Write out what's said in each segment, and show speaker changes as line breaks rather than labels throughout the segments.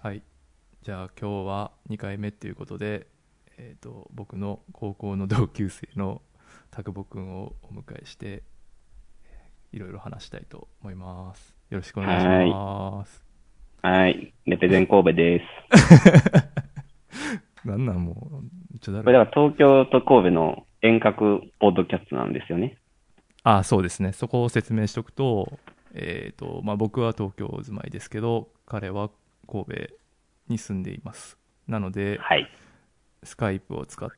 はいじゃあ今日は2回目っていうことで、えー、と僕の高校の同級生の拓く君をお迎えしていろいろ話したいと思いますよろしくお願いします
はい。レペゼン神戸です。
なんなんもうちょ
これだから東京と神戸の遠隔ポッドキャストなんですよね。
ああそうですねそこを説明しておくと,、えーとまあ、僕は東京住まいですけど彼は神戸に住んでいますなので、
はい。
スカイプを使っ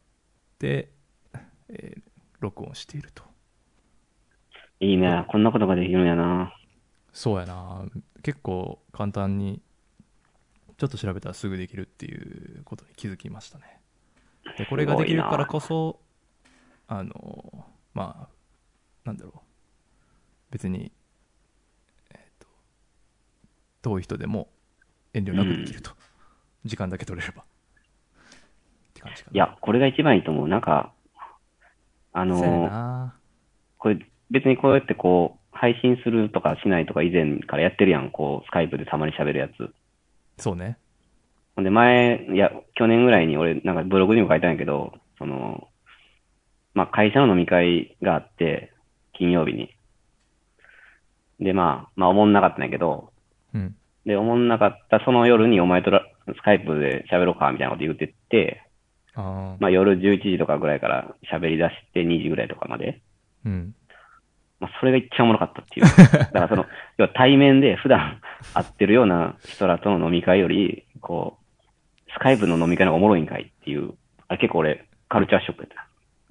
て、えー録音していると
いいなこんなことができるんやな
そうやな結構簡単にちょっと調べたらすぐできるっていうことに気づきましたねでこれができるからこそあのまあなんだろう別に、えーと遠い人でも遠慮なくできると、時間だけ取れればって感じかない
や、これが一番いいと思う。なんか、あ
そうや
の
な
これ別にこうやってこう、配信するとかしないとか以前からやってるやん。こう、スカイプでたまに喋るやつ。
そうね
ほんで前、いや、去年ぐらいに俺、なんかブログにも書いたんやけど、その、まあ会社の飲み会があって、金曜日に。で、まあ、まあ思んなかったんやけど、
うん
で、思んなかった、その夜にお前とラスカイプで喋ろうか、みたいなこと言ってって、
ああ
まあ夜11時とかぐらいから喋り出して2時ぐらいとかまで、
うん
まあそれが一番おもろかったっていう。だからその、要は対面で普段会ってるような人らとの飲み会より、こう、スカイプの飲み会の方がおもろいんかいっていう、あれ結構俺、カルチャーショックやっ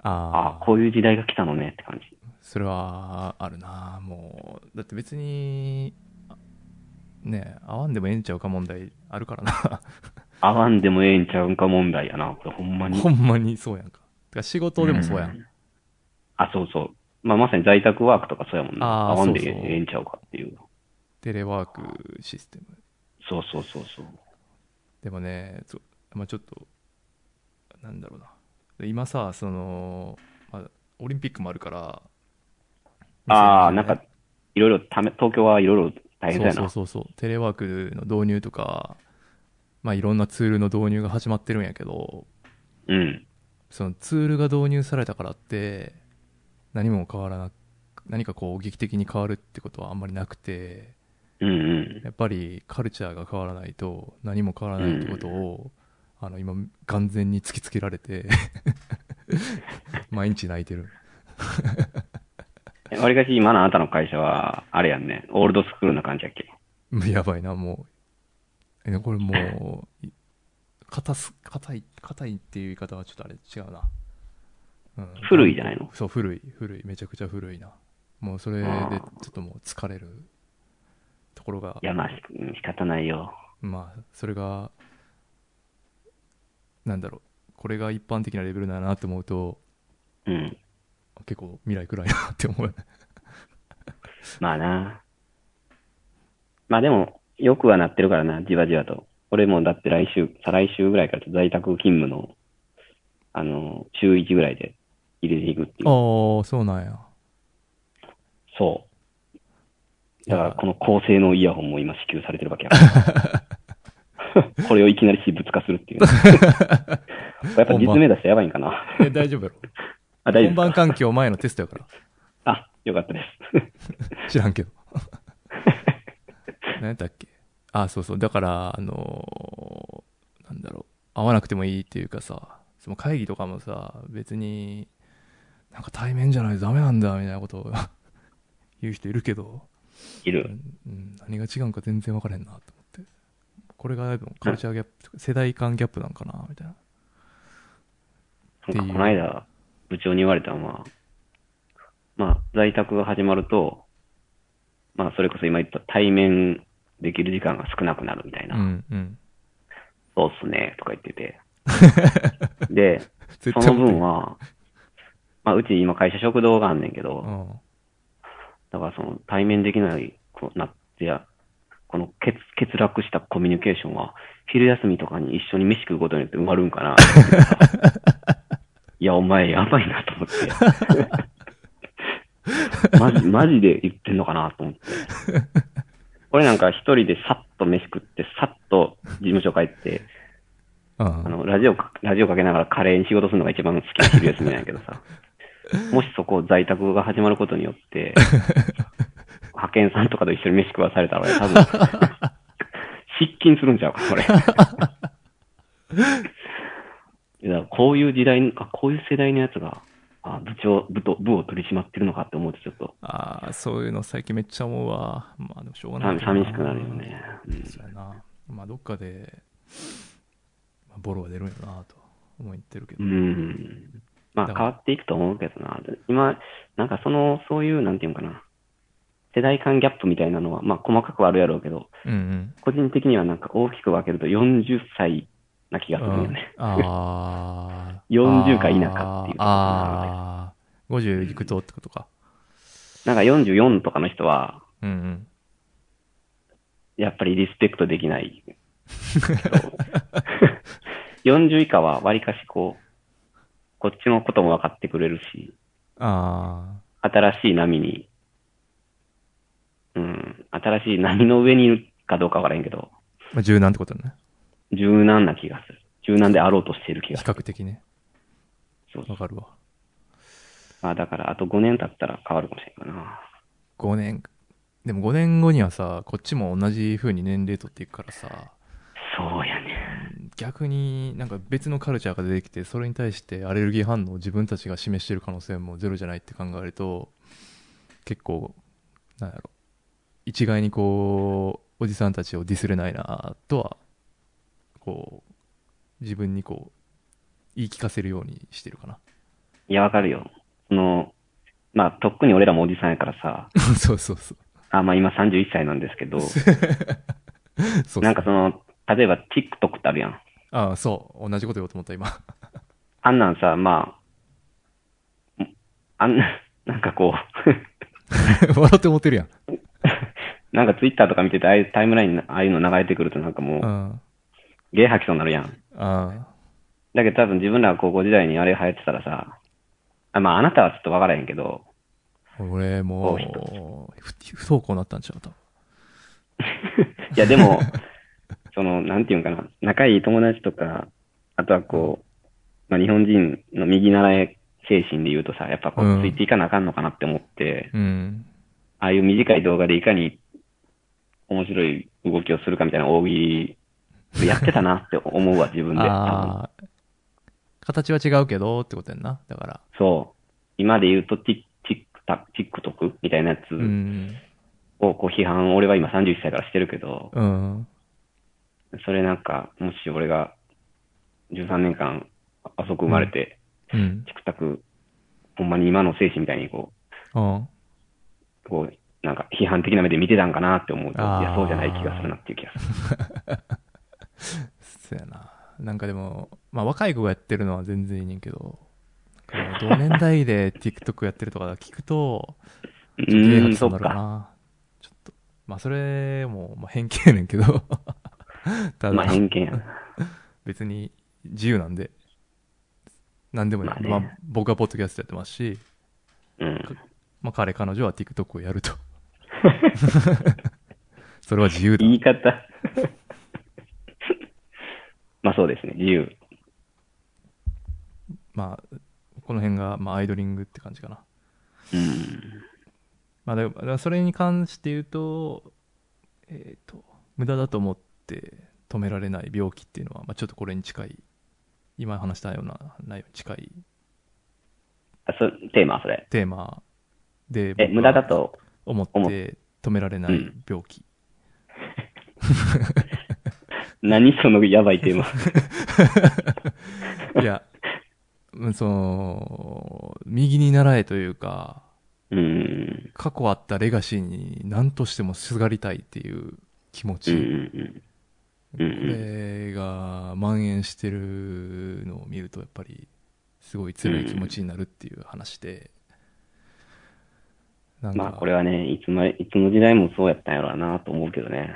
た。あ
あ
あ、こういう時代が来たのねって感じ。
それはあるなもうだって別にあねえ会わんでもええんちゃうか問題あるからな
合わんでもええんちゃうんか問題やな、これほんまに。
ほんまにそうやんかてか仕事でもそうやん、
うあ、そうそう。まあまさに在宅ワークとかそうやもんな。
あー
合わんで
そうそう
ええんちゃうかっていう。
テレワークシステム
そうそうそうそう。
でもねそうまあ、ちょっとなんだろうなで今さその、まあ、オリンピックもあるから
ああ、
2020
なんか、いろいろため、東京はいろいろ大変だよな。
そうそうそうそうテレワークの導入とか、まあ、いろんなツールの導入が始まってるんやけど
うん。
そのツールが導入されたからって何も変わらな何かこう劇的に変わるってことはあんまりなくて
うんうん。
やっぱりカルチャーが変わらないと何も変わらないってことを、あの今完全に突きつけられて毎日泣いてる
わりかし今のあなたの会社は、あれやんね、オールドスクールな感じやっけ。
うんやばいなもうえこれもうい硬す硬い硬いっていう言い方はちょっとあれ違うな、うん
古いじゃないの
そう古い古いめちゃくちゃ古いなもうそれでち
あー
ょっともう疲れるところが
いや、まあ、しうん仕方ないよ。
まあそれがなんだろうこれが一般的なレベルだなって思うと
うん。
結構未来暗いなって 思う
まあな。まあでも、よくはなってるからな、じわじわと。俺もだって来週、再来週ぐらいからちょっと在宅勤務の、あの、週1ぐらいで入れていくっていう。
ああそうなんや
そう。だか
い
ら、
や
この高性能イヤホンも今支給されて るわけやから。これをいきなり私物化す るっていう。やっぱ実名出してやばいんかな。
え大丈夫やろ
あ、大丈
本
夫で
番
すか。
環境前のテストやから
あ、よかったです。
知らんけど。 何やったっけあ、そうそう。だから、あのーなんだろう。会わなくてもいいっていうかさ、その会議とかもさ、別に、なんか対面じゃないとダメなんだ、みたいなことを 言う人いるけど、
いうる。
んうん、何が違うんか全然分からへんな、と思って。これがカルチャーギャップとか、世代間ギャップなんかな、みたいな。
なん
ってい
か
う
この間、部長に言われたのは、まあ、在宅が始まると、まあ、それこそ今言った対面できる時間が少なくなるみたいな。
うん、うん。
そうっすね、とか言っ てて。で、
絶
そ
思
の
って
分
る
は、まあ、うち今会社食堂があんねんけど、
うん。
だからその対面できないこうなってや、この欠欠落したコミュニケーションは、昼休みとかに一緒に飯食うことによって埋まるんかな。いや、お前やばいなと思 って。マジ、マジで言ってんのかなと思って。俺なんか一人でさっと飯食って、さっと事務所帰って、
う
あ
ん。
の、ラジオか、ラジオかけながらカレーに仕事するのが一番好きな昼休みなんやけどさ。もしそこ在宅が始まることによって、派遣さんとかと一緒に飯食わされたら俺多分、失禁するんちゃうか、それ。いやこういう時代に、あ、こういう世代のやつが、あ部長、部と、部を取り締まってるのかって思うとちょっと、
ああ、そういうの最近めっちゃ思うわ。まあでもしょうがない
さ
けど
寂しくなるよね。うん
そうやな。まあどっかで、まあ、ボロが出るんやなと思ってるけ
う
ど。
ん。ま
だ
あ変
から
わっていくと思うけどな。今、なんかその、そういう、なんていうんかな。世代間ギャップみたいなのは、まあ細かくはあるやろうけど、
うんうん。
個人的にはなんか大きく分けると40歳な気がするよね。
うん ああ。
40か否かっていう
ああ。50いくとってことか。
なんか44とかの人は、
うんうん。
やっぱりリスペクトで きない。40以下は割かしこう、こっちのことも分かってくれるし、
あ
新しい波に、うん、新しい波の上にいるかどうか分からへんけ
あ。
ど、
まあ、柔軟ってことね。
柔軟な気がする。柔軟であろうとしている気
比
がする。
較的ね。
そう
わかるわ。
まあだから、あと5年経ったら変わるかもしれんかな。
5年。でも5年後にはさ、こっちも同じ風に年齢取っていくからさ、
そうやね。
逆になんか別のカルチャーが出てきて、それに対してアレルギー反応を自分たちが示している可能性もゼロじゃないって考えると、結構、なんやろ、一概にこう、おじさんたちをディスれないなとは、こう、自分にこう、言い聞かせるようにしてるかな。
いや、わかるよ。その、まあ、とっくに俺らもおじさんやからさ、
そうそうそう。
あ、まあ今31歳なんですけど、
そう
なんかその、例えば TikTok ってあるやん。
ああ、そう。同じこと言おうと思った、今。
あんなんさ、まあ、んあんな、なんかこう、
笑って思ってるやん。
なんか Twitter とか見てて、ああいうタイムラインに、ああいうの流れてくるとなんか
う
もう、
ん。
ゲー吐きそうになるやん。
あ
だけど多分自分らが高校時代にあれ流行ってたらさ、あまああなたはちょっとわからへんけど、
あ。俺、もう、ふ不登校になったんちゃう多分
いや、でも、 その、なんていうんかな、仲いい友達とか、あとはこう、まあ、日本人の右習い精神で言うとさ、やっぱこ
うん
う、ついていかなあかんのかなって思って、
うん。
ああいう短い動画でいかに面白い動きをするかみたいな大喜利、やってたなって思うわ、自分で。多分
ああ。形は違うけど、ってことやんな。だから。
そう。今で言うと、ティックタ、ティックトクみたいなや
う
つ
ん。
をこう批判、俺は今31歳からしてるけど、
うん。
それなんか、もし俺が13年間、あそこ生まれて、
うん。
チクタク、ほんまに今の精神みたいにこ
うん。
う、こう、なんか批判的な目で見てたんかなって思うと、い
あー
や、そうじゃない気がするなっていう気がする。
そうやな。なんかでも、まあ若い子がやってるのは全然いいねんけど、なんかもう同年代で TikTok やってるとか聞くと、
う
ちょっと軽
ーん、
薄
そ
にな
っ
るか
か。
な。ちょっと。まあそれも、まあ偏見やねんけど。 た
ま
だ
あ、偏見やな。
別に自由なんで、なんでもいい。ま
ま
あ
あね
僕はポッドキャストやってますし、
うん。
まあ、彼、彼女は TikTok をやる と。それは自由だ。
言い方。 まあそうですね、自由。
まあ、この辺が、まあ、アイドリングって感じかな。
うん。
まあ、でもだからそれに関して言うと、えっ、と、無駄だと思って止められない病気っていうのは、まあ、ちょっとこれに近い、今話したような内容に近い
あそテーマはそれ。
テーマで、
え、無駄だと、
思って止められない病気。
何そのやばい テーマ。
いや、うんその、右に習えというか、
うん。
過去あったレガシーに何としてもすがりたいっていう気持
うんう
ち、
んうん。うん
こ
うん。
れが蔓延してるのを見ると、やっぱり、すごい辛い気持ちになるっていう話で、なん
まあ
か
こ、れはね、いつま、いつの時代もそうやったんやろうなと思うけどね。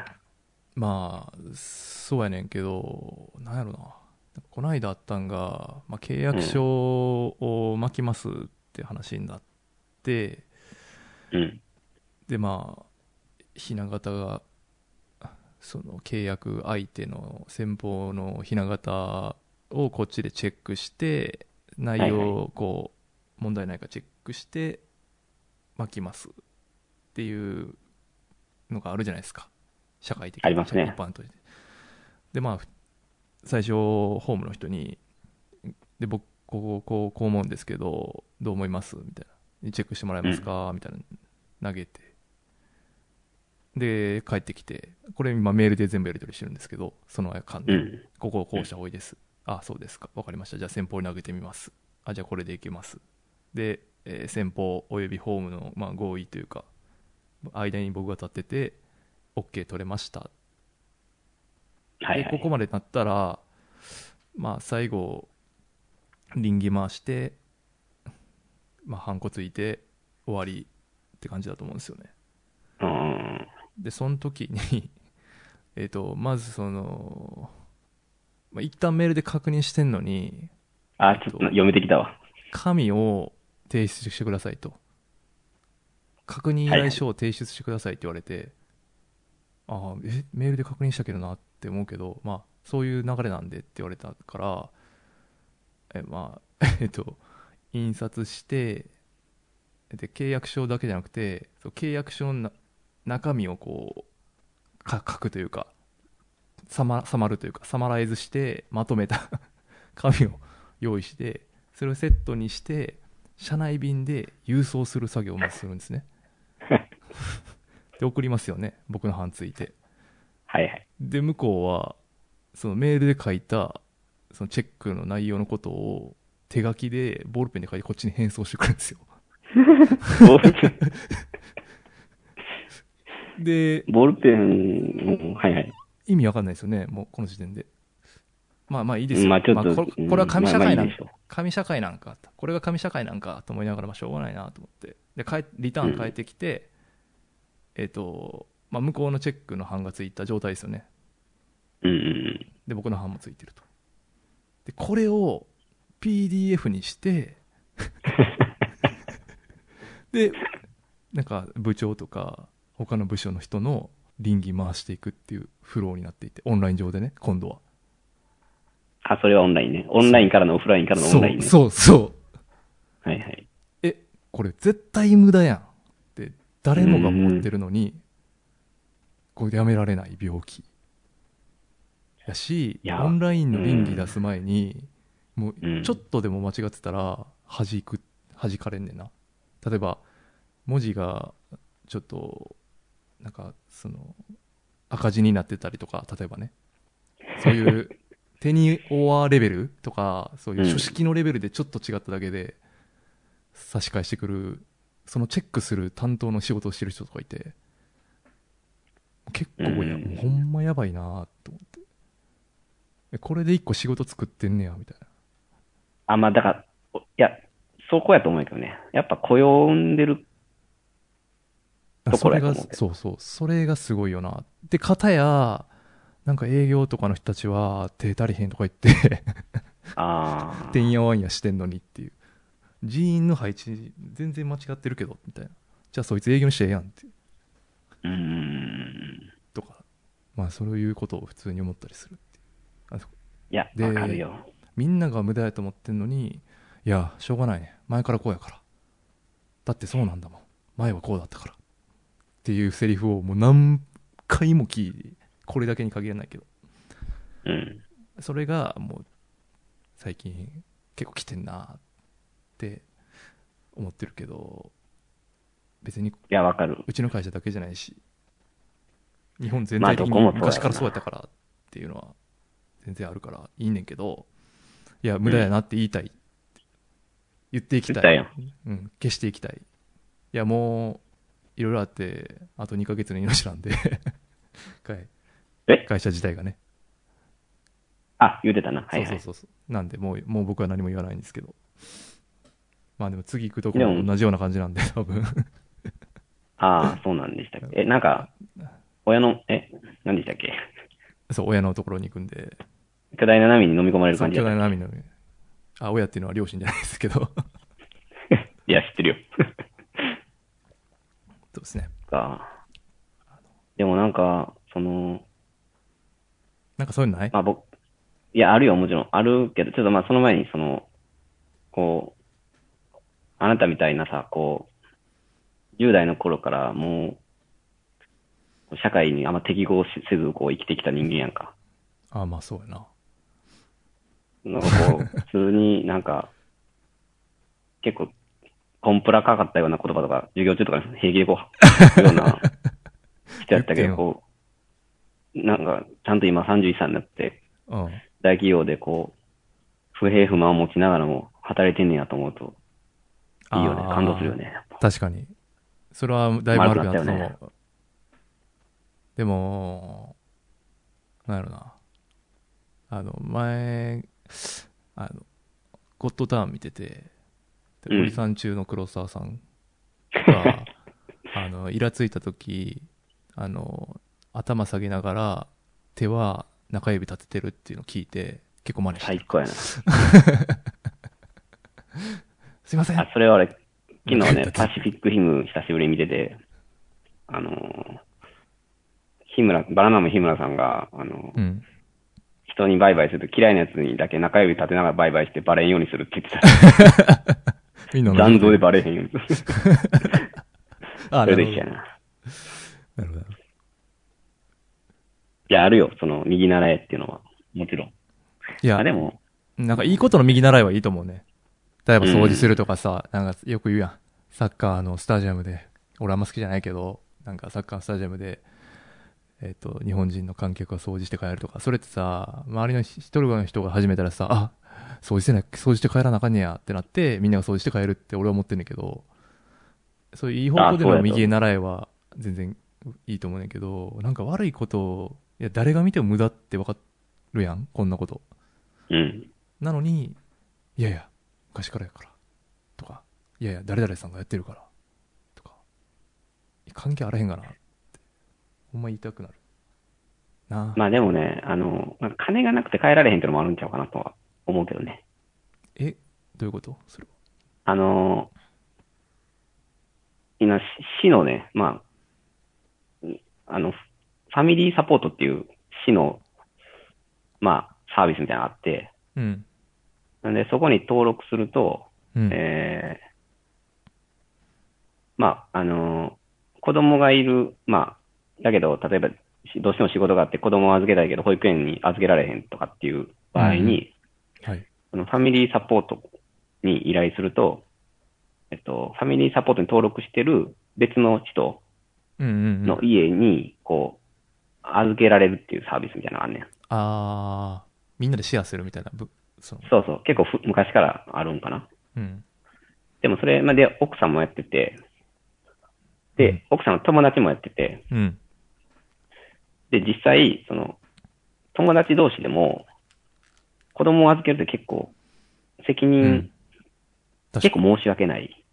まあ、そうやねんけど、なんやろな。こないだあったんが、まあ、契約書を巻きますって話になって、
うん。
でまあ雛形がその契約相手の先方のひな形をこっちでチェックして内容をこう問題ないかチェックして巻きますっていうのがあるじゃないですか社会的
ありますね
一般としてでまあ最初ホームの人にで僕こうこうこう思うんですけどどう思いますみたいなチェックしてもらえますか、みたいな投げてで帰ってきてこれ今メールで全部やり取りしてるんですけどその間
う
で、
ん。
こここうした方がいいです。あ、そうですか。わかりました。じゃあ先方に投げてみます。あ、じゃあこれでいけます。で、えー先方およびホームの、まあ、合意というか、間に僕が立ってて、OK 取れました。
はい、
で、こ
は
こ
い。
までなったら、まあ、最後、臨機回して、まあ、ハンコついて、終わりって感じだと思うんですよね。
うん。
でその時に えっとまずその、まあ、一旦メールで確認してんのに
あ、ちょっと読めてきたわ。
紙を提出してくださいと確認依頼書を提出してくださいって言われて、ああえメールで確認したけどなって思うけどまあそういう流れなんでって言われたからえまあ えっと印刷してで契約書だけじゃなくてそう契約書のな中身をこうか書くというかさまさまるというかサマライズしてまとめた 紙を用意してそれをセットにして社内便で郵送する作業をまずするんですねで送りますよね僕の班ついて
はいはい。
で向こうはそのメールで書いたそのチェックの内容のことを手書きでボールペンで書いてこっちに返送してくるんですよ
ボールペン、
で
ボールペン、うんはいはい。
意味わかんないですよねもうこの時点でまあまあいいですよ、
まあちょっと、
これこれは
うん
紙社会
ま
な
あまあい
ん
いでしょう
紙社会なんかとこれが紙社会なんかと思いながらまあしょうがないなと思ってで帰リターン変えてきて、えっ、と、まあ、向こうのチェックの版がついた状態ですよね
うんうんうん。
で僕の版もついてるとでこれを PDF にして でなんか部長とか他の部署の人の倫理回していくっていうフローになっていてオンライン上でね今度は
あ、それはオンラインね。オンラインからのオフラインからのオンラインね。
そうそうそう
はいはい。
えこれ絶対無駄やんって誰もが思ってるのにこれやめられない病気やし
いや
オンラインの倫理出す前にもう
うん
ちょっとでも間違ってたら弾く弾かれんねんな例えば文字がちょっとなんかその赤字になってたりとか例えばねそういう 手に負わレベルとかそういう書式のレベルでちょっと違っただけで差し返してくるそのチェックする担当の仕事をしてる人とかいて結構や、
うん
もうほんまやばいなと思ってえこれで一個仕事作ってんねやみたいな
あ、まあだから、おいや、そこやと思うけどね。やっぱ雇用を生んでる。
だからそれ
ところ
が
やと思うけ
そうそうそれがすごいよなで片やなんか営業とかの人たちは手足りへんとか言って
あ
てんやわんやしてんのにっていう人員の配置全然間違ってるけどみたいなじゃあそいつ営業にしてええやんっていう
あ。うーん。
とかまあそういうことを普通に思ったりするっていう
いや、
で
わかるよ。
みんなが無駄やと思ってんのにいやしょうがないね前からこうやからだってそうなんだもん前はこうだったからっていうセリフをもう何回も聞いてこれだけに限らないけど
うん。
それがもう最近結構来てんなって思ってるけど別に
いや、わかる。
うちの会社だけじゃないし日本全
まあ
体的
どこも
に
そうやろな
昔からそうやったからっていうのは全然あるからいいねんけどいや無駄やなって言いたい、言っていきたい
言った
うん、消していきたいいやもういろいろあってあと2ヶ月の命なんで 会
え
会社自体がね
あ、言うてたな。はいは
そう
い。
そうそうそうなんでもうもう僕は何も言わないんですけどまあでも次行くとこも同じような感じなんで多分
ああ、そうなんでしたっけ。え、なんか、親の、え、何でしたっけ。
そう親のところに行くんで
巨大な波に飲み込まれる
そう
感じ
巨
や
大
った
な波のあ親っていうのは両親じゃないですけど
いや、知ってるよ。
そうですね
か。でもなんか、その、
なんかそういうのない
まあ僕、いや、あるよ、もちろん。あるけど、ちょっとまあその前に、その、こう、あなたみたいなさ、こう、10代の頃からもう、社会にあんま適合しせず、こう生きてきた人間やんか。
ああ、まあそうやな。
なんかこう、普通になんか、結構、コンプラかかったような言葉とか、授業中とかに平気でこう、よ うな、人やっ
言
たけ
ってよ
ど、こう、なんか、ちゃんと今31歳になって、
うん。
大企業でこう、不平不満を持ちながらも働いてんねやと思うと、いいよね。
あー
感動するよね。やっぱ
確かに。それはだいぶ悪くなったと思
悪くなっ
う。でも、なんやろな。あの、前、あの、ゴッドタウン見てて、で、
うん
堀さん中の黒沢さん が、あの、イラついた時あの、頭下げながら、手は中指立ててるっていうのを聞いて、結構真似して
最
る。
高やな。
すいません
あ、それは俺、昨日
うん
ね、パシフィックヒム久しぶりに見てて、あのー日村、バナナの日村さんが、あのー
うん。
人にバイバイすると嫌いなやつにだけ中指立てながらバイバイしてバレんようにするって言ってた。
みんなの
残像でバレへんようにする。
あ
そ
なる
れで
ほ
き
ど
たよな。
なるほど。
いや、あるよ、その、右習えっていうのは。もちろん。
いや
あ、、でも、
なんかいいことの右習いはいいと思うね。例えば掃除するとかさ、なんかよく言うやん。サッカーのスタジアムで、俺あんま好きじゃないけど、なんかサッカーのスタジアムで、えっ、と、日本人の観客が掃除して帰るとか、それってさ、周りの一人の人が始めたらさ、あ、掃除してない、掃除して帰らなあかんねやってなって、みんなが掃除して帰るって俺は思ってんねんけど、そういういい方向で
あそうや
の
と
右習いは全然いいと思うねんけど、なんか悪いことを、いや、誰が見ても無駄ってわかるやん、こんなこと。
うん。
なのに、いやいや、昔からやから、とか、いやいや、誰々さんがやってるから、とか、関係あらへんがな、って、ほんま言いたくなる。なあ、
まあでもね、あの、まあ金がなくて帰られへんってのもあるんちゃうかなとは思うけどね。
え、どういうことそれは。
あの、今、し市のね、まあ、あの、ファミリーサポートっていう市の、まあ、サービスみたいなのがあって、
うん。
なんで、そこに登録すると、
うん。
えーまあ、あのー子供がいる、まあ、だけど、例えば、しどうしても仕事があって子供を預けたいけど、保育園に預けられへんとかっていう場合に、
はい。
そのファミリーサポートに依頼すると、えっと、ファミリーサポートに登録してる別の人
うんうん、うん。
の家に、こう、預けられるっていうサービスみたいなのがあんねん。
あー、みんなでシェアするみたいな、ぶその、
そうそう、結構ふ昔からあるんかな。
うん。
でもそれまで奥さんもやってて、
うん
で、奥さんの友達もやってて、
うん。
で、実際、その、友達同士でも、子供を預けるって結構、責任、
うん確
結
か
構申し訳ない。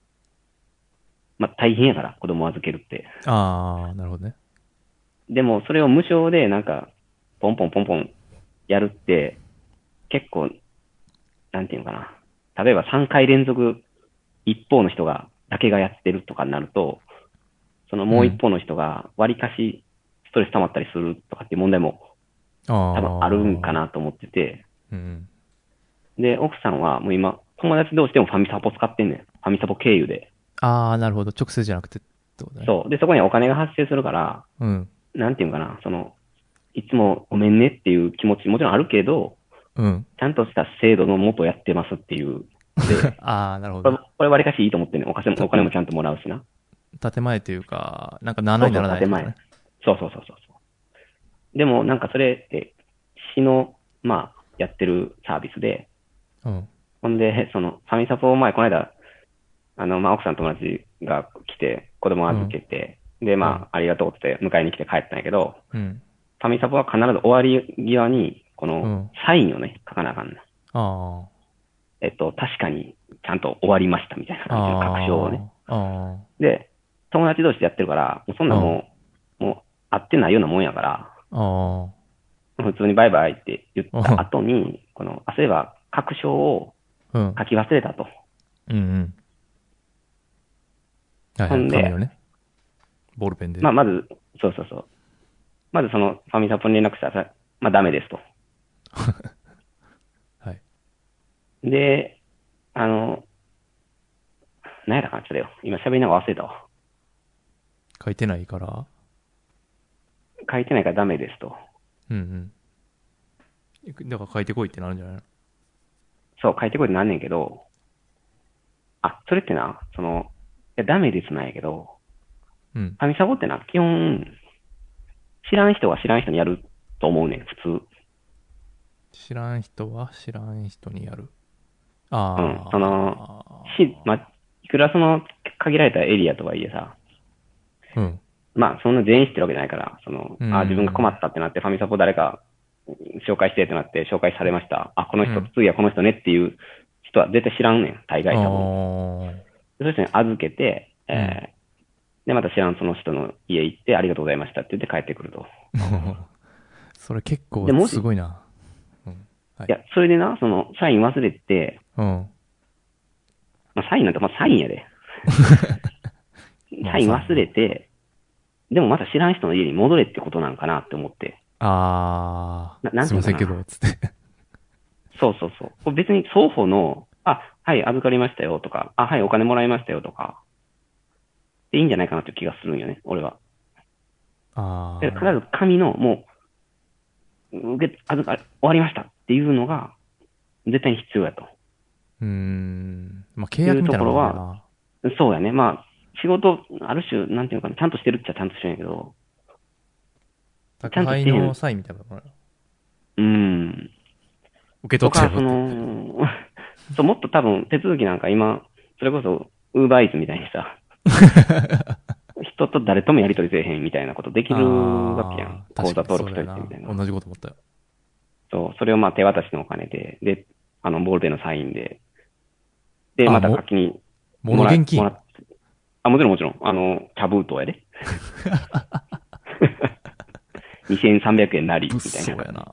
まあ、大変やから、子供を預けるって。
あー、なるほどね。
でも、それを無償で、なんか、ポンポンポンポンやるって、結構、なんていうのかな。例えば3回連続、一方の人が、だけがやってるとかになると、そのもう一方の人が、割かし、ストレス溜まったりするとかっていう問題も、
あー。
多分あるんか。なと思ってて、
うん。
で、奥さんはもう今、友達同士でもファミサポ使ってんねん。ファミサポ経由で。
あー、なるほど。直接じゃなくてってことね。
そう。で、そこにはお金が発生するから、
う。うん。
なんていうんかな、その、いつもごめんねっていう気持ちもちろんあるけど、
うん。、
ちゃんとした制度のもとやってますっていう。で
あー、なるほ
これ
ど
も。、これ割かしいいと思ってんねん。お金も、お金もちゃんともらうしな。
建前というか、なんか7にならない、
そうそう建前。そうそうそうそうそう。でも、なんかそれって、市の、まあ、やってるサービスで、
うん。
ほんで、その、ファミサポを前、この間、あの、まあ、奥さんの友達が来て、子供預けて、で、
うん
まあ、ありがとうって迎えに来て帰ったんやけど、
うん。
ファミサポは必ず終わり際に、こ
う
の
ん、
サインをね、書かなあかんな。
あ
えっと、確かに、ちゃんと終わりましたみたいな
あ。
感じの確証をね。
ああ。
で、友達同士でやってるから、もうそんなもう、もう、会ってないようなもんやから、
あ
普通にバイバイって言っ
うん
た後に、この、あ、そういえば、確証を
あ。うん。
書き忘れたと。
うんうん。はいは
ほ
い。
んで
紙をね。ボールペンで。
まあ、まず、そうそうそう。まずそのファミサポに連絡したら、まあダメですと。
はい。
で、あの、何やったかなちょっとよ。今喋りながら忘れたわ。
書いてないから、
書いてないからダメですと。
うんうん。だから書いてこいってなるんじゃないの
そう、書いてこいってなんねんけど、あ、それってな、その、いやダメですなんやけど、
うん。
神サボってな、基本、知らん人は知らん人にやると思うねん、普通。
知らん人は知らん人にやる。ああ。
うんそのし、まあ、いくらその、限られたエリアとはいえさ、
うん。
まあ、そんな全員知ってるわけじゃないから、その、
うん
あ、自分が困ったってなって、ファミサポ誰かうん紹介してってなって、紹介されました。あ、この人、
うん
次はこの人ねっていう人は絶対知らんねん、大概多分。
ああ。
そういう人に預けて、えー
う
で、また知らんその人の家行って、ありがとうございましたって言って帰ってくると。
それ結構
でもし
すごいな。うん。はい
いや、それでな、その、サイン忘れて、
うん。
まあ、サインなんて、まあ、サインやで。
まあ
サイン忘れて、でもまた知らん人の家に戻れってことなんかなって思って。
あ
な
あ。
なん
す
て
い
いう
ま
のか
せ
なん
けど、つ って。
そうそうそう。これ別に双方の、あ、はい、預かりましたよとか、あ、はい、お金もらいましたよとか、でいいんじゃないかなって気がするんよね、俺は。
あ
で必
あ。
ず紙の、もう、受け、預か、終わりましたっていうのが、絶対に必要やと。
うーん。まあ、契約みたいなもんだな。
そうやね。まあ、仕事、ある種、なんていうのかな、ちゃんとしてるっちゃちゃんとしてるんやけど、
宅配のサインみたいなもんだな
うん。
受け
と
取って
か、
る
その、 そう、もっと多分手続きなんか今、それこそ、ウーバーイーツみたいに さ、人と誰ともやりとりせえへんみたいなことできるわけやん
あ。ー
口座登録し
確
といて
か
み
にそ
たい
うだよ
な。
な同じこと思ったよ。
そう、それをまあ手渡しのお金で、で、あの、ボールペンのサインで、で、
あ
また
も
書きに
物現金
もらもらってあ、もちろんもちろん。あの、キャブート やで。2300円なり、
物
みた
騒
い
や
な。
な。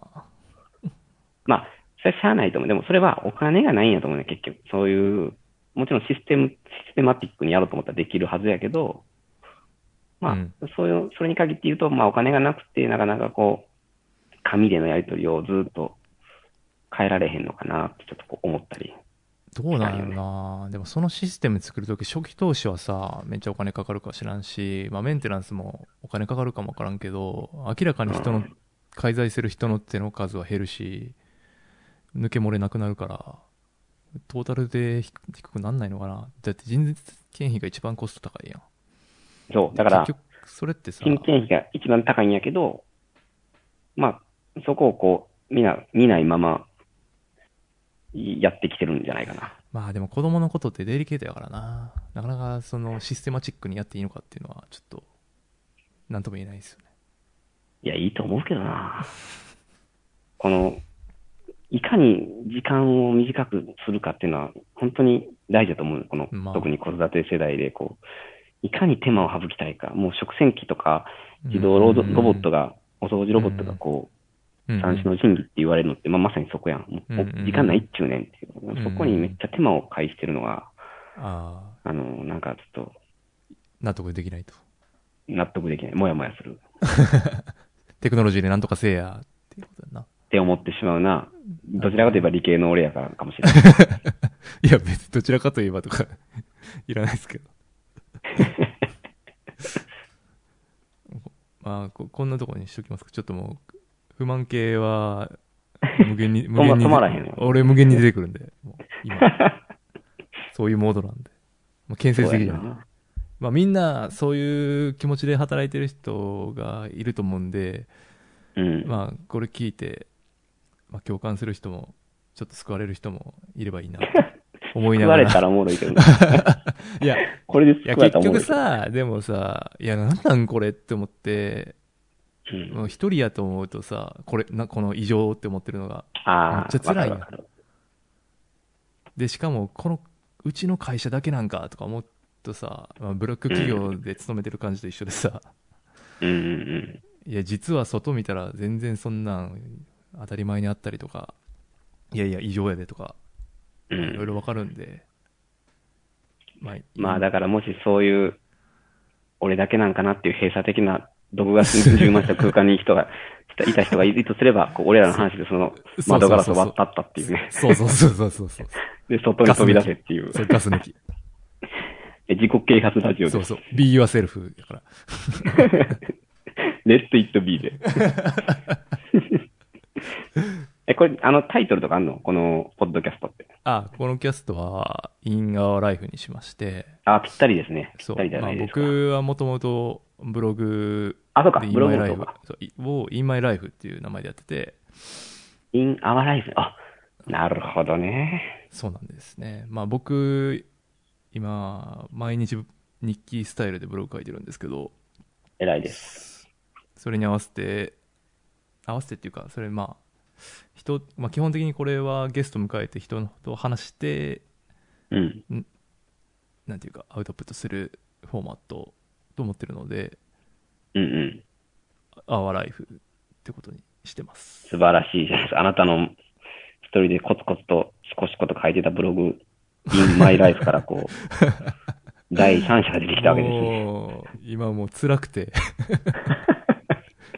まあ、それはしゃあないと思う。でも、それはお金がないんやと思うね、結局。そういう、もちろんシステム、システマティックにやろうと思ったらできるはずやけど、まあ、
うん
そういう、それに限って言うと、まあ、お金がなくて、なかなかこう、紙でのやり取りをずっと変えられへんのかなって、ちょっとこう思ったり。
どうなんやろな、でもそのシステム作るとき初期投資はさめっちゃお金かかるか知らんし、まあ、メンテナンスもお金かかるかもわからんけど明らかに人の、
うん
介在する人の手の数は減るし抜け漏れなくなるからトータルで低低くなんないのかなだって人件費が一番コスト高いやん
そう、だから、
結局それってさ
人件費が一番高いんやけど、まあ、そこをこう、見な、見ないまま、やってきてるんじゃないかな。
まあでも子供のことってデリケートやからななかなかそのシステマチックにやっていいのかっていうのはちょっとなんとも言えないですよね
いや、いいと思うけどな。この、いかに時間を短くするかっていうのは、本当に大事だと思う。この、
まあ
特に子育て世代で、こう、いかに手間を省きたいか。もう食洗機とか、自動ロボ
うん
ロボットが、お掃除ロボットがこ
う
う、
ん
三種の神器って言われるのって、まあ、まさにそこやん。もうもう
うんうん
時間ないっちゅうねんっていう。
んうん
そこにめっちゃ手間を介してるのが、
ああ
あの、なんかちょっと
納得できないと。
納得できない。もやもやする。
テクノロジーでなんとかせえや、っていうことだな。
って思ってしまうな。どちらかといえば理系の俺やからかもしれない。
いや、別にどちらかといえばとか、 いらないですけど。 まあこ、こんなとこにしときますか。ちょっともう、不満系は、無限 に、無限に。
止まらへんよ
俺無限に出てくるんで、もう今。 そういうモードなんで。もう建設
そう
的
や
じゃない。
な。
まあ、みんな、そういう気持ちで働いてる人がいると思うんで、
うん。
まあ、これ聞いて、まあ、共感する人も、ちょっと救われる人もいればいいなと思いなが
食わ
ら。
れたらおもろ いけど、
いや、い
これで
や
食われ
結
たら
局
おもろいけど。
さ、でもさ、いや、なんなんこれって思って、
うん
もう一人やと思うとさ、これ、なこの異常って思ってるのが。
ああ、
めっちゃ辛いよ
わかるわかる
で、しかも、この、うちの会社だけなんかとか思うとさ、まあ、ブロック企業で勤めてる感じと一緒でさ、
うんうん
いや、実は外見たら全然そんなん当たり前にあったりとか、いやいや、異常やでとか、
う
いろい
ん。
ろわかるんで。まあ、
まあだからもしそういう、俺だけなんかなっていう閉鎖的な毒ガスに充満した空間に人が、いた人がい るとすれば、こう俺らの話でその
そう
窓ガラス
そ
を
うそう
割ったったっていうね。
そうそうそうそうそう そう。
で、外に飛び出せっていう。
そうガス抜き。
え自己啓発ラジオ
そ
で
う
す。
そう。be yourself だから。
レッツイットビーで。 え、これ、あの、タイトルとかあんのこの、ポッドキャストって。
あ、このキャストは in our life にしまして、
あ、ぴったりですね。ぴ
そ
っ
う。
たりじゃ
まあ
ないですか。
僕はもともとブログ
あ、そうか、
で
ブ
in
ロ
my
グと
life
か。
そういを in my life っていう名前でやってて、
in our life。あ、なるほどね。
そうなんですね。まあ僕、今、毎日日記スタイルでブログ書いてるんですけど、
偉いです。
それに合わせて、合わせてっていうか、それまあ、人、まあ基本的にこれはゲスト迎えて人と話して、
うん。
なんていうか、アウトプットするフォーマットと思ってるので、
うんうん。
アワライフってことにしてます。
素晴らしいじゃないですか。あなたの一人でコツコツとしこしこと書いてたブログ、in my life から こう、第三者が出てきたわけですね。
もう、 今もう辛くて、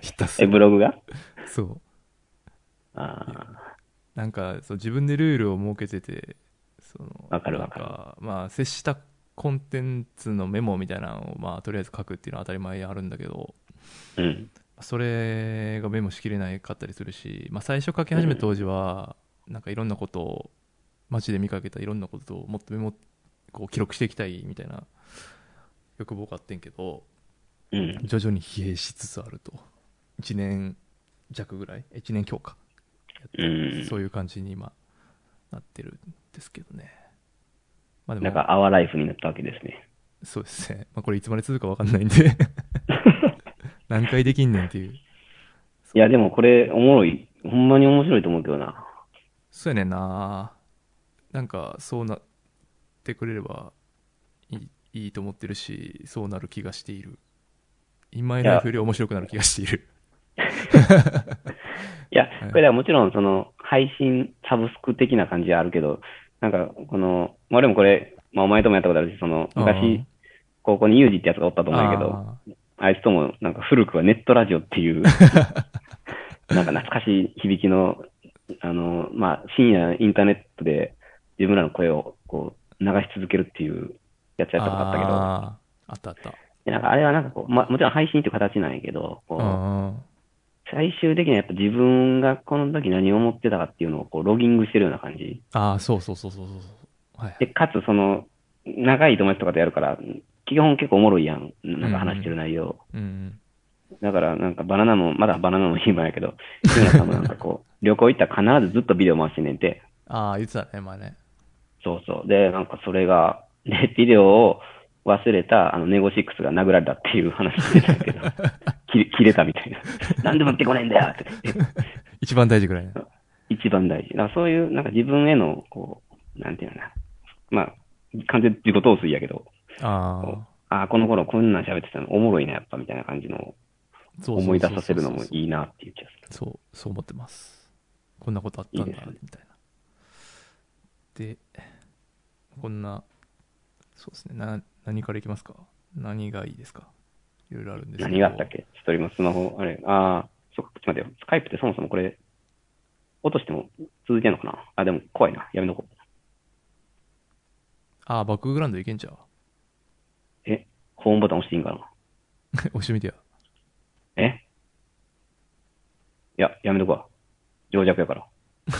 ひたす
え、
ら、
ブログが
そう。
あ
なんかそう自分でルールを設けててその
わかるわかる
なんまあ接したコンテンツのメモみたいなのを、まあ、とりあえず書くっていうのは当たり前にあるんだけど
ーうん。
それがメモしきれないかったりするし、まあ、最初書き始めた当時は、なんかいろんなことを街で見かけたいろんなことをもっとメモこう記録していきたいみたいな欲望があってんけど
うん。
徐々に疲弊しつつあると1年弱ぐらい1年強化
うん。
そういう感じに今なってるんですけどね。まあで
なん
も、
か、アワーライフになったわけですね。
そうですね。まあこれいつまで続くかわかんないん で。 何回できんねんっていう。
いや、でもこれ、おもろい。ほんまに面白いと思うけどな。
そうやねんな。なんかそうなってくれればいいいいと思ってるし、そうなる気がしている。今井ライフより面白くなる気がしている。
いや
い、
これはもちろん、その、配信、サブスク的な感じはあるけど、なんか、この、まあ、俺もこれ、まあ、お前ともやったことあるし、その、昔、高校にユージってやつがおったと思うんやけど、
あー
あいつとも、なんか、古くはネットラジオって いう、なんか懐かしい響きの、あの、まあ、深夜インターネットで自分らの声を、こう、流し続けるっていうやつやったことあったけど、
あーあったあった。
でなんかあれはなんかこう、まあ、もちろん配信っていう形なんやけど、こう
うん
最終的にはやっぱ自分がこの時何を思ってたかっていうのをこうロギングしてるような感じ。
ああ、そうそうそうそうそうそう。はいはい
で、かつその、長い友達とかとやるから、基本結構おもろいやん。なんか話してる内容。
うんうん。
だからなんかバナナも、まだバナナも今やけど、日村さんもなんかこう、旅行行ったら必ずずっとビデオ回してんねんて。
ああ、言ってたね、前ね。
そうそう。で、なんかそれが、で、ビデオを忘れた、あの、ネゴシックスが殴られたっていう話してたけど、切れ切れたみたいな。なんで持ってこねえんだよって。
一番大事ぐらいね。
一番大事。だからそういう、なんか自分への、こう、なんていうのかな。まあ、完全に自己陶酔やけど、
ああ。
ああ、この頃こんなん喋ってたのおもろいな、やっぱ、みたいな感じのを
そうそうそうそう
思い出させるのもいいなっていう気がする。
そうそう思ってますこんなことあったんだ
いい
み
ですね
たいなでこんなそうですねな何からいきますか何がいいですかいろいろあるんですけど
何があったっけちょっと今スマホ、あれ、ああ、そっか、ちょっと待ってよ。スカイプってそもそもこれ、落としても続いてんのかなあ、でも怖いな。やめとこう。
ああバックグラウンドいけんちゃう
え、ホームボタン押していいんかな
押してみてよ
えいや、やめとこわ。情弱やから。ちょ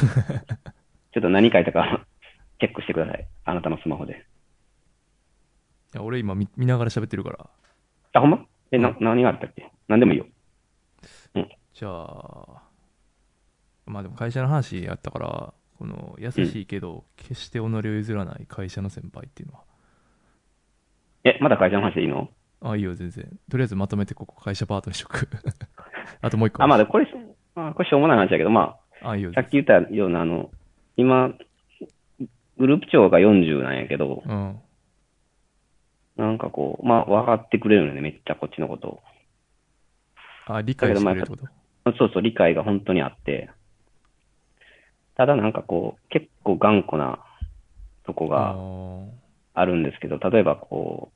っと何書いたか、 チェックしてください。あなたのスマホで。
いや俺今見見ながら喋ってるから
あ、ほんまえ、な、何があったっけ何でもいいよ。
じゃあまあでも会社の話やったからこの優しいけど決して己を譲らない会社の先輩っていうのは、
え、まだ会社の話でいいの
ああいいよ全然とりあえずまとめてここ会社パートにしとく あともう一個
あ、まあ、でもこれ、まあ、これしょうもない話だけど、ま
ああいいよ
あ、さっき言ったような、あの、今、グループ長が40なんやけど、
うん
なんかこう、まあ、分かってくれるのよね、めっちゃこっちのことを。
あ、理解してくれるってこと
そうそう、理解が本当にあって、ただなんかこう、結構頑固なとこ
あ
が
ー
あるんですけど、例えばこう、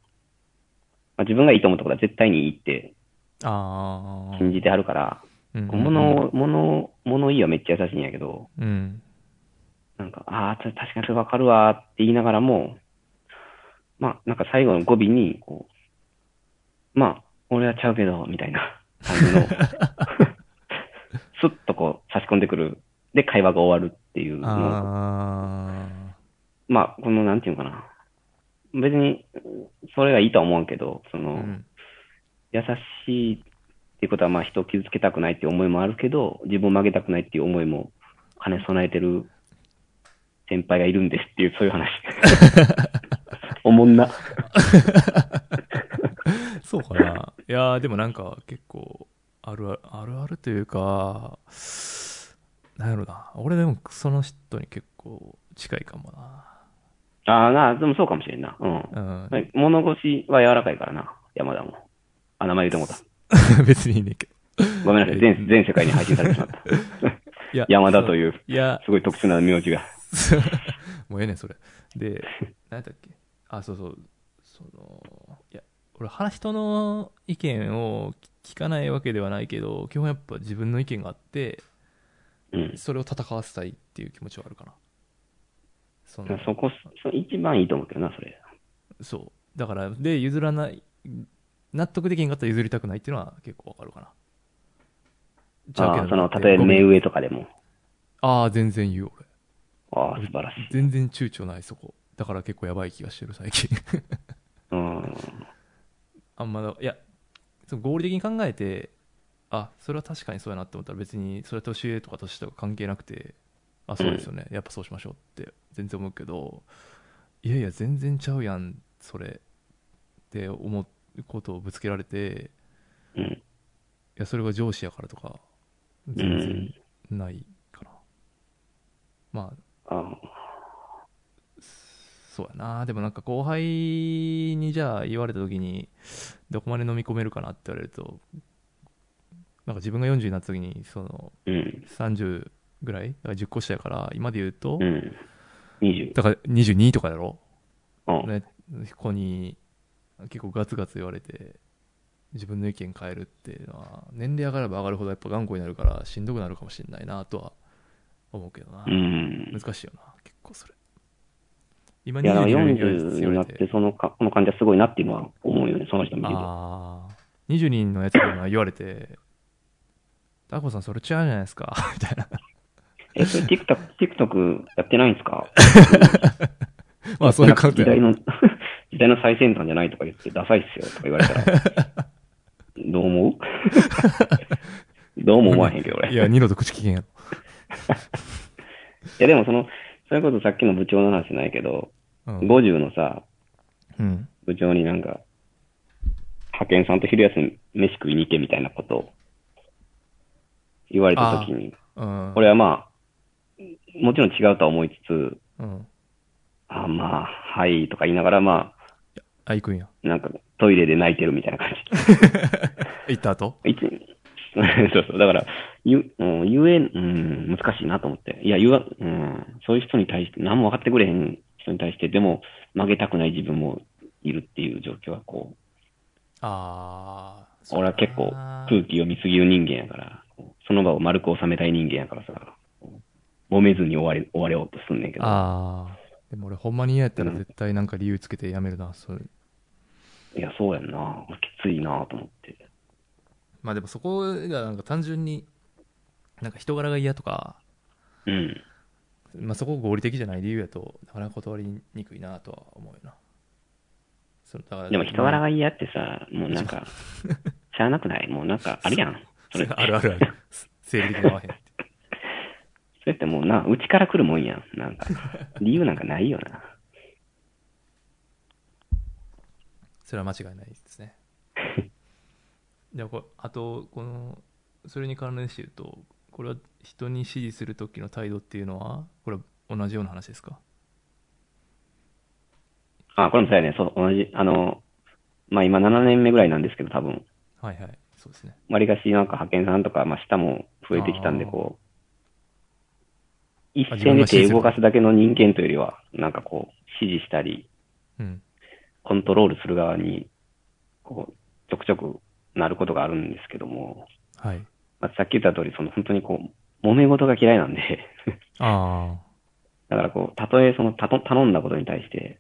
まあ、自分がいいと思ったことは絶対にいいって
ああ
信じてはるから、
うん
物を、物を、物言いはめっちゃ優しいんやけど、
うん
なんか、ああ、た確かにそれわかるわーって言いながらも、まあ、なんか最後の語尾に、こう、まあ、俺はちゃうけど、みた いな感じの、スッとこう差し込んでくる。で、会話が終わるっていうのを
あ
まあ、この、なんていうのかな。別に、それがいいとは思うけど、そ
あ
の、
うん
優しいっていうことは、まあ、人を傷つけたくないっていう思いもあるけど、自分を曲げたくないっていう思いも兼ね備えてる先輩がいるんですっていう、そうい う話。おもんな。
そうかな。いやーでもなんか結構あるあるあるあるというか、なんやろな。俺でもその人に結構近いかも
ああ、なあ、でもそうかもしれんな。うん。
な。
はい物腰は柔らかいからな、山田も。あ、名前言うてもう
うん。 別にいいねんけど。
た。ごめんなさい。全、全世界に配信されてし まった。
いや
山田と
う。
いう、
いや、
すごい特殊な名字が。
もうええねん、それ。で、何やったっけあ、そうそう。その、いや、俺、は人の意見を聞かないわけではないけど、基本やっぱ自分の意見があって、
うん。
それを戦わせたいっていう気持ちはあるかな。その
そこ、そ一番いいと思うけどな、それ。
そうだからで譲らない納得できんかったら譲りたくないっていうのは結構わかるかなちゃうけど
ああ
な
その、
って
例え
ご
ば
めん
目上とかでも。
ああ全然言う俺
ああ、素晴らしい。
全然躊躇ないそこだから結構やばい気がしてる最近
うん。
あんまだいやその合理的に考えてあそれは確かにそうやなって思ったら別にそれは年上とか年とか関係なくてあそうですよね、やっぱそうしましょうって全然思うけどいやいや全然ちゃうやんそれって思うことをぶつけられて
うん。
いや、それが上司やからとか、全然ないかな。まあ、
あ
そうやな。でもなんか後輩にじゃあ言われた時に、どこまで飲み込めるかなって言われると、なんか自分が40になった時に、その、
うん。
30ぐらいだから ?10 個下やから、今で言うと
う、ん。20。
だから22とかだろ
うん。
ね、子に結構ガツガツ言われて自分の意見変えるっていうのは年齢上がれば上がるほどやっぱ頑固になるからしんどくなるかもしれないなとは思うけどな、
うん。
難しいよな結構それ今
いや、だから
22に
40に
言
な
わ
っ
れ
て
て、
そのか、この感じはすごいなっていうのは思うよね、その人見てると。
ああ20人のやつには言われて「ダコさんそれ違うじゃないですか」 みたい な
え、それ TikTok、TikTok やってないんですか
まあそういう感じ
時代
で
の、時代の最先端じゃないとか言って、ダサいっすよとか言われたら、どう思うどうも思わへんけど、俺。
い
いや、
や二度と口危険やろ
でもその、それこそさっきの部長の話じゃないけど、
うん、
50のさ、
うん、
部長になんか、派遣さんと昼休み飯食いに行けみたいなことを言われたときに、
うん
これはまあ、もちろん違うとは思いつつ、
うん
あまあ、はいとか言いながら、ま
あ行くんや
あ、なんかトイレで泣いてるみたいな感じ。
行った後
一そうそう。だから、ゆ、うん、ゆえ、うん、難しいなと思って。いや、言わ、うん、そういう人に対して、何も分かってくれへん人に対して、でも、曲げたくない自分もいるっていう状況は、こう、
ああ。そう
俺
だ
は
な
結構空気読みすぎる人間やから、こうその場を丸く収めたい人間やからさ、こう揉めずに終われ、終われようとすんねんけど。
ああ。でも俺ほんまに嫌やったら
うん
絶対なんか理由つけてやめるな、それ。
いや、そうやんな。きついなと思って。
まあでもそこがなんか単純に、なんか人柄が嫌とか、
うん。
まあそこ合理的じゃない理由やと、なかなか断りにくいなとは思うよな。そのだから
でも人柄が嫌ってさ、もうなん か、しゃあなくないもうなんか、あるやん。それって
あるあるある。生理的に合わへんって。
それってもうな、うちから来るもんやん。なんか、理由なんかないよな。
それは間違いないですね。でもこれあとこのそれに関連して言うとこれは人に指示する時の態度っていうのはこれは同じような話ですか
あ、これもそうやね。そう、同じ、あの、まあ今7年目ぐらいなんですけど、多分。
はいはいそうですね
わりかしなんか派遣さんとか、まあ下も増えてきたんで、
あー
こう、一
あ自分が
線で
指示
手
する
動かすだけの人間というよりは、なんかこう、指示したり、
うん
コントロールする側に、こう、ちょくちょくなることがあるんですけども、
はい。
まあ、さっき言った通り、その本当にこう、揉め事が嫌いなんで、
あ
だからこう、たとえそのたと頼んだことに対して、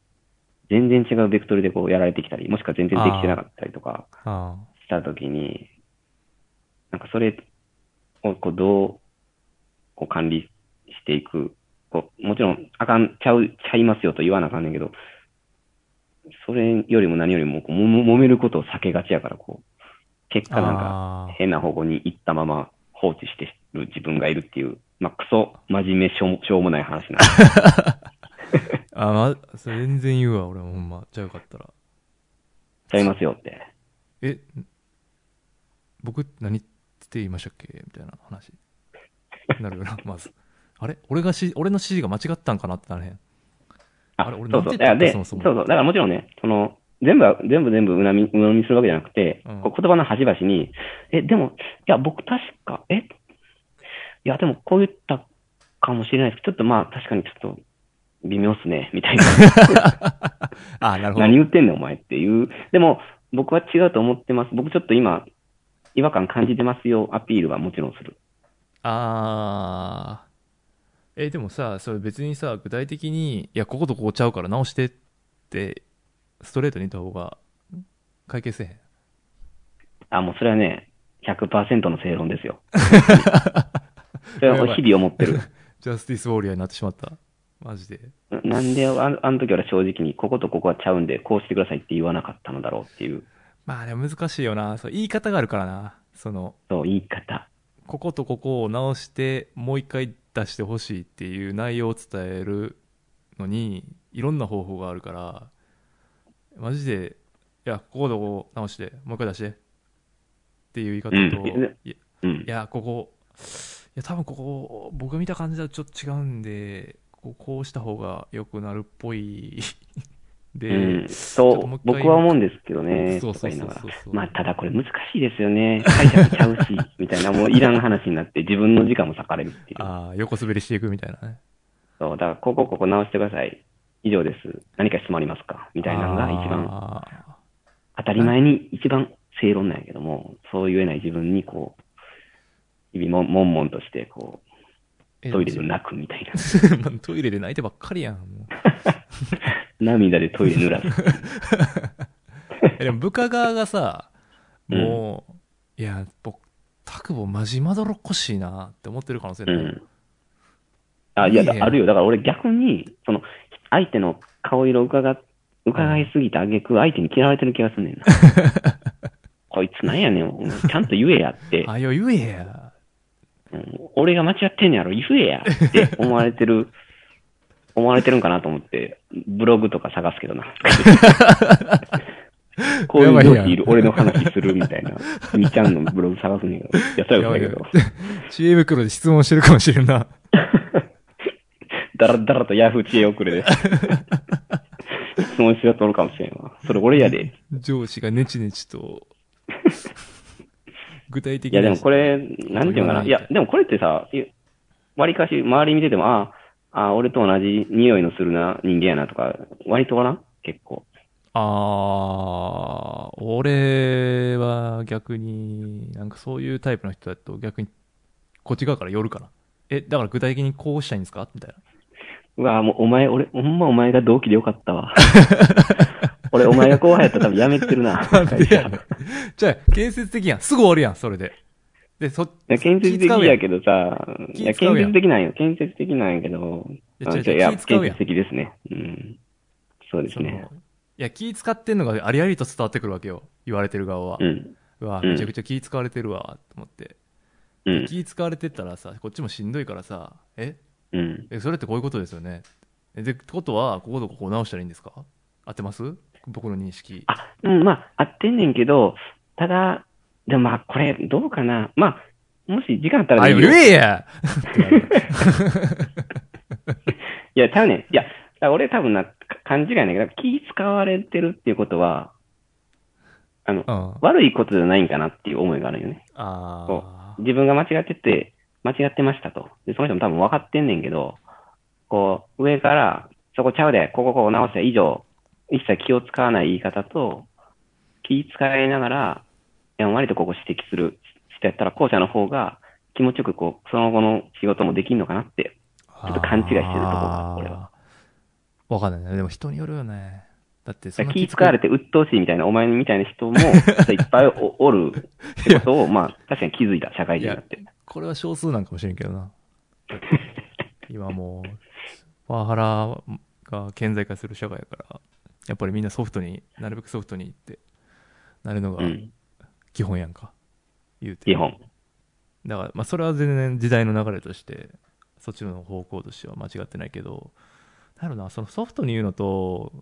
全然違うベクトルでこうやられてきたり、もしくは全然できてなかったりとか
あ、ああ、
したときに、なんかそれをこうどうこう管理していく、こうもちろんあかんちゃう、ちゃいますよと言わなあかんねんけど、それよりも何よりもこうもも揉めることを避けがちやから、こう、結果なんか
あ
変な方向に行ったまま放置してる自分がいるっていう、まあ、クソ真面目しょうもしょうもない話なんです
ああ、ま、それ全然言うわ、俺もほんま。じゃあよかったら。
ちゃいますよって。
え、ん僕何って言いましたっけみたいな話。な るよな、まず。あれ俺がし、俺の指示が間違ったんかなってなれへん。あれ俺
そ
な
うそ
ん
う。
て言った
だから
っけ
で、
そ
そ
もそうも
そう。だからもちろんね、その、全部は、全部全部うなみ、うなみするわけじゃなくて、
うん
こう言葉の端々に、え、でも、いや、僕確か、えいや、でもこう言ったかもしれないですけど、ちょっとまあ、確かにちょっと、微妙っすね、み たいな。
ああ、なるほど。
何言ってんねん、お前っていう。でも、僕は違うと思ってます。僕ちょっと今、違和感感じてますよ、アピールはもちろんする。
ああ。え、でもさ、それ別にさ、具体的に、いや、こことここちゃうから直してって、ストレートに言った方が、解決せえへん。
あ、もうそれはね、100%の正論で すよ。それは日々思ってる。
ジャスティスウォーリアーになってしまった。マジで。
なんでああの時俺は正直に、こことここはちゃうんで、こうしてくださいって言わなかったのだろうっていう、
まあでも難しいよな。そう、言い方があるからな。その、
そう、言い方。
こことここを直して、もう一回出してほしいっていう内容を伝えるのに、いろんな方法があるから、マジで、いや、ここどこ直して、もう一回出して。っていう言い方と、
うん
いや
うん
い。や、ここ、いや、多分ここ、僕が見た感じだとちょっと違うんで、こうこうした方が良くなるっぽい。 で、
うん、
ちょっともう一
そう、
回
僕は思うんですけどね、
そう
と
そ
か
う
言い
そ
な
う
がら
そう。そう
まあ、ただこれ難しいですよね。解釈ちゃう し、みたいな、もういらん話になって、自分の時間も割かれるっていう。
ああ、横滑りしていくみたいなね。
そう、だから、ここ、ここ直してください。以上です。何か質問ありますかみたいなのが一番、
あ
当たり前に一番正論なんやけども、そう言えない自分に、こう、日々も、悶々として、こ
ー
う、
え
トイレで泣くみたいな。
まあトイレで泣いてばっかりやん。もう
涙でトイレ濡らす。
えでも部下側がさ、もう、いや、僕、タクボマジまどろっこしいなって思ってる可能性
う
ない。
ん。あ、いや、
いい
だ
ね
あるよ。だから俺逆に、その、相手の顔色を伺っ、伺いすぎた挙句、相手に嫌われてる気がすんねんな。こいつなんやねん、お前ちゃんと言えやって、
あ、よ、言えや。
うん俺が間違ってんねやろ、言えやって思われてる、思われてるんかなと思って、ブログとか探すけどな。こういう上司いる、俺の話するみたいな、みちゃんのブログ探すねんけど、いや、そうやことだけど、
知恵袋で質問してるかもしれんな。
だらだらとヤフー知恵遅れで。質問しようとおるかもしれんわ。それ俺やで。
上司がネチネチ と、具体的
い
に。
やでもこれ、なんていうのかな。いや、でもこれってさ、い割かし周り見てても、ああ、あ俺と同じ匂いのするな人間やなとか、割とおらん結構。
あー、俺は逆に、なんかそういうタイプの人だと逆に、こっち側から寄るかな。え、だから具体的にこうしたいんですかみたいう
わもうお前、俺、ほんまお前が同期でよかった わ。俺、お前が後輩やったら多分やめてるな。
な。なんでやねんじゃあ、建設的やん。すぐ終わるやん、それで。で、そ、
いや建設的やけどさ、
気使うや
い
ん気
や、
使
建
うやん
設的なんよ。建設的なんやけど、
いや
あ
違う
い
違う
や、
気使
建
うやん
設的ですね。うん。そうです
その、
ね。
いや、気使ってんのがありありと伝わってくるわけよ。言われてる側は。
うん。
うわ、
うん
めちゃくちゃ気使われてるわ、と思って。
うん。
気使われてたらさ、こっちもしんどいからさ、え
うん。
え、それってこういうことですよね。えで、ってことは、こことここを直したらいいんですか合ってます僕の認識。
あ、うん、まあ、合ってんねんけど、ただ、でもまあ、これ、どうかな。まあ、もし時間あったら
あ、
いい
言
よ。い
え や
や、ちゃうねん。いや、だから俺多分な、か勘違いなんやけど、気使われてるっていうことは、あの、
うん。あ
悪いことじゃないんかなっていう思いがあるよね。
あー。
自分が間違ってて、間違ってましたと。で、その人も多分分かってんねんけど、こう、上から、そこちゃうで、ここここ直せ、以上、一切気を使わない言い方と、気使いながら、でも割とここ指摘する人やったら、後者の方が気持ちよくこう、その後の仕事もできるのかなって。
ち
ょっと勘違いしてるとこが俺は。
わかんないね。でも人によるよね。だってそ
だ
ん
か
な
ら気使われて鬱陶しいみたいな、お前みたいな人もいっぱい おおるってことを、まあ、確かに気づいた、社会人になって。
これは少数なんかもしれんけど な。今もう、パワハラが顕在化する社会やから、やっぱりみんなソフトに、なるべくソフトにってなるのが
うん、
基本やんか。言うて。
基本。
だから、まあ、それは全然時代の流れとして、そっちの方向としては間違ってないけど、なるな、そのソフトに言うのと、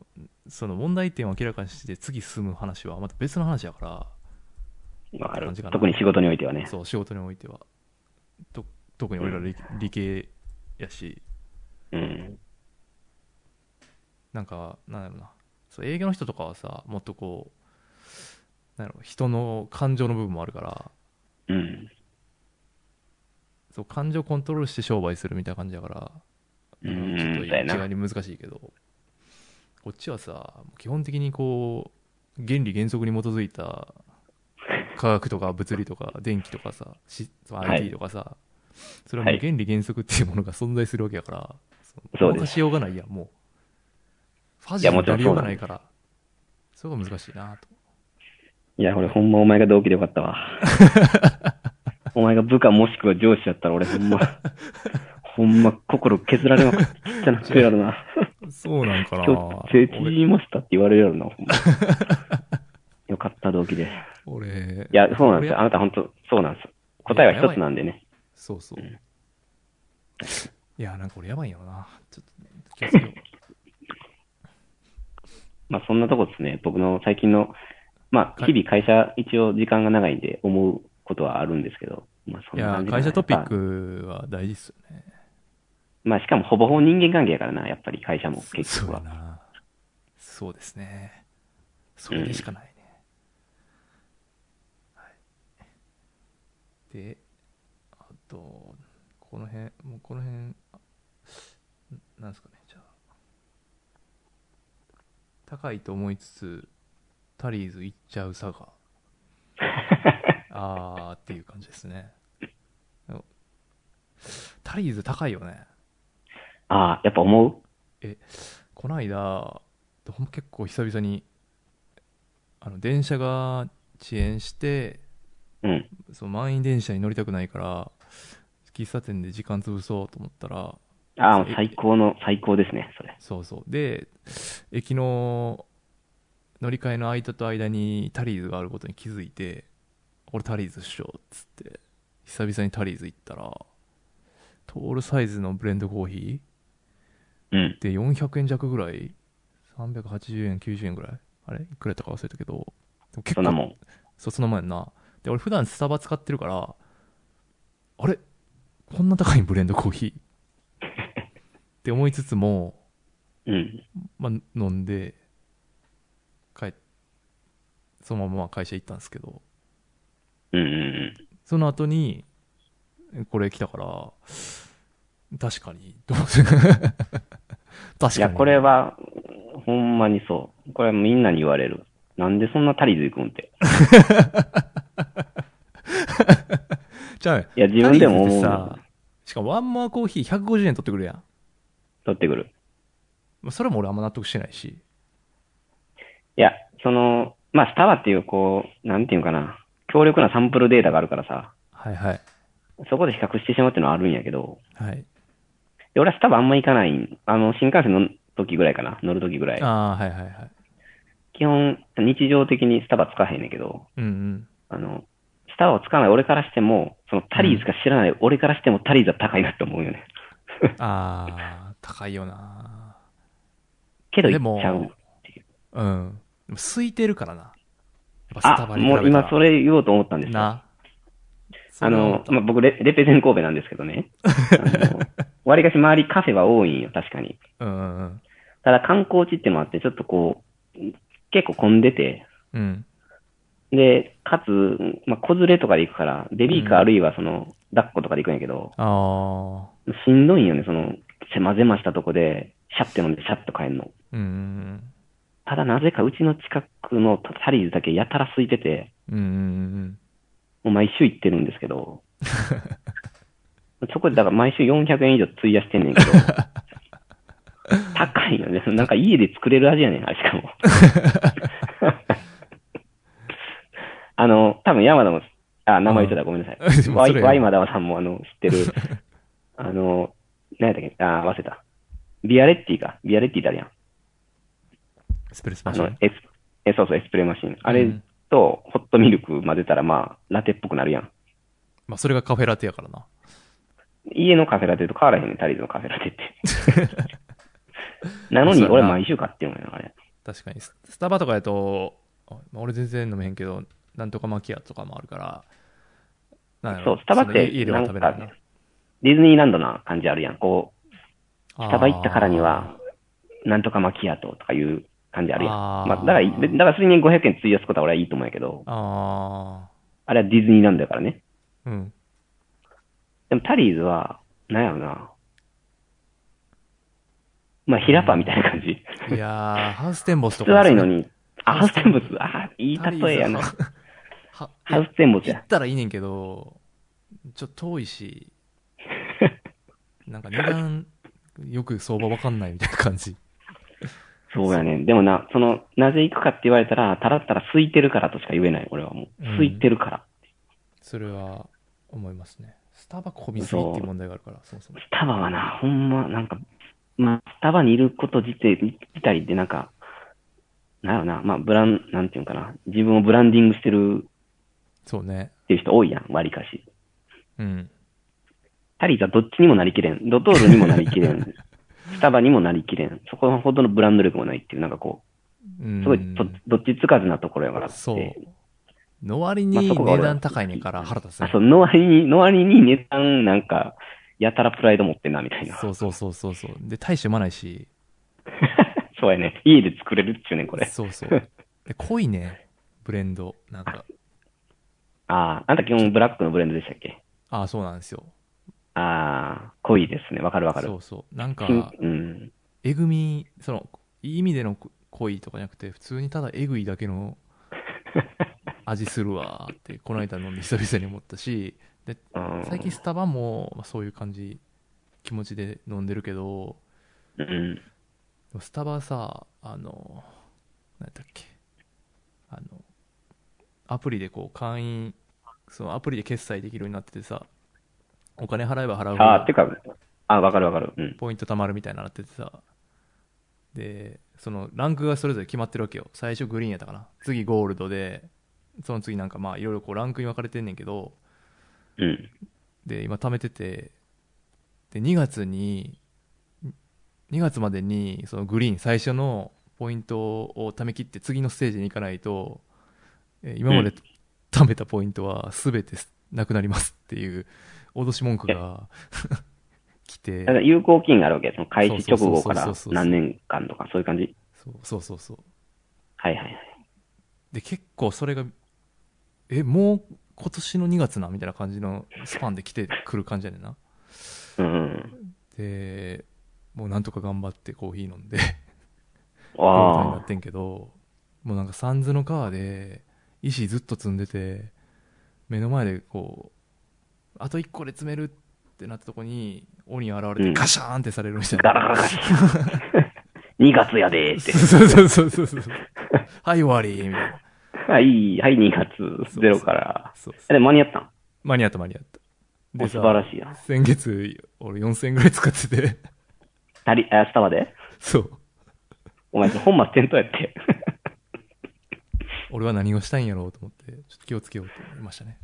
その問題点を明らかにして次進む話はまた別の話やから、
わかる。
感じかな
特に仕事においてはね。
そう、仕事においては。と特に俺ら理理系やし、
うん。
なんか、なんだろうな、そう営業の人とかはさ、もっとこう、なんだろう、人の感情の部分もあるから、
うん。
そう感情コントロールして商売するみたいな感じだから、
う
うんちょっと
ん。
一
だよな
概。に難しいけど、こっちはさ、基本的にこう、原理原則に基づいた科学とか物理とか電気とかさ、し
はい
IT とかさ、それはもう
はい
原理原則っていうものが存在するわけやから、
そ
動
うです
かしようがないやん、もう。ファジーになりようがないから、それが難しいなと。
いや、俺ほんまお前が同期でよかった わ。お前が部下もしくは上司だったら俺 ほんま、ほんま心削られまくっちゃなくてやるな。
そうなんかな
今日、手縮みましたって言われるやろな、 ほんま。よかった、同期で。
俺、俺
いや、そうなんですよ。あなた本当そうなんです。答えは一つなんでね。
そうそう。
うん
いや、なんか俺やばいんやろな。ちょっと気をつけよう。
まあそんなとこですね。僕の最近の、まあ
はい
日々会社一応時間が長いんで思うことはあるんですけど、まあ そ
い
んな
や
感、じかな
会社トピッ。
やっ
クは大事っすよね。
ぱまあしかもほぼほぼ人間関係やからな、やっぱり会社も結
そう
局
や
は。
な。そうですね。それでしかないね。はい、で、あと、この辺、もうこの辺、んなんですかね、じゃあ。高いと思いつつ、タリーズ行っちゃうさ が。あーっていう感じですね。タリーズ高いよね。
ああ、やっぱ思う
この間ほんま結構久々にあの電車が遅延して
うん。
その満員電車に乗りたくないから喫茶店で時間潰そうと思ったら
ああ、もう
そう
最高の、最高ですね、それ。
そうそうで駅の乗り換えの間と間にタリーズがあることに気づいて俺タリーズっしょっつって久々にタリーズ行ったらトールサイズのブレンドコーヒー
うん。
で400円弱ぐらい380円90円ぐらいあれいくらやったか忘れたけどでも結
そんなもん。
そうその前なで俺普段スタバ使ってるからあれこんな高いブレンドコーヒー って思いつつも、
うん。
まあ、飲んで帰っそのまま会社行ったんですけど
うんうんうん。
その後にこれ来たから確かにどうせ確かに
いや、これは、ほんまにそう。これはみんなに言われる。なんでそんなタリーズ行くんって。
じゃあ
いや、自分でも思う
タリーズって
な
さ。しかもワンモアコーヒー150円取ってくるやん
取ってくる。
まあそれも俺あんま納得してないし
いや、その、まあ、スタバっていう、こう、なんていうかな、強力なサンプルデータがあるからさ、
はいはい
そこで比較してしまうっていうのはあるんやけど、
はい
で俺はスタバあんま行かないん、あの、新幹線の時ぐらいかな、乗る時ぐらい。
ああーはいはいはい
基本、日常的にスタバ使わへんねんけど、
うんうん
あの、スタバを使わない俺からしても、そのタリーズが知らない俺からしてもタリーズは高いなって思うよね。
ああ高いよな
けど
で
行っ
も
ちゃう。
うんでも空いてるからなやっぱスタ
あ、
バに比べ
も
た
う
ら
今それ言おうと思ったんですよ。
な
あの、
それは
まあ、僕レ、レペゼン神戸なんですけどね。あの割りかし周りカフェは多いんよ、確かに。
うんうんうん
ただ観光地ってもあって、ちょっとこう、結構混んでて、
うん
で、かつ、まあ、子連れとかで行くから、ベビーカーあるいはその、抱っことかで行くんやけど、
ああ
しんどいんよね、その、狭々したとこで、シャッて飲んでシャッと帰んの。
うんうん
ただなぜかうちの近くのタリーズだけやたら空いてて、
うんうん
もう毎週行ってるんです けど、そこでだから毎週400円以上費やしてんねんけど、高いよね。なんか家で作れる味やねん、あれしかも。 あの、多分山田も、あ、名前言ってたらごめんなさ
うん で
い。
も
ワ
そ
イ
れ
ワイマダワさんもあの、知 ってる、あの、何やったっけ、あ、忘れた。ビアレッティか。ビアレッティだあるやん。
うん。スプレッソ
あ
マシ
の
ン。、
エス、え、そうそう、エスプレーマシン。あれ
うん
と、ホットミルク混ぜたら、まあ、ラテっぽくなるやん。
まあ、それがカフェラテやから な。
家のカフェラテと変わらへんねん、タリーズのカフェラテって。なのに、
そうや
俺
な
毎週買ってんのよ、あれ。
確かに。ススタバとかやと、あまあ俺全然飲めへんけど、なんとかマキアとかもあるから、なんやろ
そう、スタバっ
その
て
家で
な
は
ん
食べない
か
な。、
ディズニーランドな感じあるやん。こう、
ス
スタバ行ったからには、なんとかマキアートとかいう感じあるやん。
あー
まあ、だから、だからそれに500円費やすことは俺はいいと思うんやけど、
あ
あれはディズニーランドやからね。
あ、うん。
でもタリーズは、なんやろな。まあ、ヒラパーみたいな感じ。
いやー、ハウステンボスと
質
か、
悪いの。に、あ、ハウステンボス、あ、いい
タリーズ
例えやな。。
は
ハウステンボス
行
や
っ。たらいいねんけど、ちょっと遠い し、なんか値段、よく相場わかんないみたいな感じ。
そうやね。でもな、その、なぜ行くかって言われたら、ただったら空いてるからとしか言えない、俺はも
う
う。
ん
空いてるから。
それは思いますね。スタバ混みすぎっていう問題があるから、そもそも。
スタバはな、ほんま、なんか、まあ、スタバにいること自体、自体でなんか、なんやろな、まあ、ブラン、なんていうんかな、自分をブランディングしてる
そうね。
っていう人多いやん、割かし。
うん。
タリーズはどっちにもなりきれん。ドトールにもなりき れん。スタバにもなりきれん。そこほどのブランド力もないっていう、なんかこ
う
う、
ん
すごいど、どっちつかずなところやからって。
そう。の割
まあ
に
そこが
値
俺は
段高いねんから腹立つね
あ、そう、の割に、の割に値段なんか、やたらプライド持ってんな、みたいな。
そうそうそうそうそう。で、大して読まないし、
そうやね。家で作れるっちゅうねん、これ。
そう そう。で濃いね、ブレンド。なんか、
ああ、あんた基本ブラックのブレンドでしたっけ
ああ、そうなんですよ。
ああ、濃いですね。わかるわかる
そ。うそう。なんか、
金うん。
えぐみ、その、いい意味での恋とかじゃなくて、普通にただえぐいだけ の味するわーって、この間飲んで久々に思ったし、で、
うん
最近スタバも、まあ、そういう感じ、気持ちで飲んでるけど、
うん。
でもスタバはさ、あの、なんだっけ、あの、アプリでこう、会員、そのアプリで決済できるようになっててさ、お金払えば払うほど
ああ、てか、あわかるわかる。うん。
ポイント貯まるみたいになっててさでそのランクがそれぞれ決まってるわけよ最初グリーンやったかな次ゴールドでその次なんかまあいろいろこうランクに分かれてんねんけど
うん。
で今貯めててで2月に2月までにそのグリーン最初のポイントを貯め切って次のステージに行かないとえー今まで貯めたポイントは全てなくなりますっていう脅し文句が来て
だから有効期限があるわけ。その開始直後か
そ
ら
うそうそうそうそうそう
何年間とか、そういう感じ。
そうそうそうそう
はいはいはい。
で結構それがえもう今年の2月なみたいな感じのスパンで来てくる感じやねんな
うんうん。
でもうなんとか頑張ってコーヒー飲んで状態にな
あ
ってんけどもうなんかサンズの川で石ずっと積んでて目の前でこうあと1個で詰めるってなったとこに鬼現れ
う
て
ん
ガシャーンってされるみたい
ガ
な、
ラガラガラ 2月やで ーって。
そうそうそうそう そうはい終わりみたいな
はい、はい、2月、
そう
ゼロから。
そうそう
え、でも間に合ったん
間に合った間に合った
お
で
素
さ
晴らしいやん。
先月俺4000円ぐらい使ってて
たり、あ、スタバで
そう
お前、本末転倒 やって。
俺は何をしたいんやろうと思ってちょっと気をつけようと思いましたね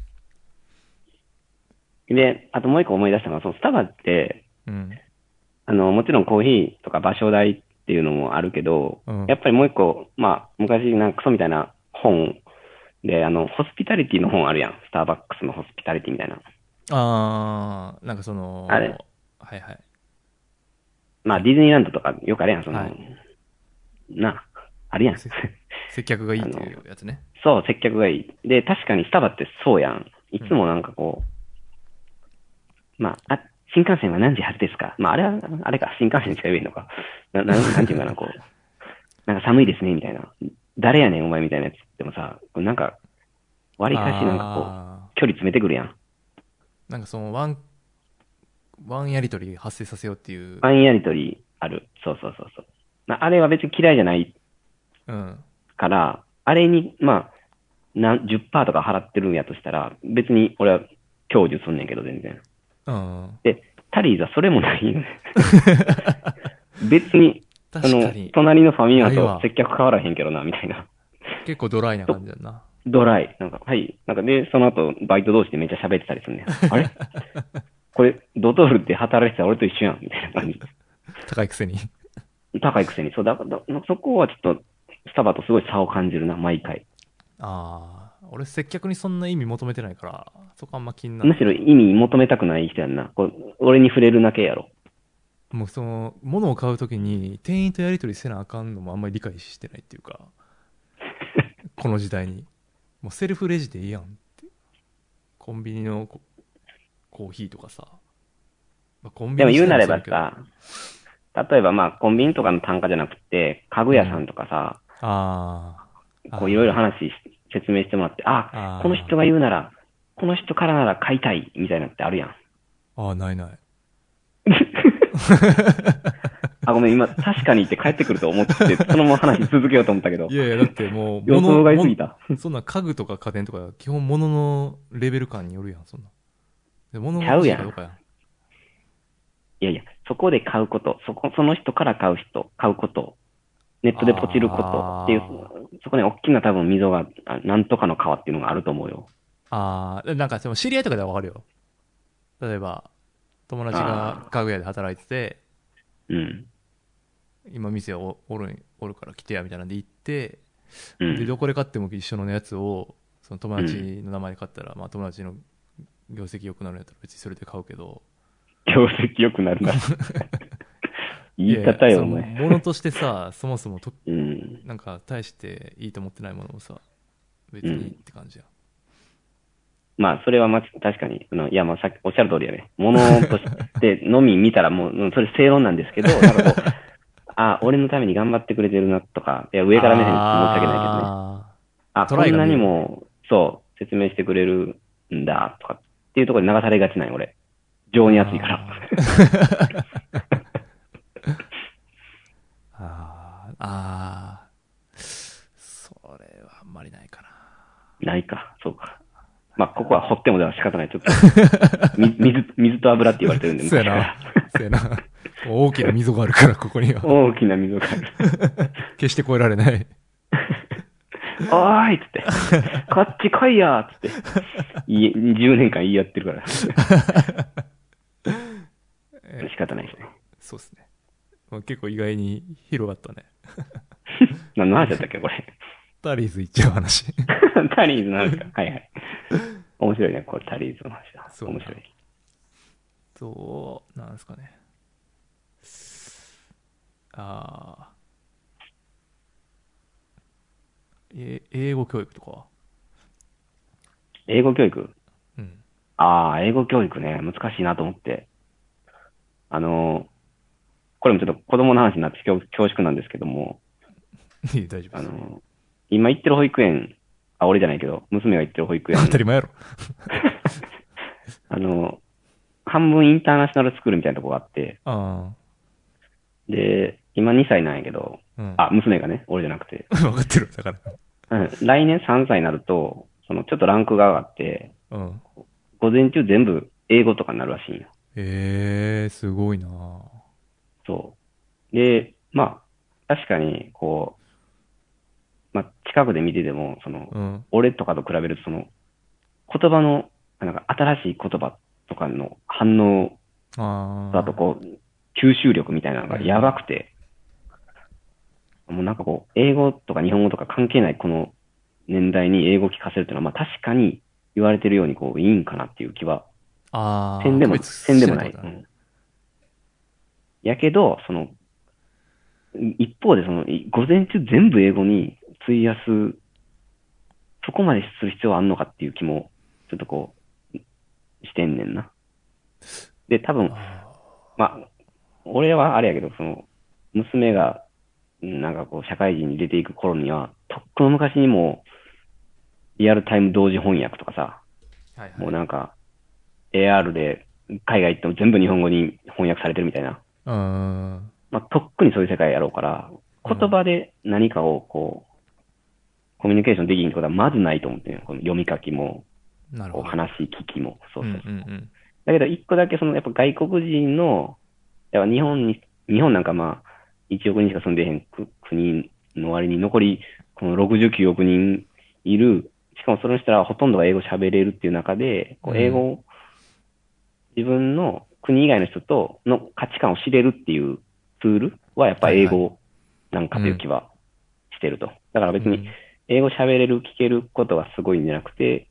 で、あともう一個思い出したのは、そのスタバって、
うん
あの、もちろんコーヒーとか場所代っていうのもあるけど、
うん
やっぱりもう一個、まあ、昔なんかクソみたいな本で、あの、ホスピタリティの本あるやん。スターバックスのホスピタリティみたいな。
ああなんかその
あれ
はいはい
まあ、ディズニーランドとかよくあるやん、その、
はい
な、あるやん。
せ接客がいいっていうやつね
そう、接客がいい。で、確かにスタバってそうやん。いつもなんかこう、まあ、あ、新幹線は何時発ですかまあ、あれは、あれか、新幹線しか言えんのか。な、ななんていうかな、こう、 なんか寒いですね、みたいな。誰やねん、お前みたいなやつでもさ、なんか、割りかしなんかこ
あ
う、距離詰めてくるやん。
ーなんかそのワン、ワンやりとり発生させようっていう
フ、ァンやりとりある。そうそうそうそう。まあ、あれは別に嫌いじゃない
うん。
から、あれに、まあ、なん10%とか払ってるんやとしたら、別に俺は享受すんねんけど、全然。
うん。
で、タリーズはそれもないよね。別に、そ
確か
の
に、、
隣のファミマ
ない
と
わ
接客変わらへんけどな、みたいな。
結構ドライな感じだな。
ドライ。なんか、はい。なんかで、その後、バイト同士でめっちゃ喋ってたりするねん。 あれこれ、ドトールで働いてた俺と一緒やん、みたいな感じ。
高いくせに。
高いくせに。そう、だから、だそこはちょっと、スタバとすごい差を感じるな、毎回。
ああ、俺接客にそんな意味求めてないから、そこあんま気にならな
む
い
しろ意味求めたくない人やんな。こう俺に触れるだけやろ。
もうその物を買うときに店員とやり取りせなあかんのもあんまり理解してないっていう かこの時代にもうセルフレジでいいやんってコンビニのココーヒーとかさ、まあ、コン
でも言うなれば
してもそうや
さ、例えばまあ、コンビニとかの単価じゃなくて、家具屋さんとかさ、
けどああ
こういろい
ろ
ろ話し、説明してもらって、
あ
あ
ー
この人が言うなら、この人からなら買いたい、みたいなのってあるやん。
ああないない
あ、ごめん、今、確かにって帰ってくると思って、そのまま話続けようと思ったけど
い、やいやだってもう
予想外すぎ
た
た。
そんな家具とか家電とか基本物のレベル感によるやんそんなで物
ちゃうやん
どうかやん
いやいや、そこで買うこと、そこ、その人から買う人、買うこと、ネットでポチることってい
あ
う、そこね、大きな多分溝が、あなんとかの川っていうのがあると思うよ。
ああ、なんかでも知り合いとかではわかるよ。例えば、友達が家具屋で働いてて、
うん。
今店おおるんおるから来てやみたいなんで行って、
う
で、
ん。
どこで買っても一緒のやつを、その友達の名前で買ったら、まあ友達の業績良くなるんやったら別にそれで買うけど、
業績良く なるな。言い方
いやいや
よ、
その
お前。
物としてさ、そもそもと、
うん。
なんか大していいと思ってないものをさ、別にって感じや。
まあ、それはまあ、確かに、あのいや、まあ、さっきおっしゃる通りやね。物 としてのみ見たら、もううん、それ正論なんですけど、なんかこう、あ、俺のために頑張ってくれてるなとか、いや、上から目線に申し訳ないけどね。
あ
あ、
ト
こ
ライ
ん
が
な
見
に
える
も、そう、説明してくれるんだ、とかっていうところで流されがちなんよ、俺。情に熱いから。
ー あー、あーそれはあんまりないかな。
ないか、そうか。まあ、ここは掘ってもでは仕方ない。ちょっ と、み水、水と油って言われてるんで、
そうや
昔
な。そうやな。大きな溝があるから、ここには
か。ら大きな溝がある。
決して越えられない。
おーいっつ って、こっち来いよーっつって、いえ10年間言い合ってるから。
え
仕方ないですね。
そうですね。まあ結構意外に広がったね。
何の話だったっけ、これ。
タリーズ行っちゃう話。
タリーズの話か。はいはい。面白いね、これタリーズの話だ。
そう
面白い。
そう、なんですかね。ああ。え英語教育とかは
英語教育
うん。
ああ、英語教育ね、難しいなと思って。あのー、これもちょっと子供の話になって恐恐縮なんですけども、
いい 大丈夫
あ
です。
のー、今行ってる保育園、あ、俺じゃないけど、娘が行ってる保育園、
当たり前やろ。
あのー、半分インターナショナルスクールみたいなとこがあって、
あ
で、今2歳なんやけど、
あ。うん。
あ、娘がね、俺じゃなくて、
分かってる。だから。
うん、来年3歳になると、そのちょっとランクが上がって、
うん。
午前中全部英語とかになるらしいんよ。
ええー、すごいな
そう。で、まあ、確かに、こう、まあ、近くで見てても、その、
うん。
俺とかと比べると、その、言葉の、なんか新しい言葉とかの反応
ああ。
だと、こう、吸収力みたいなのがやばくて、もうなんかこう、英語とか日本語とか関係ないこの年代に英語を聞かせるっていうのは、まあ確かに言われてるように、こう、いいんかなっていう気は
ああ。
点でも、
区別
点でもない。
し
う
て
んやけど、その、い一方で、その、い午前中全部英語に費やす、そこまでする必要はあんのかっていう気も、ちょっとこう、してんねんな。で、多分
こと、だあ
まあ、俺はあれやけど、その、娘が、なんかこう、社会人に出ていく頃には、とっくの昔にもう、リアルタイム同時翻訳とかさ、
はいはい
もうなんか、AR で海外行っても全部日本語に翻訳されてるみたいな。
うーん
まあ、とっくにそういう世界やろうから、言葉で何かをこう、コミュニケーションできんってことはまずないと思ってるよ。この読み書きも、
なる
こ
ほ
う
ど
話聞きも、そう
う
そ
ん
う
う
そうん
うん
だけど、一個だけ、その、やっぱ外国人の、やっぱ日本に、日本なんかまあ、1億人しか住んでへんく国の割に、残り、この69億人いる、しかもその人らはほとんどが英語喋れるっていう中で、こう
うん
英語を、自分の国以外の人との価値観を知れるっていうツールは、やっぱ英語なんかという気はしてると。だから別に、英語喋れる、聞けることがすごいんじゃなくて、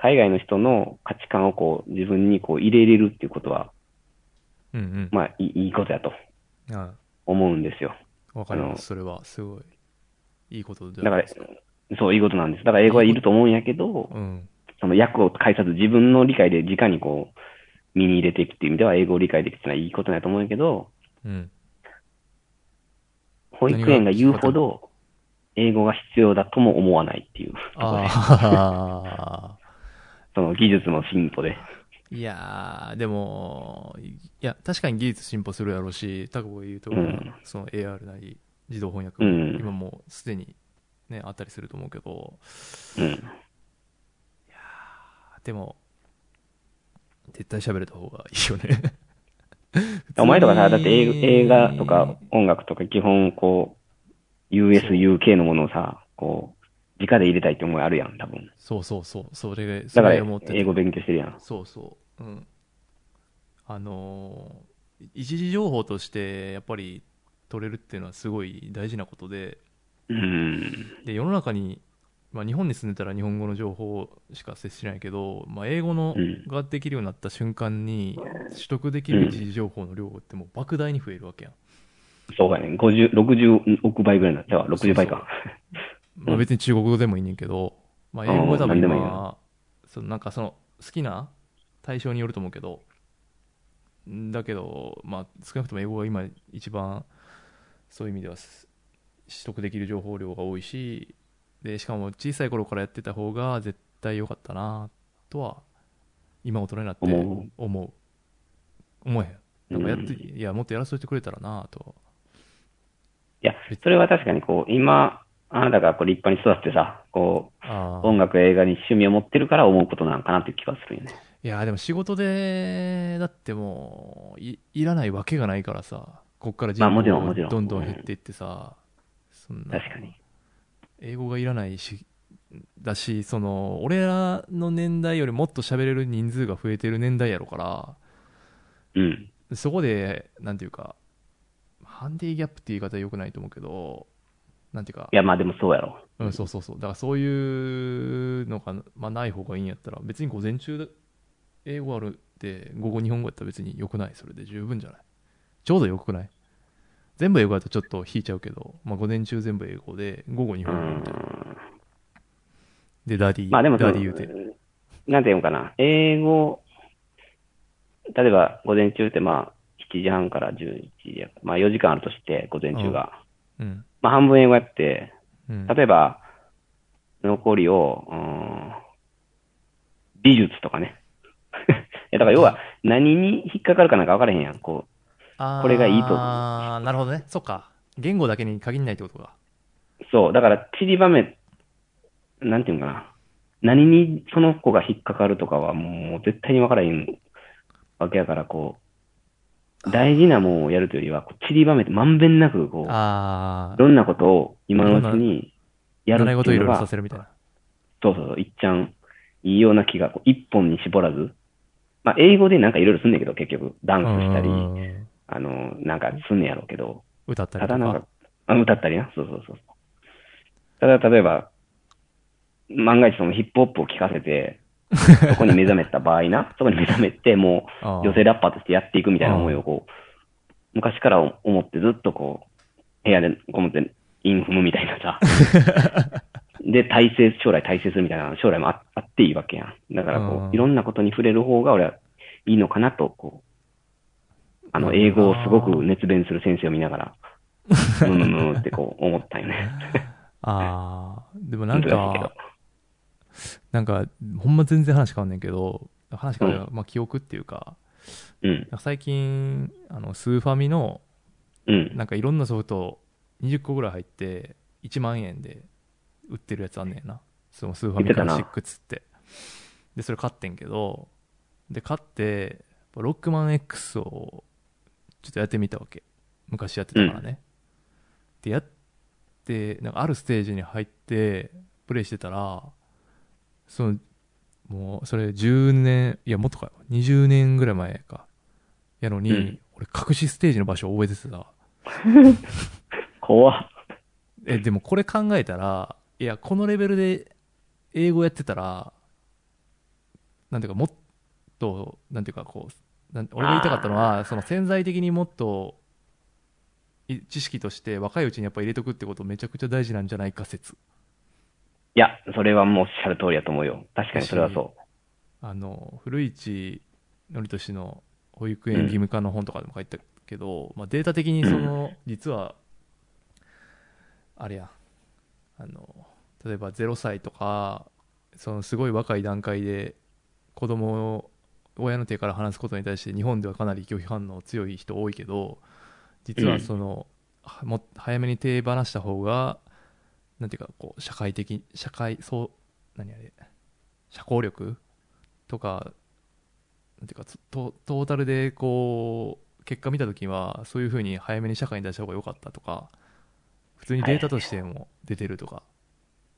海外の人の価値観をこう自分にこう入れれるっていうことは、
うんうん
まあいいいいことやと
うんあ
思うんですよ。
わかり
あ
ま
の
すそれはすごいいいことで
だか
はないです
ら
か、
そう、いいことなんです。だから英語はいると思うんやけど、
うん
その役を介さず自分の理解で直にこう、身に入れていくっていう意味では英語を理解できてないいいことなんやと思うんやけど、
うん
保育園が言うほど英語が必要だとも思わないっていうところで、
ああ
その技術の進歩で。
いやーでもいや確かに技術進歩するやろうしタコが言うところ
うん
その AR なり自動翻訳
うん
今もうすでにねあったりすると思うけど
うん。
でも、絶対喋れた方がいいよね。
お前とかさ、だって映映画とか音楽とか基本こう、US、UK のものをさ、こう、直で入れたいって思いあるやん、多分。
そうそうそう、それが、
だ
そ
から
れを持ってて
英語勉強してるやん。
そうそう。うん。あのー一時情報として、やっぱり取れるっていうのはすごい大事なことで、
うん。
で世の中に、まあ、日本に住んでたら日本語の情報しか接しないけど、まあ、英語の
うん
ができるようになった瞬間に、取得できる一時情報の量ってもう莫大に増えるわけやん。
そうやね。50、60億倍ぐらいになったわ。60倍か。
まあ、別に中国語でもいいねんけど、まあ、英語は多分今は、そのなんかその好きな対象によると思うけど、んだけど、まあ、少なくとも英語が今一番そういう意味ではす取得できる情報量が多いし、でしかも小さい頃からやってた方が絶対良かったなとは、今大人になって思
思
う。思えへん。なんかやって、
う
いや、もっとやらせてくれたらなと。
いや、それは確かにこう、今、あなたがこう立派に育ってさ、こ
あ
う、
ー
音楽や映画に趣味を持ってるから思うことなんかなっていう気がするよね。
いやーでも仕事でだってもういいらないわけがないからさこっから人
まあもちろんもち
口
ろん
どんどん減っていってさ、そんな
確かに。
英語がいらないしだしその俺らの年代よりもっと喋れる人数が増えてる年代やろから
うん。
そこでなんていうかハンディギャップっていう言い方は良くないと思うけどなんていうか
いや、まあでもそうやろ。
うん、そうそうそう。だからそういうのが、まあ、ない方がいいんやったら、別に午前中英語あるって、午後日本語やったら別に良くない。それで十分じゃない。ちょうど良くない。全部英語だとちょっと引いちゃうけど、まあ、午前中全部英語で、午後日
う
本語みたいな。
ん。
で、ダディ、
まあでもそ
ダ
の、
ディ言うて。
なんていうのかな、英語、例えば午前中ってまあ7時半から11時や、まあ4時間あるとして、午前中が。
うん。
まあ半分英語やって、
うん。
例えば、残りを、うーん美術とかね。 いやだから要は何に引っかかるかなんか分からへんやん。こ
あー
これがいいと
ああ、なるほどね。そっか。言語だけに限らないってことか。
う、そう、だから散りばめ、なんていうのかな。何にその子が引っかかるとかはもう絶対に分からへんわけやから、こう、大事なもんをやるというよりは、こう散りばめてまんべんなく、こう、
あ
どんなことを今のうちに
あ、
やる
習い
っ
事
て
を
い
いうろい
の
ろさ
が、
せるみたいな。
そうそうそう、いっちゃん、いいような気が、こう一本に絞らず、まあ、英語でなんかいろいろすんねんけど、結局、ダンスしたり
う、ん
あの、なんかすんねやろうけど、
歌ったり
た
と
だなん
か
か。、あ歌ったりな、そうそうそう。ただ、例えば、万が一そのヒップホップを聴かせ て、そこに目覚めた場合な、そこに目覚めて、もう、
あー
女性ラッパーとしてやっていくみたいな思いをこう、昔から思ってずっとこう、部屋でこもってインフムみたい なさ。で、体制、将来体制するみたいな、将来もああっていいわけやん。だからこ
うん
う、いろんなことに触れる方が俺はいいのかなと、こう、あの、英語をすごく熱弁する先生を見なが ら、うんうんうんってこう思ったよね。
ああ、でもなん
本当だけ
か
ど、
なんかほんま全然話変わんねんけど話変わる、まあ、記憶っていうか
うん。
なんか最近あのスーファミの
うん。
なんかいろんなソフト20個ぐらい入って1万円で売ってるやつあんねんなそのスーファミから
言って
6ってでそれ買ってんけどで買ってロックマン X をちょっとやってみたわけ昔やってたからね、でやってなんかあるステージに入ってプレイしてたらそのもうそれ10年いやもっとか20年ぐらい前かやのに、
うん
俺隠しステージの場所覚えてた
怖っ。
えでもこれ考えたらいやこのレベルで英語やってたらなんていうかもっとなんていうかこうなん俺が言いたかったのはその潜在的にもっとい知識として若いうちにやっぱ入れとくってことめちゃくちゃ大事なんじゃないか説
いや、それはもうおっしゃる通りだと思うよ。確かにそれはそ
あの古市憲俊の保育園義務化の本とかでも書いてたけど、まあ、データ的にその実はあれやあの例えば0歳とかそのすごい若い段階で子供を親の手から離すことに対して日本ではかなり拒否反応強い人多いけど実はその、はも早めに手放した方がなんていうかこう社会的社会そう何あれ社交力とかなんていうかつトトータルでこう結果見た時はそういうふうに早めに社会に出した方が良かったとか普通にデータとしても出てるとか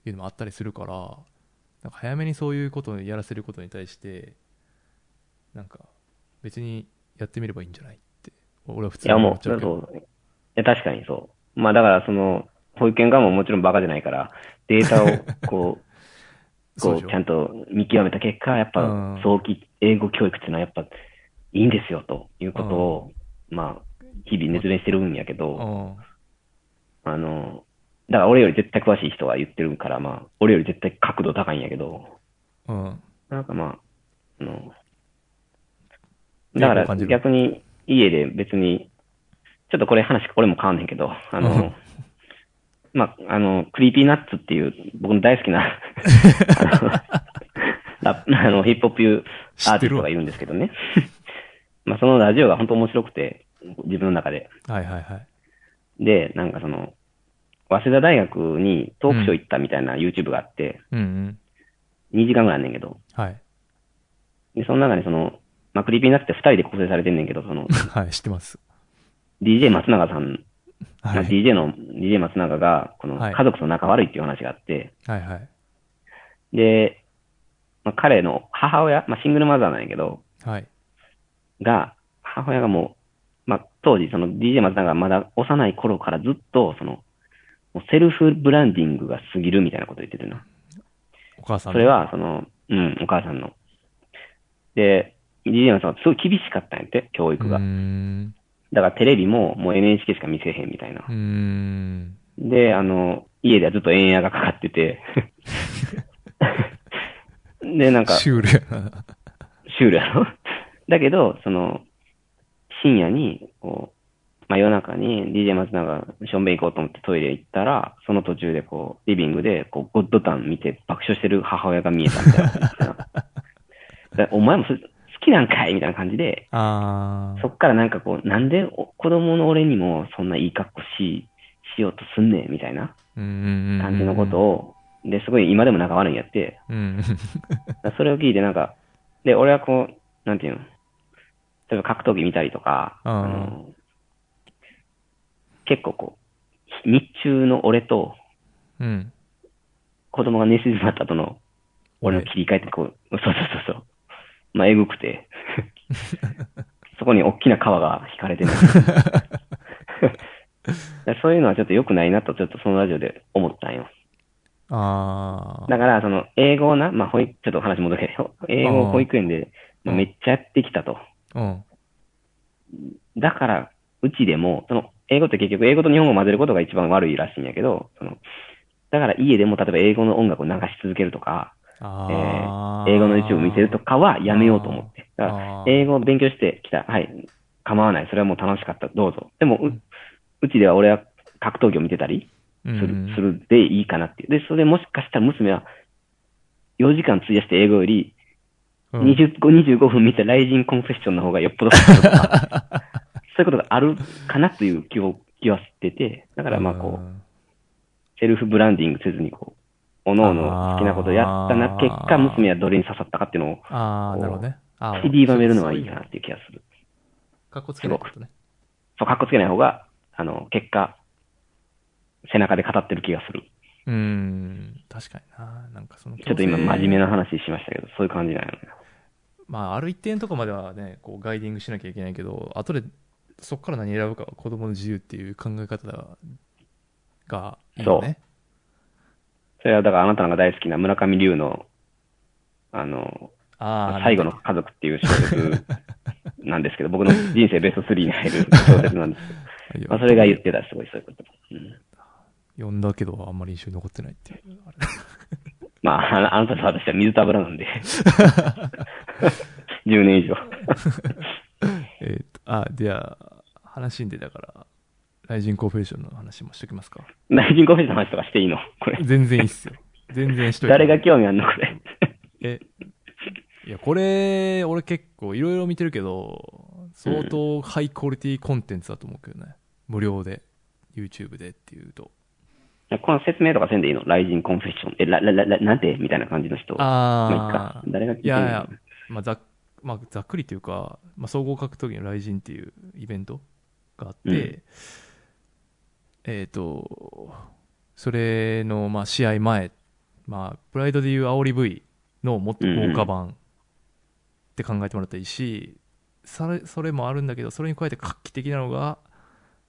いうのもあったりするからなんか早めにそういうことをやらせることに対してなんか別にやってみればいいんじゃないって俺は普
う。い
通に
や、
思っ
もう、
ちゃ
そうう
けど
そう。いや、確かにそう。まあだから、その、保育園側ももちろんバカじゃないから、データを、 こう、
そう
こ
で
う、
し
ち
ょ
ゃんと見極めた結果、やっ
う
ぱ
ん、
早期英語教育っていうのはやっぱ、いいんですよ、ということを、まあ、日々熱弁してるんやけど、
うん
あの、だから俺より絶対詳しい人が言ってるから、まあ、俺より絶対角度高いんやけど、
うん
なんかまあ、あの、
抵抗
だ
を
から
感じる
逆に家で別に、ちょっとこれ話、俺も変わんねんけど、あ
う
の
ん、
まあ、あの、クリーピーナッツっていう、僕の大好 きな、あのラップあの、ヒップホップいうアーティストがいるんですけどね。まあ、そのラジオが本当面白くて、自分の中で。
はいはいはい
で、なんかその、早稲田大学にトークショー行ったみたいな YouTube があって、
うんうん
2時間ぐらいあんねんけど、
はい
で、その中にその、まあ、クリーピーナッツって2人で構成されてんねんけど、その、
はい知ってます
DJ 松永さん、まあ
はい
DJ の、DJ 松永が、この、
はい
家族と仲悪いっていう話があって、
はいはい
で、まあ、彼の母親、まあ、シングルマザーなんやけど、
はい
が、母親がもう、まあ、当時、その DJ 松永がまだ幼い頃からずっと、その、もうセルフブランディングが過ぎるみたいなこと言っててな。
お母さん
それは、その、うん、お母さんの。で、DJ 松永はすごい厳しかったんやって、教育が。
うーん
だからテレビももう NHK しか見せへんみたいな
う。ーん
で、あの、家ではずっと円ヤがかかってて。 で、なんか、シ
シュールやな
ュールやろだけど、その、深夜に、こう、まあ、夜中に DJ 松永がしょんべん行こうと思ってトイレ行ったら、その途中でこう、リビングで、こう、ゴッドタン見て爆笑してる母親が見えたみたいなこと言って た。だお前もそ好きなんかいみたいな感じで、
あー
そっからなんかこう、なんでお子供の俺にもそんないい格好し、しようとすんねんみたいな
うんうんうん
感じのことを、で、すごい今でも仲悪いんや って、
うん
だからそれを聞いてなんか、で、俺はこう、なんていうの、例えば格闘技見たりとか、
うん
の結構こう、日中の俺と
うん
子供が寝静まった後の俺の切り替えってこう、そうそうそうそう。まあ、えぐ くて。そこに大きな川が引かれ てる。そういうのはちょっと良くないなと、ちょっとそのラジオで思ったんよ。
あ
だから、その、英語をな、まあ、保育、ちょっと話戻るけど、英語を保育園で、
うん
まあめっちゃやってきたと。
あうん
だから、うちでも、その、英語って結局、英語と日本語を混ぜることが一番悪いらしいんやけど、その、だから家でも例えば英語の音楽を流し続けるとか、
あー
英語の一部を見せるとかはやめようと思って。だから
あー
英語を勉強してきた。はい。構わない。それはもう楽しかった。どうぞ。でも、う
うん
うちでは俺は格闘技を見てたり
う
す
ん
る、するでいいかなっていう。で、それでもしかしたら娘は、 4時間費やして英語より、
うん
20 25分見たライジンコンセッションの方がよっぽど好きだった そういうことがあるかなという気を気はしてて、だからまあこう、
ん
セルフブランディングせずにこう、おのおの好きなことをやったな
あ、ー
結果娘はどれに刺さったかっていうのを
ああ、なるほどね。あー
散りばめるのはいいかな。っていう気がする。
かっこつけないことね。
そう、かっこつけない方が、あの、結果、背中で語ってる気がする。
うーん、確かにな。なんかその、
ちょっと今真面目
な。
な話しましたけど、そういう感じなんよね。
まあ、ある一定のとこまではね、こう、ガイディングしなきゃいけないけど、後で、そこから何選ぶかは子供の自由っていう考え方が、がいいよね。
それはだからあなたが大好きな村上龍の、あの、
ああ、
最後の家族っていう小 説なんですけど、僕の人生ベスト3に入る小説なんですけど、
いや
まあそれが言ってた、すごいそういうこと。うん
読んだけど、あんまり印象に残ってないっていう。あれ
まあ、あのあなたと私は水と油な んで。10年以上。
えーっと、あ、じゃあ、話に出たから、ライジンコンフェッションの話もしとき ますか。
内人コフェの話とかしていいのこれ。
全然いいっすよ。全然しといて。
誰が興味あんのこれ。
え、いや、これ、俺結構いろいろ見てるけど、相当ハイクオリティコンテンツだと思うけどね。無料で、YouTube でっていうと。
この説明とかせんでいいのライジンコンフェッション。え、ら、ら、ら、らなんてみたいな感じの人。まあいい
あ
か
あ、
誰が聞い
い
てん
や
の
いや、まあざっ、まあ、ざっくりというか、まあ、総合格闘技の雷神っていうイベントがあって、
うん
えっ、と、それの、まあ、試合前、まあ、プライドでいう煽り V のもっと豪華版って考えてもらったらいいし、それそれもあるんだけど、それに加えて画期的なのが、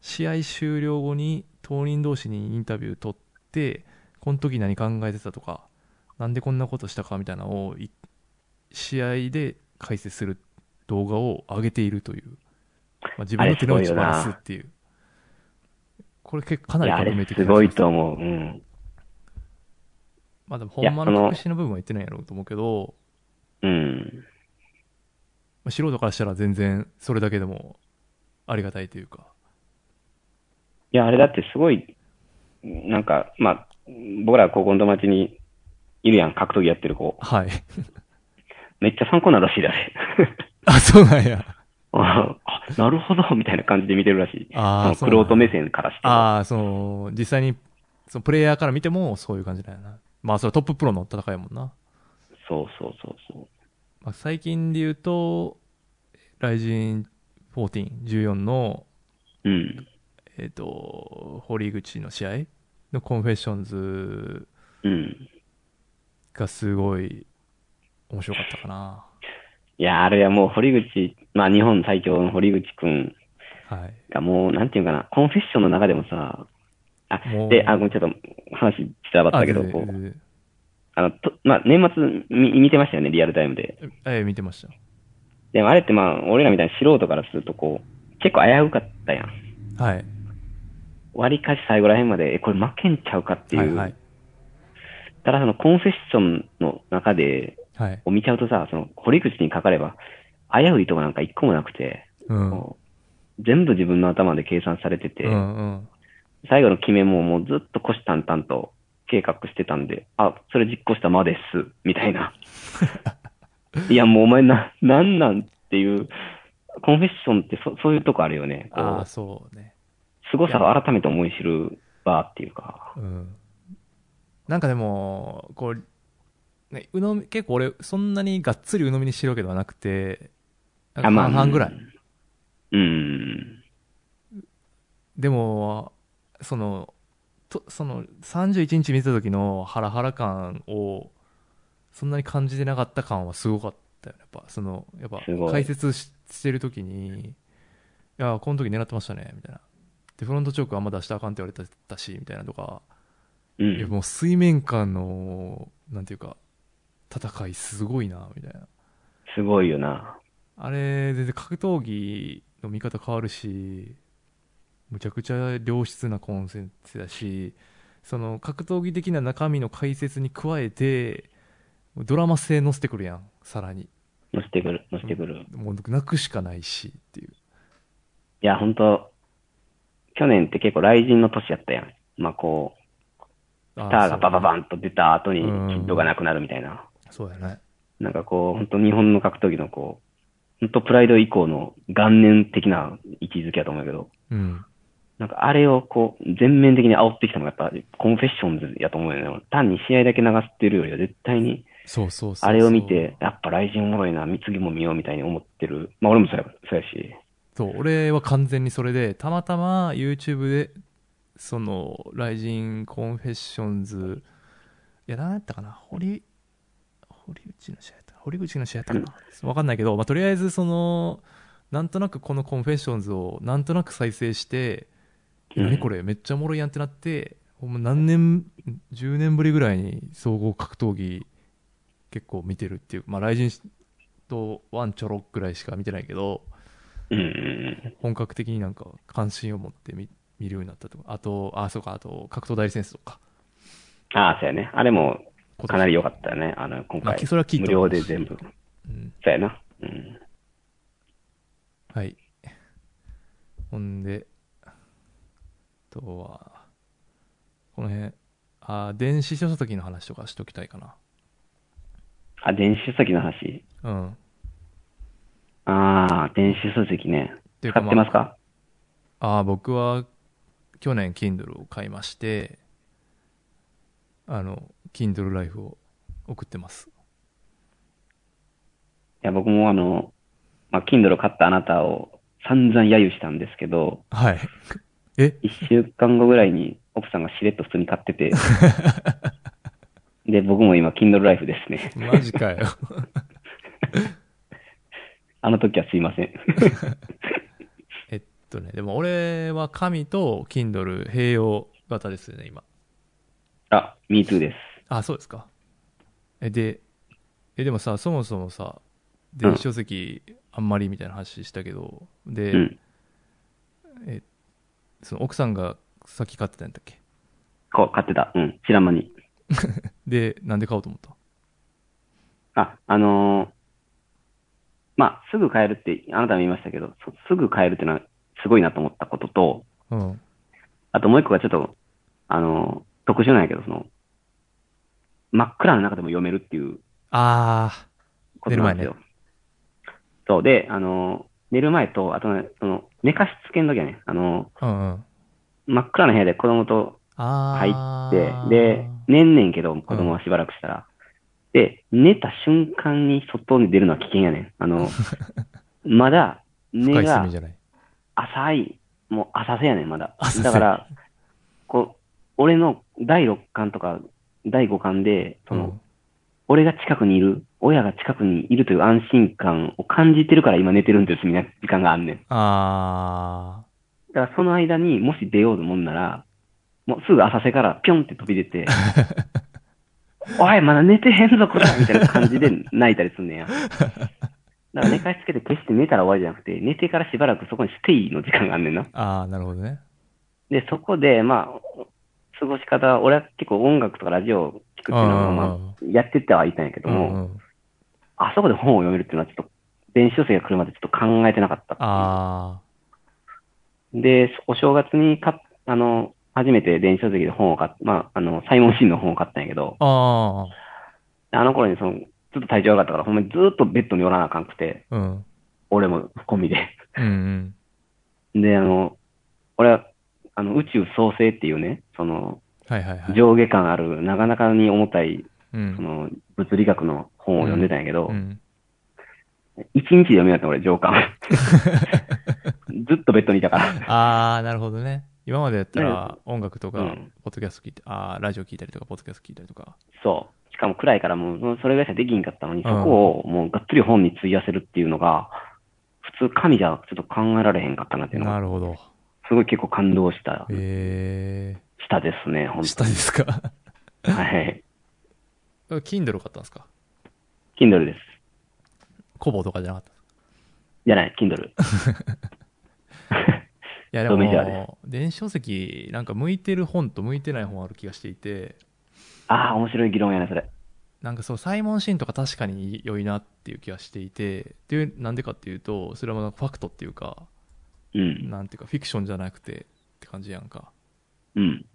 試合終了後に当人同士にインタビュー取って、この時何考えてたとか、なんでこんなことしたかみたいなのをい試合で解説する動画を上げているという、まあ、自分の手の内をバラすっていう、これ結構かないり
や、あ
革
れ
命的
す
な
ごいと思う。うん。
まあでも、ほんま
いやそ
の
の
隠しの部分は言ってないやろうと思うけど、
うん。
まあ、素人からしたら全然それだけでもありがたいというか、
いや、あれだってすごい、なんか、まあ、僕ら高校の友達にいるやん、格闘技やってる子。
はい。
めっちゃ参考になるらしいで、あれ。
あ、そうなんや。
あ、なるほど、みたいな感じで見てるらしい。
あー
の
そ
ク
うなんだ
ロート目線からして。
ああ、その、実際に、そのプレイヤーから見てもそういう感じだよな。まあ、それはトッププロの戦いやもんな。
そうそうそうそう。
まあ、最近で言うと、ライジン14、14の、
うん。
えっ、と、堀口の試合のコンフェッションズ
うん。
がすごい面白かったかな。
いや、あれはもう堀口、まあ日本最強の堀口くん
はい。
がもう、なんていうかな、コンフェッションの中でもさ、あ
もう、
で、あ、ごめん、ちょっと話散らばったけど、
全
こ
然
う、
全然
あの、とまあ年末見見てましたよね、リアルタイムで。
ええ見てました。
でもあれってまあ、俺らみたいな素人からするとこう、結構危うかったやん。
はい。
割りかし最後らへんまで、え、これ負けんちゃうかってい
は
う。
いはい。
ただそのコンフェッションの中で、
はい。
を見ちゃうとさ、その、堀口にかかれば、危ういとこなんか一個もなくて、
うん。うん
もう全部自分の頭で計算されてて、
うん。
最後の決めももうずっと虎視眈々と計画してたんで、あ、それ実行したまです、みた いな。いや、もうお前な、なんなんっていう、コンフェッションってそそういうとこあるよね。こ
ああ、
う、
そうね。
凄さを改めて思い知る場っていうか。
うん。なんかでも、こう、ね、うのみ、結構俺、そんなにがっつり鵜呑みにしてるわけではなくて、なんか
あまあ
半々ぐらい。
うん。
でも、その、とその31日見た時のハラハラ感をそんなに感じてなかった感はすごかったよねやっぱそのやっぱ
すごい
解説ししてる時に「いやこの時狙ってましたね」みたいな「でフロントチョークあんま出したらあかん」って言われてたしみたいなとか、
う
いや
ん。
もう水面下のなんていうか戦いすごいなみたいな
すごいよな。
あれ、全然格闘技の見方変わるし、むちゃくちゃ良質なコンセンツだし、その格闘技的な中身の解説に加えて、ドラマ性乗せてくるやん、さらに。
乗せてくる、乗せてくる。
もう泣くしかないしっていう。
いや、本当去年って結構雷神の年やったやん。まあこう、
あ
スターがババ
ン
バンと出た後に
うん
キッドがなくなるみたいな。
そうやね。
なんかこう、本当日本の格闘技のこう、本当プライド以降の元年的な位置づけやと思うけど、
うん。
なんかあれをこう、全面的に煽ってきたのがやっぱコンフェッションズやと思うよね。単に試合だけ流してるよりは絶対に、
そうそうそうそう。
あれを見て、やっぱ来人おもろいな、次も見ようみたいに思ってる。まあ俺もそうや、そうやし。
そう、俺は完全にそれで、たまたま YouTube で、その、ライジンコンフェッションズ、いや、何やったかな、堀、堀口の試合やった堀口の試合やったかな、わかんないけど、まあ、とりあえず、その、なんとなくこのコンフェッションズを、なんとなく再生して、
うん
何これ、めっちゃおもろいやんってなって、ほんま何年、10年ぶりぐらいに総合格闘技、結構見てるっていう、まあ、ライジンとワンちょろぐらいしか見てないけど、
うんうん
本格的になんか関心を持って見見るようになったとかあとあそうかあと格闘代理戦争とか
うん。ああ、そうやね。あれも
今年
かなり良かったよね。あの、今
まあ
回。
それは聞いた
無料で全部。
うん
そうやな。うん。
はいほんであとはこの辺あ電子書籍の話とかしときたいか
あ、電子書籍の話。
なうんっ
ああ、電子書籍ね。
ていう
使
か
ってますか
ああ僕は去年 Kindle を買いましてあの Kindle ライフを送ってます
いや、僕もあの、まあ、Kindle を買ったあなたを散々揶揄したんですけど、
はいえ
一週間後ぐらいに奥さんがしれっと普通に買ってて、で、僕も今 Kindle ライフですね。
マジかよ
あの時はすいません。
えっとね、でも俺は紙と Kindle 併用型ですよね、今。
あ、MeToo です。
あ、そうですか。え、で、え、でもさ、そもそもさ、電子書籍あんまりみたいな話したけど、で、
うん。
え、その奥さんがさっき買ってたんだっけ
こう、買ってた。うん。知らん間に。
で、なんで買おうと思った
あ、あのーまあ、すぐ買えるって、あなたも言いましたけど、そすぐ買えるってのはすごいなと思ったことと、
うん。
あともう一個がちょっと、あのー特殊なんやけど、その、真っ暗の中でも読めるっていう
あ
ことなんですよ。そう。で、あの、寝る前と、あとね、その、寝かしつけの時はね、あの、
ー、うんうん。
真っ暗な部屋で子供と入
あ
って
ー、
で、寝んねんけど、子供はしばらくしたら。で、寝た瞬間に外に出るのは危険やねん。あの、まだ、寝
深い睡
が
眠じゃない。
浅い、もう浅瀬やねん、まだ
浅。瀬
だから、こう、俺の第6巻とか第5巻で、その、
うん
俺が近くにいる、親が近くにいるという安心感を感じてるから今寝てるんですみたいな時間があんねん。
あ
だからその間にもし出ようと思うなら、もうすぐ浅瀬からピョンって飛び 出て、おい、まだ寝てへんぞ、こらみたいな感じで 泣いたりすんねんや。だから寝かしつけて決して寝たら終わりじゃなくて、寝てからしばらくそこにステイの時間があんねんな。
ー、あー、なるほどね。
で、そこで、まあ、過ごし方、俺は結構音楽とかラジオを聞くっていうのは、
あー
まあ、やってってはいたんやけど
うん
も、
うん。
あそこで本を読めるっていうのはちょっと、電子書籍が来るまでちょっと考えてなかったっていう
あ
で、お正月に買っあの、初めて電子書籍で本を買っまあ、あの、サイモン・シンの本を買ったんやけど
ー、、あ
あの頃にその、ちょっと体調悪かったから、ほんまにずーっとベッドに寄らなあかんくて、
ー、うん。
俺も込みで。
うんうん。
で、あの、俺は、あの、宇宙創生っていうね、その、
はいはいはい。
上下感ある、なかなかに重たい、
うん
その、物理学の本を読んでたんやけど
う、 ん、
一、日で読めなかった俺、上巻。ずっとベッドにいたから。
ああ、なるほどね。今までやった
な
ら音楽とか
うん、
ポッドキャスト聞いて、ああ、ラジオ聞いたりとか、ポッドキャスト聞いたりとか。
そう。しかも暗いからもうそそれぐらいしかできんかったのに、
う
そ
ん
こをもうがっつり本に費やせるっていうのが、普通神じゃちょっと考えられへんかったなっていうの
な
が、
るほど。
すごい結構感動した、
え
したですね、
え
本
ー、したですか
当に。 はい。
?Kindle 買ったんですか
Kindle です。
コボとかじゃなかったい
じゃない、Kindle。
や、で
ドメジャーで
も、電子書籍、なんか向いてる本と向いてない本ある気がしていて、
ああ、面白い議論やな、それ。
なんかそう、サイモン・シンとか確かに良いなっていう気がしていて、っていう、なんでかっていうと、それはまあファクトっていうか、
うん。
なんていうか、フィクションじゃなくてって感じやんか。
うん。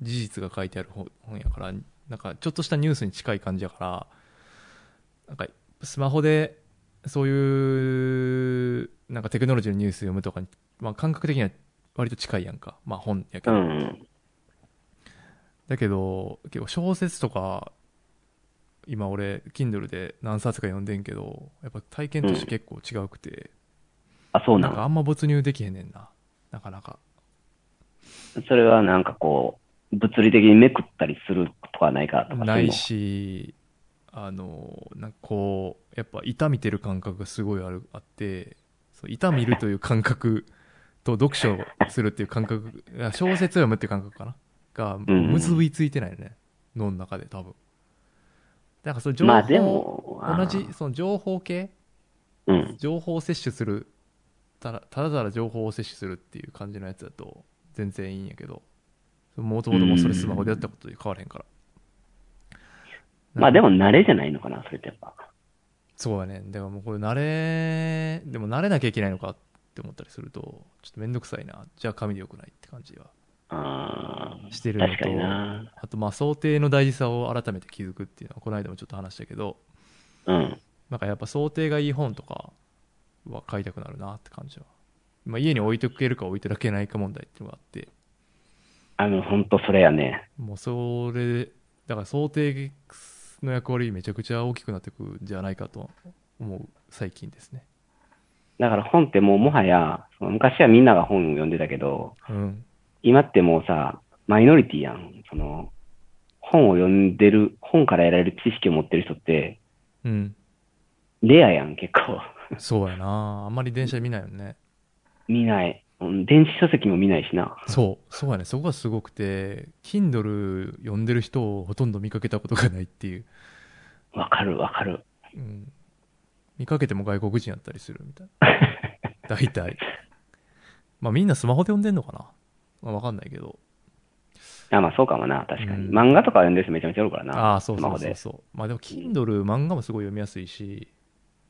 事実が書いてある本本やからなんかちょっとしたニュースに近い感じやからなんかスマホでそういうなんかテクノロジーのニュース読むとかに、まあ、感覚的には割と近いやんか、まあ、本やけ
う
ど、
ん。
だけど結構小説とか今俺 Kindle で何冊か読んでんけどやっぱ体験として結構違うくて、
あ、そうな
なんかあ
の
んま没入できへんねんななかなか
それはなんかこう、物理的にめくったりするとかないかとか。
ない。しあのなんかこうやっぱ板見てる感覚がすごいあるあってそう板見るという感覚と読書をするっていう感覚あ小説を読むっていう感覚かなが
うん
結びついてないよね、脳の中で多分なんかその情報、
まあでも、あー
同じその情報系
うん。
情報を摂取するただただただ情報を摂取するっていう感じのやつだと全然いいんやけどもともともうそれスマホでやったことで変わらへんから
まあでも慣れじゃないのかな、それってやっぱ。
そうやねだからもうこれ慣れでも慣れなきゃいけないのかって思ったりするとちょっと面倒くさいなじゃあ紙でよくないって感じは
あー
してるのと
確かにな。
あとまあ想定の大事さを改めて気づくっていうのはこの間もちょっと話したけど
うん。
なんかやっぱ想定がいい本とかは買いたくなるなって感じは、まあ、家に置いとけるか置いておけないか問題っていうのがあって
あの、ほんとそれやね。
もうそれだから想定の役割めちゃくちゃ大きくなってくんじゃないかと思う最近ですね
だから本ってもうもはや、その昔はみんなが本を読んでたけど、
うん
今ってもうさ、マイノリティやん。その、本を読んでる、本から得られる知識を持ってる人って、
うん
レアやん、結構。
そうやなあんまり電車で見ないよね
見ない。うん電子書籍も見ないしな。
そうそうやねそこがすごくて Kindle 読んでる人をほとんど見かけたことがないっていう、
わかるわかる。
うん、見かけても外国人やったりするみたいな大体まあみんなスマホで読んでんのかな、まあ、わかんないけど
あ、まあそうかもな、確かに。
うん
漫画とか読んでる人めちゃめちゃおるからな。
ああーそうそうそうそうまあでも Kindle 漫画もすごい読みやすいし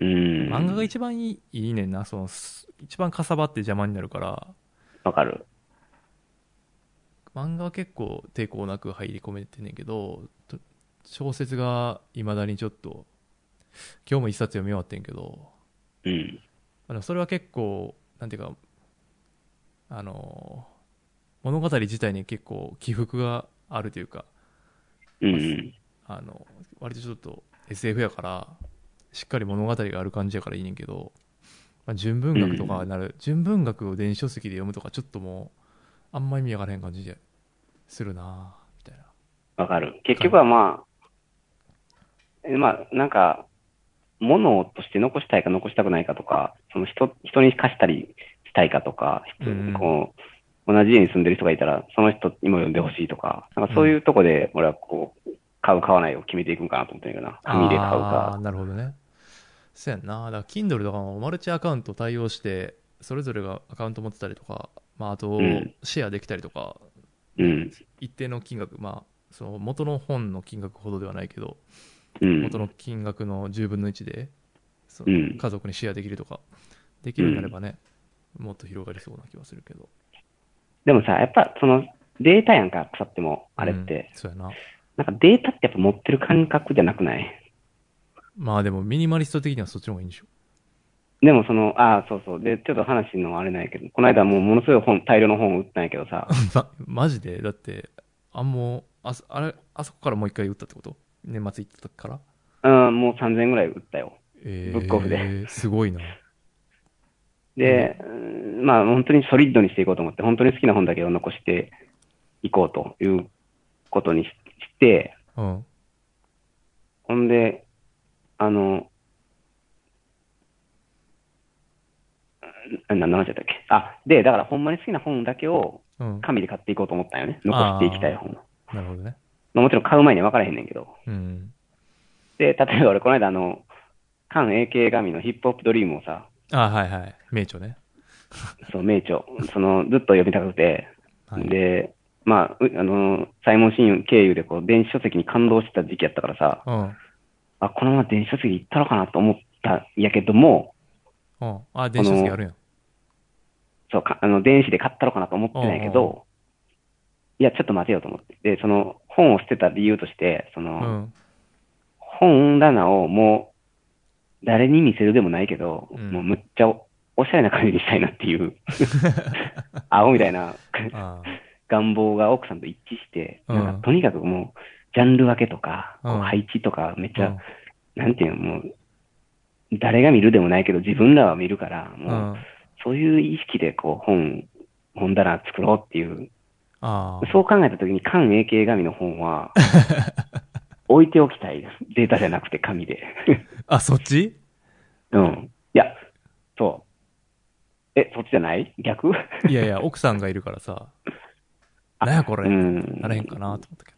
うん。
漫画が一番いいいいねんなそのす一番かさばって邪魔になるから
わかる。
漫画は結構抵抗なく入り込めてんねんけどと小説がいまだにちょっと今日も一冊読み終わってんけど
うん。
あのそれは結構なんていうかあの物語自体に結構起伏があるというか
うんうん。
あの割とちょっと SF やからしっかり物語がある感じやからいいねんけど、まあ、純文学とかなる、純文学を電子書籍で読むとかちょっともうあんま意味わからへん感じでするなぁみたいな
わかる。結局はまあ、えまあ、なんか、物として残したいか残したくないかとか、その人、人に貸したりしたいかとか、
うん
こう、同じ家に住んでる人がいたら、その人にも呼んでほしいとか、なんかそういうとこで、俺はこう、買う買わないを決めていくんかなと思ってるけどな。紙で買う
あー
か。
なるほどねそうやんなだから Kindle とかもマルチアカウント対応してそれぞれがアカウント持ってたりとか、まあ、あと
うん
シェアできたりとか、
うん。
一定の金額まあその元の本の金額ほどではないけど
うん
元。の金額の10分の1で、そう
うん
家族にシェアできるとかできるようになればね、もっと広がりそうな気はするけど
でもさ、やっぱその、データやんか、腐っても、あれっ
うん
て。
そうやな
なんかデータってやっぱ持ってる感覚じゃなくない
まあでもミニマリスト的にはそっちの方がいいんでしょ
でもその、ああ、そうそう。で、ちょっと話のあれないけど、この間もうものすごい本、大量の本を売ったんやけどさ、
ま、マジでだってあんもうあそあれあそこからもう一回打ったってこと年末行った時から
うん、もう3000円ぐらい売ったよ。
え
ブックオフ
すごいな
で、うんまあ本当にソリッドにしていこうと思って、本当に好きな本だけを残していこうということにしして、
うん
ほんで、あの、な何の話だったっけあ、で、だからほんまに好きな本だけを
うん
紙で買っていこうと思ったんよね。残していきたい本。
なるほどね
まあ、もちろん買う前には分からへんねんけど。
うん
で、例えば俺、この間、あの、関 AK 神のヒップホップドリームをさ、
あはいはい名著ね
そう、名著、その、ずっと読みたくて、
はい
で、まあ、うあの、サイモン・シン経由で、こう、電子書籍に感動してた時期やったからさ、
うん
あ、このまま電子書籍行ったのかなと思ったんやけども、
うんあ電子書籍あるやん
そうか、あの、電子で買ったのかなと思ってないけ
うんうん
ど、いや、ちょっと待てよと思って。で、その、本を捨てた理由として、その、
うん
本棚をもう、誰に見せるでもないけど、
うん
もうむっちゃおおしゃれな感じにしたいなって いう、青みたいな
あ
願望が奥さんと一致して、
うん
なんかとにかくもう、ジャンル分けとか、こう
うん
配置とか、めっち
あ
ゃ、なんていうの、もう、誰が見るでもないけど、自分らは見るから、
うんう
もう、
ん
そういう意識で、こう、本、本棚作ろうっていう、
あー
そう考えたときに、関英系紙の本は、 置いておきたいです。データじゃなくて紙で。
あそっち
うん。いや、そう。え、そっちじゃない逆
いやいや奥さんがいるからさ
あ
なんやこれ
うん。
なれへんかなと思ったけ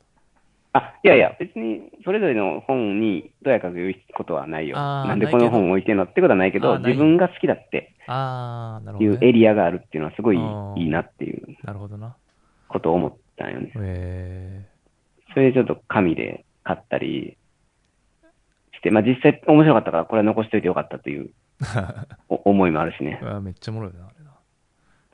あ、いやいや、別に、それぞれの本に、どやかということはないよ。
あー
なんでこの本置いてんのってことはないけ
あ
ど、
ーない
自分が好きだって
どああなるほ
い
ど、
う
ね、
エリアがあるっていうのは、すごい
あー
いいなっていう
なるほどな
ことを思ったんよね。
え
それでちょっと紙で買ったりして、まあ実際面白かったから、これは残しといてよかった というお思いもあるしね
ー、う。わめっちゃおもろいなあれ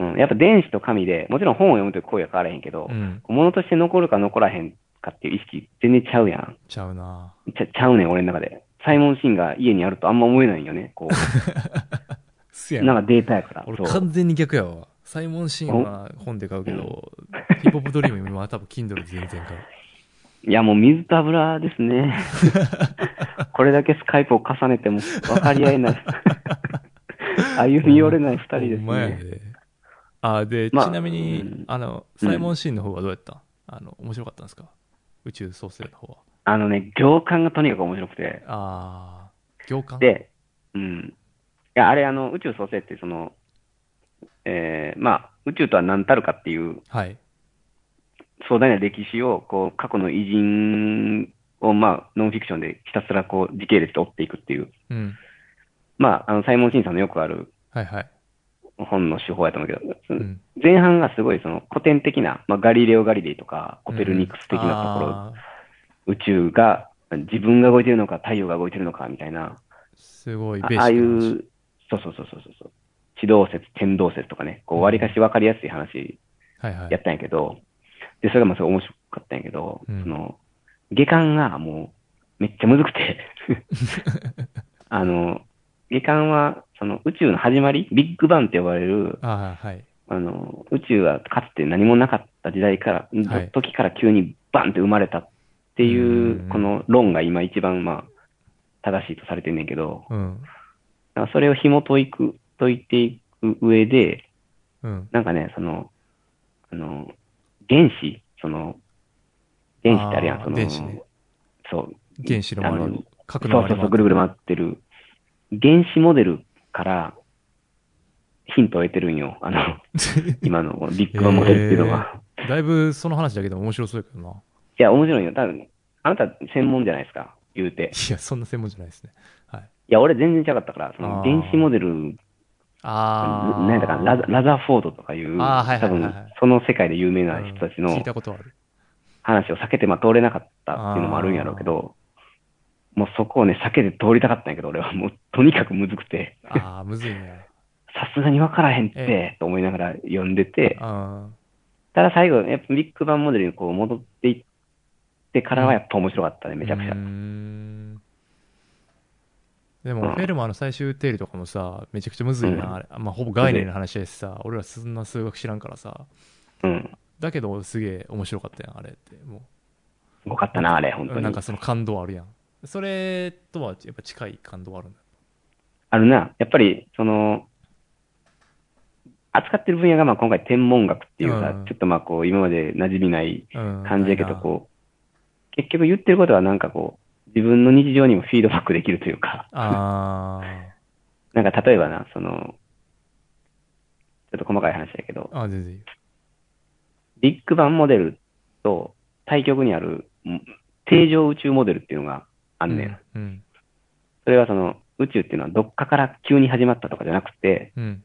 な
うん。やっぱ電子と紙で、もちろん本を読むという行為は変わらへんけど、
うん
物として残るか残らへんかっていう意識全然ちゃうやん。
ちゃうな
ちゃちゃうねん、俺の中で。サイモン・シンが家にあるとあんま思えないんよね。 こう、
すや
なん
ん
かデータやから。
俺
そう。
完全に逆やわサイモン・シーンは本で買うけどヒップホップドリーム今は多分 Kindle で全然買う
いや、もう水と油で すね。これだけスカイプを重ねても分かり合 えない。歩み寄れない二人です
ほんまや
ね。
であで、
まあ
ちなみに、
うん
あの
うん
サイモン・シーンの方はどうやった、あの面白かったんですか宇宙創生の方は
あのね、行間がとにかく面白くて。
ああ行間
で、うん。いや、あれ、あの、宇宙創生って、その、えー、まあ、宇宙とは何たるかっていう
はい
壮大な歴史を、こう、過去の偉人を、まあ、ノンフィクションでひたすらこう、時系列で追っていくっていう、
うん
まあ、あの、サイモン・シンさんのよくある
はいはい、
本の手法やと思うけど、その
うん、
前半がすごいその古典的な、まあ、ガリレオ・ガリレイとか、コペルニクス的なところ、
あー
宇宙が、自分が動いてるのか、太陽が動いてるのか、みたいな、
すごい
あ
ベーシックな
ああい
話
う、そうそうそうそうそうそう。地動説、天動説とかね、こう、割かし分かりやすい話
はいはい
やったんやけど、で、それがまあすごい面白かったんやけど、
うん
その、下巻がもう、めっちゃむず くて、あの、下巻は、その宇宙の始まり、ビッグバンって呼ばれる、
あーはい
あの、宇宙はかつて何もなかった時代から、
はい
時から急にバンって生まれたっていうう、
ん
この論が今一番まあ、正しいとされてんねんけど、
うん
なんかそれを紐解いく、解いていく上で、
うん
なんかね、その、あの、原子、その、原子ってあるやん、
あー
その、
原子ね
そう、
原子の周りを
そ
核
う
の
そう
周り
そう、ぐるぐる回ってる。原子モデルからヒントを得てるんよ、あの、 今のこのビッグバンモデルっていうのが。
回だいぶその話だけでも面白そうやけどない
や、面白いよ。多分、あなた専門じゃないですか、言うて。
いやそんな専門じゃないですねはい
いや、俺全然ちゃかったから、そ
あ
の
ー
原子モデル、
ああ
なんだかなラザ、ラザフォードとかいう、
あーはいは
多
いはい
分
はい、
その世界で有名な人たち
うん聞
の
いたことある
話を避けて、まあ、通れなかったっていうのもあるんやろうけど、もうそこをね、避けて通りたかったんやけど、俺はもう、とにかくむずくて、
あ あむずいね
さすがに分からへんって、
え
と思いながら読んでて、
あ
ただ最後、やっぱビッグバンモデルにこう戻っていってからはやっぱ面白かったね、
ー
めちゃくちゃ
うー。んで
う
も
ん
フェルマーの最終定理とかもさめちゃくちゃむずいな、
うん
あれまあ、ほぼ概念の話やしさ俺らそんな数学知らんからさ
うん。
だけどすげえ面白かったやんあれっても
すごかったな、あれ、本当
う
に。
なんかその感動あるやんそれとはやっぱ近い感動あるんだ
あるな、やっぱり、その、扱ってる分野がまあ今回天文学っていうさ、
うん
ちょっとまあこう、今まで馴染みない
うん
感じやけ
ない
ど、
な
こう、結局言ってることはなんかこう、自分の日常にもフィードバックできるというか、
あ
なんか例えばな、その、ちょっと細かい話だけど
ー、あ全然いいよ
ビッグバンモデルと対極にあるん定常宇宙モデルっていうのがあんねん。
うん
それはその、宇宙っていうのはどっかから急に始まったとかじゃなくて、
うん、うん、
も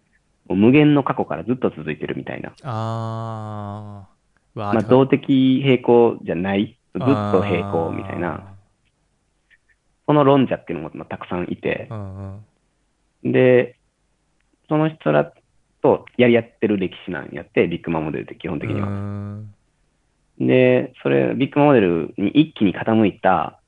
う無限の過去からずっと続いてるみたいな。
あーわー
まあ、
てか
動的平行じゃない、ずっと平行みたいな、その論者っていうのもまあたくさんいて
あー、うんうん
で、その人らとやり合ってる歴史なんやって、ビッグマンモデルって基本的に
うー
は。
ん
で、それ、ビッグマンモデルに一気に傾いた、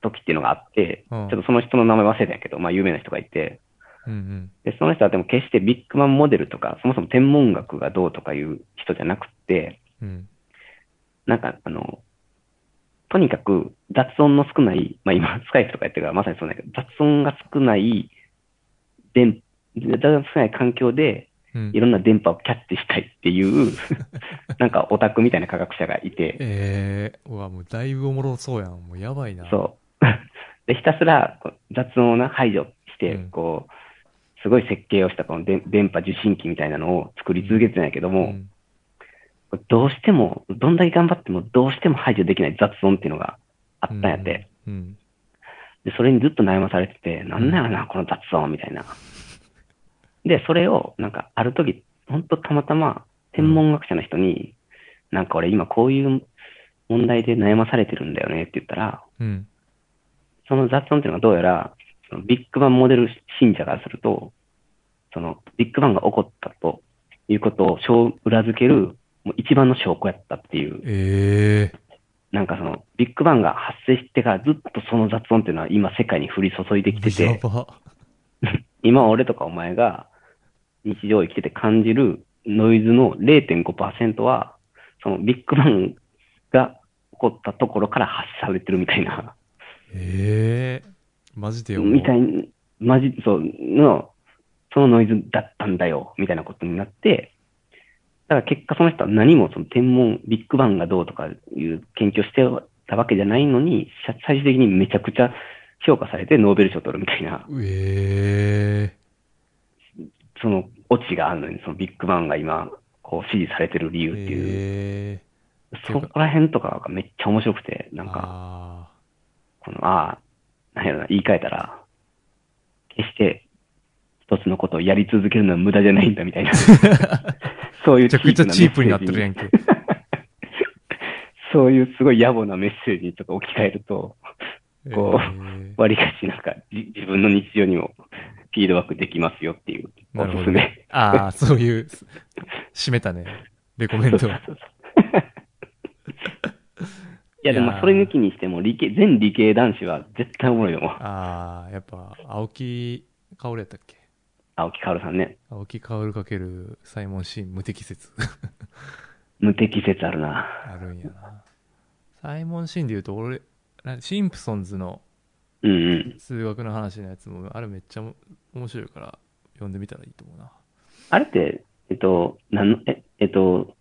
時っていうのがあって、
うん
ちょっとその人の名前忘れたんやけど、まあ有名な人がいて、
うんうん
で、その人はでも決してビッグマンモデルとか、そもそも天文学がどうとかいう人じゃなくって、
うん
なんかあの、とにかく雑音の少ない、まあ今スカイプとかやってるからまさにそうなんやけど、雑音が少ない、電、雑音が少ない環境で、
うん
いろんな電波をキャッチしたいって いう、なんかオタクみたいな科学者がいて、
えー、うわ、もうだいぶおもろそうやん。もうやばいな。
そう。 で、ひたすらこう雑音をな排除して、
うん
こう、すごい設計をしたこの電電波受信機みたいなのを作り続けてないけど
う
も、
ん
どうしても、どんだけ頑張ってもどうしても排除できない雑音っていうのがあったんやって、。
うん。
で、それにずっと悩まされてて、なんだよな、この雑音みたいな。で、それを、なんか、ある時、ほんとたまたま、天文学者の人に、なんか俺今こういう問題で悩まされてるんだよねって言ったら、
うん。
その雑音っていうのはどうやら、そのビッグバンモデル信者からすると、そのビッグバンが起こったということを証裏付ける、もう一番の証拠やったっていう、
えー、
なんかそのビッグバンが発生してからずっとその雑音っていうのは今世界に降り注いできて
や
て、
ば。
今俺とかお前が日常生きてて感じるノイズの0.5%は、そのビッグバンが起こったところから発射されてるみたいな。
えー、マジでよ。
みたいに、マジ、そう、の、そのノイズだったんだよ、みたいなことになって、だから結果その人は何もその天文、ビッグバンがどうとかいう研究をしてたわけじゃないのに、さ最終的にめちゃくちゃ評価されてノーベル賞を取るみたいな、
え
そのオチがあるのに、そのビッグバンが今、こう支持されてる理
ー、
由っていう、
え
そこら辺とかがめっちゃ面白くて、
ー、
なんか、
か、
この、ああ、なんやろな、言い換えたら、決して一つのことをやり続けるのは無駄じゃないんだみた いな。そういう
めちゃくちゃチープになって
メッセー
る
ジ
やんけ。
そういうすごい野暮なメッセージにちょっと置き換えると、こう
えー
割りかしなんかじ自分の日常にもフィードバックできますよっていうお
なるほ
すす
ど
め。
ああ、そういう、す締めたね。レコメント。
いやでもまあそれ抜きにしても理系、全理系男子は絶対おもろいよ。
ああ、やっぱ、青木薫やったっけ
青木かおるさんね。
青木薫かけるサイモンシーン無適切
無適切あるな。
あるんやな。サイモンシーンで言うと、俺、なシンプソンズの
うんうん。
数学の話のやつも、あれめっちゃも面白いから、読んでみたらいいと思うな。
あれって、えっと、なんの、え、えっと、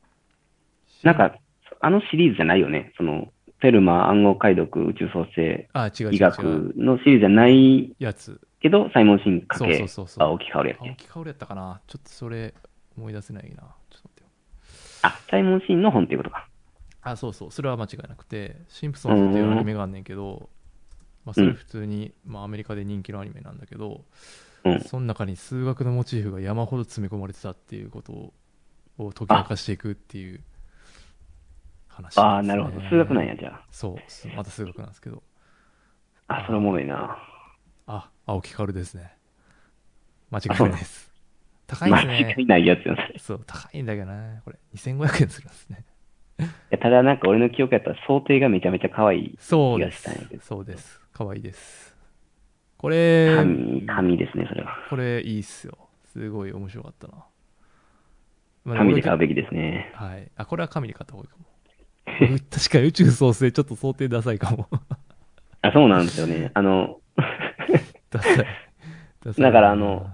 なんか、あのシリーズじゃないよね。その、フェルマー暗号解読宇宙創生
あ、違う違う違う。
医学のシリーズじゃない
やつ。
けど、サイモンシンか
そうそ
け
う、そうそう。
青木薫やっ
青
け。
木薫やったかなちょっとそれ思い出せないな。ちょっと待ってよ。
あ、サイモンシンの本っていうことか。
あ、そうそう。それは間違いなくて、シンプソンズっていうアニメがあんねんけど、まあそれ普通に、まあアメリカで人気のアニメなんだけど、
うん。
その中に数学のモチーフが山ほど詰め込まれてたっていうことをを解き明かしていくっていう話、
ああ、なるほど。数学なん
や。
や、じゃ
そう、すまた数学なんですけど。
あ。あ、それおもろいな。
あ、青木薫ですね。間違いない です。高いで
間
すね
違。いないやつよ、それ。い
そう、高いんだけどな。これ、2500円するんですね。
やただなんか俺の記憶やったら想定がめちゃめちゃ可愛い。
そうで
気がしたんやけ
す
ど。
そうです。可愛いです。これ、
神、神ですね、それは。
これいいっすよ。すごい面白かったな。まあ
神で買う
俺
べきですね。
はい。あ、これは紙で買った方がいいかも。 うん確かに宇宙創生ちょっと想定ダサいかも。
あ、そうなんですよね。あの、
ダサい。ダサい
だからあの、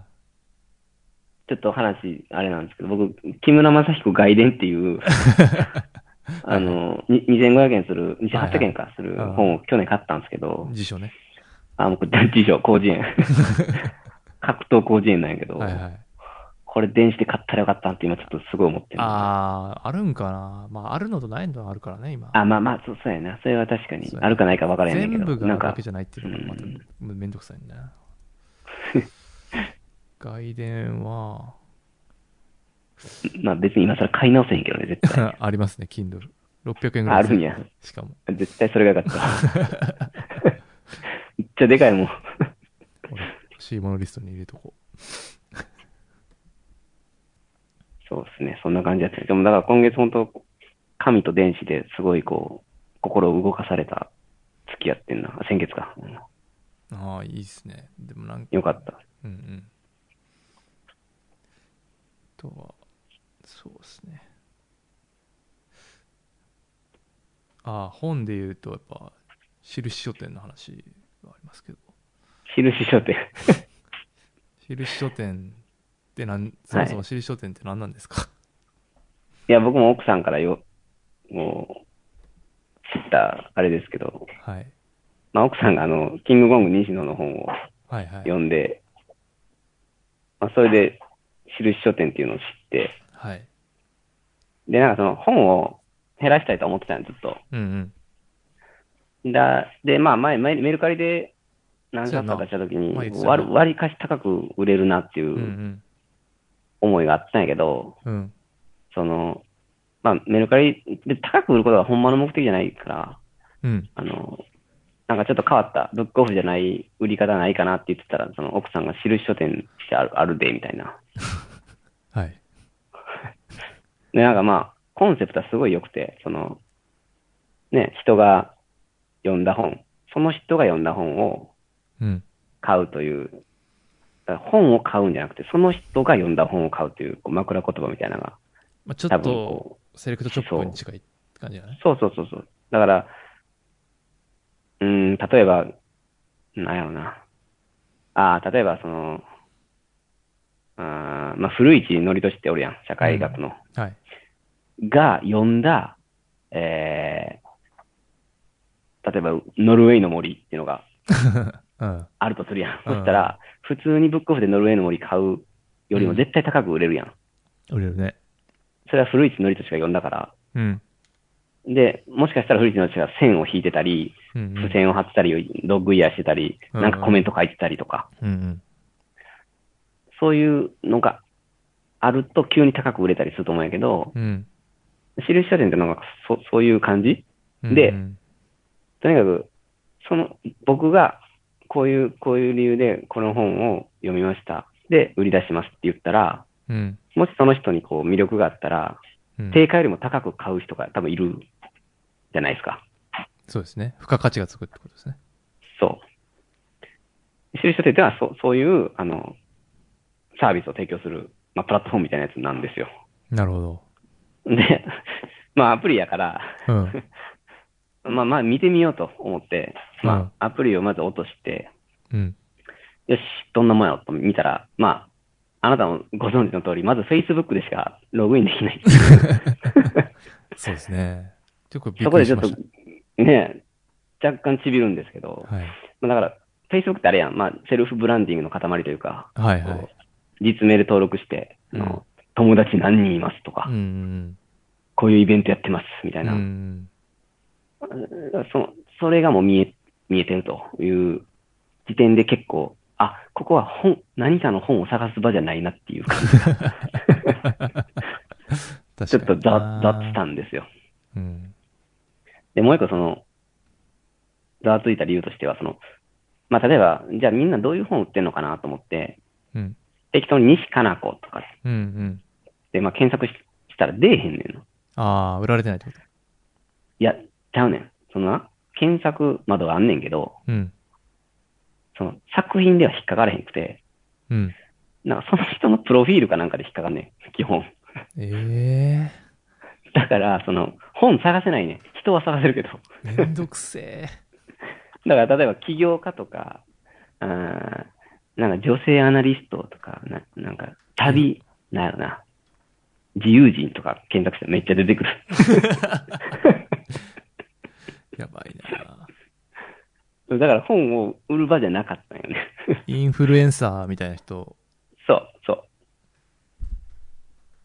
ちょっと話、あれなんですけど、僕、木村正彦外伝っ ていう、あの、に2500円する、2800円かする
はいはい
本を去年買ったんですけど、
辞書ね。
あ、僕、自称、工事 園。格闘工事園なんやけど、
はいはい。
これ電子で買ったらよかったなって今ちょっとすごい思ってる。あ
あー、あるんかな。まあ、あるのとないのあるからね、今。
まあまあ、そうそうやな。それは確かに
そう、やな
あるかないか分からへんねんけ
全部
ど、
が
なん
あるわ
か
け、じゃないっていうのがまた
うん
めめんどくさいんだ な。外伝は、
まあ別に今更買い直せへんけどね、 絶対。
ありますね、Kindle。600円ぐらい。
あるんや。。
しかも。
絶対それがよかった。 めっちゃでかいもん。
俺欲しいものリストに入れとこ
そうですね、そんな感じだった。でも、だから今月本当、神と電子ですごいこう、心を動かされたきやってんな。あ先月か。うん
ああ、いいっすね。でもなんか、
よかった。
うんうん。あとは、そうですね。ああ、本で言うと、やっぱ、印書店の話がありますけど、
印書店。
印書店ってなん、そもそも印書店って何なんですか、
いや、僕も奥さんからよ、もう、知った、あれですけど、
はい、
まあ、奥さんがあの、キングコング西野の本を
はいはい
読んで、まあ、それで、印書店っていうのを知って、
はい。
で、なんかその本を減らしたいと思ってたんずっと。
うんうん。
だで、まあ前、前メルカリで何冊か出した時に
そうやなまあ言ってたな
割、割りかし高く売れるなってい
うんう。
うん思いがあったんやけど、
うん。
その、まあ、メルカリで高く売ることがほんまの目的じゃないから、
うん。
あの、なんかちょっと変わった、ブックオフじゃない売り方ないかなって言ってたら、その奥さんが印書店してあるあるで、みたいな。
はい。
で、なんかまあ、コンセプトはすごい良くて、その、ね、人が読んだ本、その人が読んだ本を
うん。
買うという、だから本を買うんじゃなくて、その人が読んだ本を買うというこう枕言葉みたいなのが、
まあ、ちょ
多
っ
分
と、
こ
セレクトショップに近いって感じじゃな
う
い、
そうそうそうそう。だから、うーん、例えば、なんやろな。ああ、例えばその、あーまあ、古市憲寿っておるやん、社会学の。
はい。
が読んだ、えー、例えば、ノルウェーの森っていうのが
うん。
あるとするやん。
うん
そしたら、普通にブックオフでノルウェーの森買うよりも絶対高く売れるやん。
売れるね。
それは古市憲寿が読んだから。
うん。
で、もしかしたら古市憲寿が線を引いてたり、
うん、うん
付。箋を貼ってたり、ドッグイヤーしてたり、
うん
なんかコメント書いてたりとか、
うんうん。
そういうのがあると急に高く売れたりすると思うんやけど、
うん。
印書店ってなんかそそういう感じ
うん
で
うん
とにかく、その、僕が、こういう、こういう理由で、この本を読みました。で、売り出しますって言ったら、
うん。
もしその人にこう魅力があったら、
うん
定価よりも高く買う人が多分いるじゃないですか。
そうですね。付加価値がつくってことですね。
そう。印書店ってのはそ、そういう、あの、サービスを提供する、まあ、プラットフォームみたいなやつなんですよ。
なるほど。
で、まあ、アプリやから、
うん。
まあまあ、見てみようと思って、
うん
まあ、アプリをまず落として、
うん。
よし、どんなもんやろと見たら、まあ、あなたもご存知の通り、まず Facebook でしかログインでき ない。
そうですね。結構びっ
そこ
くり
でち
し
ょっ
ま
と
し、
ね、若干ちびるんですけど、
た。はい。
まあだから、Facebook ってあれやん、まあ、セルフブランディングの塊というか、
はいはい。
実名で登録して、あの友達何人いますとか、
うんうん
こういうイベントやってますみた
う
い
ん。
な、
うん。
そそれがもう見え見えてるという時点で結構、あここは本何かの本を探す場じゃないなっていう感じ、ちょ
確
っ
か
と
に
ざ
な。
ざっつたんですよ。
うん。
で、もう一個その、ざわついた理由としては、その、まあ、例えば、じゃあみんなどういう本売ってんのかなと思って、
うん。
適当に西加奈子とか
うんうん。
で、まあ、検索ししたら出えへんねんの。
ああ、売られてないってこと
いや、ちゃうねん。そのな、検索窓があんねんけど、
うん。
その作品では引っかかれへんくて、
うん。
なんかその人のプロフィールかなんかで引っかかんねん、基本。
え
だから、その、本探せないねん。人は探せるけど。
えー。めんどくせえ。
だから、例えば起業家とか、あーなんか女性アナリストとか、ななんか旅、なんやろな、自由人とか検索したらめっちゃ出てくる。
やばいな。
だから本を売る場じゃなかったんよね。
インフルエンサーみたいな人
そう、そう、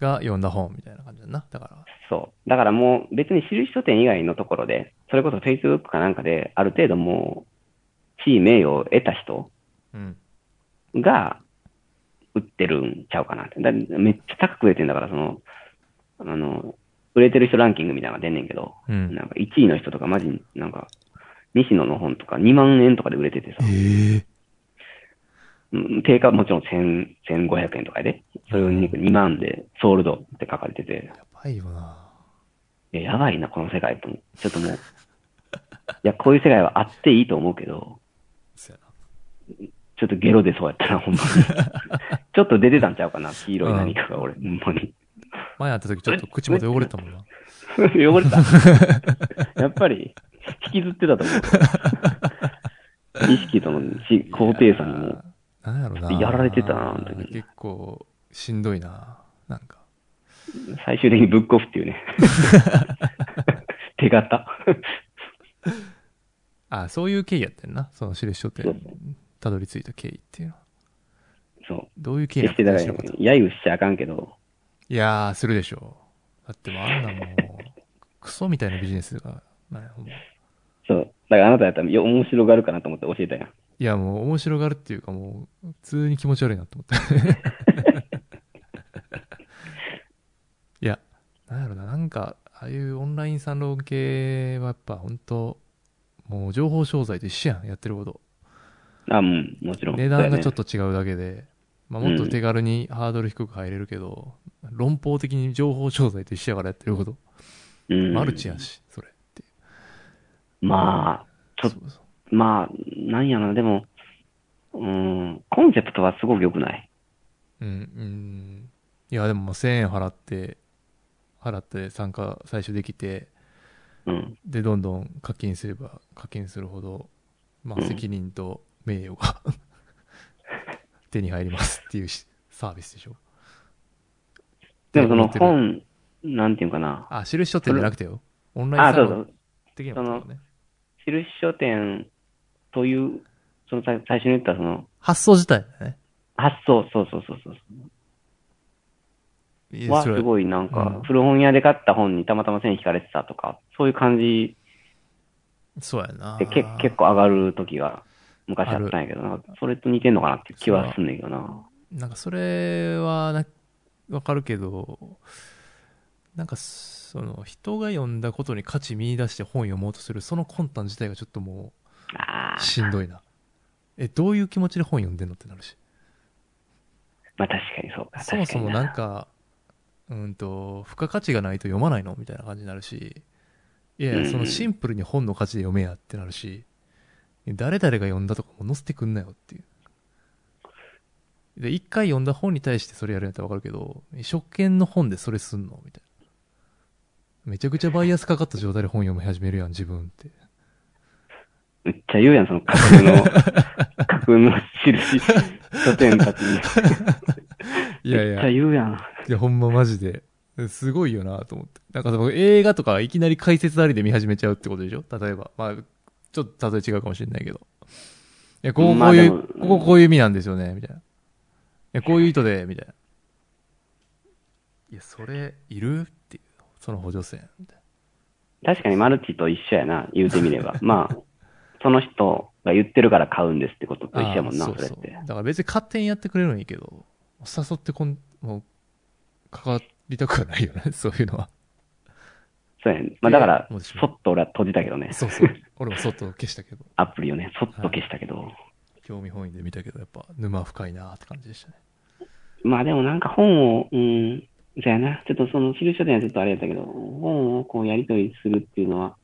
が読んだ本みたいな感じだな。だから。
そう。だからもう別に印書店以外のところで、それこそ Facebook かなんかで、ある程度もう、地位名誉を得た人
うん。
が売ってるんちゃうかなって。だめっちゃ高く売れてんだから、その、あの、売れてる人ランキングみたいなのが出んねんけど、
うん。
なんか1位の人とかマジになんか、西野の本とか2万円とかで売れててさ、
ええ。
うん定価はもちろん1000 1500円とかやで、それを2万でソールドって書かれてて、
やばいよな。
いややばいな、この世界と思う。ちょっともう、いや、こういう世界はあっていいと思うけど、
そやな。
ちょっとゲロでそうやったな、ほんま に。ちょっと出てたんちゃうかな、黄色い何かが俺、ほんまに。
前会った時ちょっと口元汚れたもんな。
汚れた。やっぱり、引きずってたと思う。意識とのし高低差にも。
なんやろな。
やられてたなあの時
結構、しんどいな。なんか。
最終的にブックオフっていうね。手形。
あ、そういう経緯やってんな。その印書
そう
店
そ
たどり着いた経緯っていうのは。
そう。
どういう経緯
決
や
してだから、
知らなかった
揶揄しちゃあかんけど、
いやー、するでしょう。だってもうあんなもう、クソみたいなビジネスが、なんやもう
そう。だからあなたやったらよ面白がるかなと思って教えたやん。
いや、もう面白がるっていうか、もう、普通に気持ち悪いなと思って。いや、なんやろな、なんか、ああいうオンライン産論系はやっぱ本当もう情報商材と一緒やん、やってること。
あ、うん、もちろん。
値段がちょっ
と。
と違うだけで、まあ、もっと手軽にハードル低く入れるけど、論法的に情報商材と一緒やからやってること。
うん、
マルチやし、それって。
まあ、ちょっ
そうそう
まあ、なんやろな、でも、うん、コンセプトはすごく良くない。
うん、うん。いや、でももう1000円払って、払って参加最初できて、
うん。
で、どんどん課金すれば課金するほど、まあ、
うん
責任と名誉 が手に入りますっていうしサービスでしょ。
でもその
って思ってる
本、なんていうんかな。
あ、印書店じゃなくてよ。オンライ
あ、
ンサ
そ
ロ
うそ
ン
う。
的なことだよね。
印書店という、そのさ最初に言ったその、
発想自体だね。
発想、そうそうそうそう。
いい
は、
それ
すごいなん
うん
か、古本屋で買った本にたまたま線引かれてたとか、そういう感じ
そうやな。
でけ結構上がる時が昔あったんやけどな、それと似てんのかなって気はすんねんけどな。
なんかそれはなわかるけどなんかその人が読んだことに価値見出して本読もうとするその魂胆自体がちょっとも
あ
う
あ、
しんどいなえどういう気持ちで本読んでんのってなるし
まあ確かにそうか。
そもそも
確かに
なんかうんと付加価値がないと読まないのみたいな感じになるしいやいやそのシンプルに本の価値で読めやってなるし誰々が読んだとかも載せてくんなよっていうで一回読んだ本に対してそれやるんやったらわかるけど初見の本でそれすんのみたいなめちゃくちゃバイアスかかった状態で本読み始めるやん自分って
めっちゃ言うやん、その架空 の、架空の印、書店たちに。
いやい
めっ
や
ちゃ言うやん。
いや、ほんまマジで。すごいよなと思って。なんかその映画とかいきなり解説ありで見始めちゃうってことでしょ例えば。まあ、ちょっと例え違うかもしれないけど。いや、こう、
ま
こ
あ
うい
で
う、
も
こここういう意味なんですよね、みたいな。いや、こういう意図で、みたいな。いや、それ、いるっていう。その補助線。みたい
確かにマルチと一緒やな、言うてみれば。まあ、その人が言ってるから買うんですってことと
な
一緒やもんな、
あ
そ
ーう
れっ
う
て
だ。から別に勝手にやってくれるのいいけど、誘ってこん、もう、関わりたくはないよね、そういうの は。
そうやね。まあだから
もうし、ま
そっと俺は閉じたけどね。
そうそう。俺も外を消したけど。
アプリをね、そっと消したけど。
興味本位で見たけどやっぱ沼深いなって感じでしたね
まあでもなんか本を、うん、そうやな。ちょっとその、印書店はちょっとあれやったけど、本をこうやり取りするっていうのは、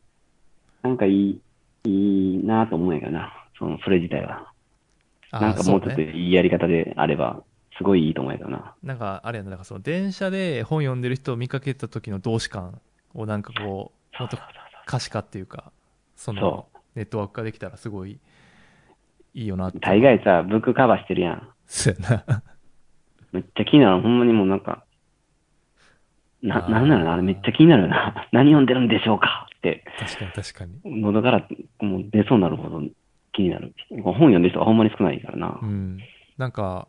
なんかいい、いいなと思うんやけどな。その、それ自体は。
あ
なんかもうちょっ
そ
と
ね、
いいやり方であれば、すごいいいと思うけどな。
なんかあれやななんかその電車で本読んでる人を見かけた時の同志感をなんかこうもっと可視化っていうかその
そ
ネットワーク化できたらすごいいいよなって
大概さ、ブックカバーしてるやん。
そうやな
めっちゃ気になる。ほんまにもうなんか、
あ
な、
ー
なんなのあれめっちゃ気になるよな。 何読んでるんでしょうかって、
確かに確かに
喉からもう出そうになるほど気になる。本読んでる人がほんまに少ないからな
う。んなんか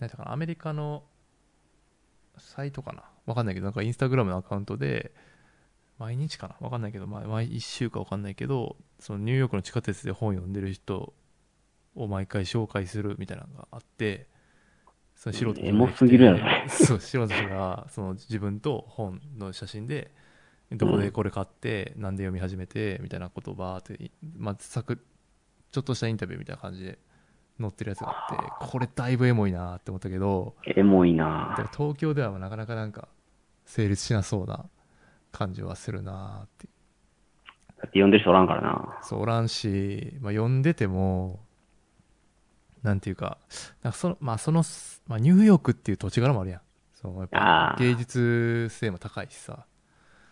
なんていうかなアメリカのサイトかなわかんないけどなんかインスタグラムのアカウントで毎日かなわかんないけど、まあ、毎1週かわかんないけどそのニューヨークの地下鉄で本読んでる人を毎回紹介するみたいなのがあってその素人の人が
エモすぎるやろ
そう素人の人がその自分と本の写真でどこでこれ買って、なんで読み始めてみたいなことをバーって、まあ、サクッちょっとしたインタビューみたいな感じで載ってるやつがあってこれだいぶエモいなって思ったけど
エモい
だか
な
ら東京ではなかなかなんか成立しなそうな感じはするなって
だって呼んでる人おらんからな。
そうおらんし、まあ、呼んでてもなんていうかなんかその、まあそのまあ、ニューヨークっていう土地柄もあるやんそうやっぱ
あー
芸術性も高いしさ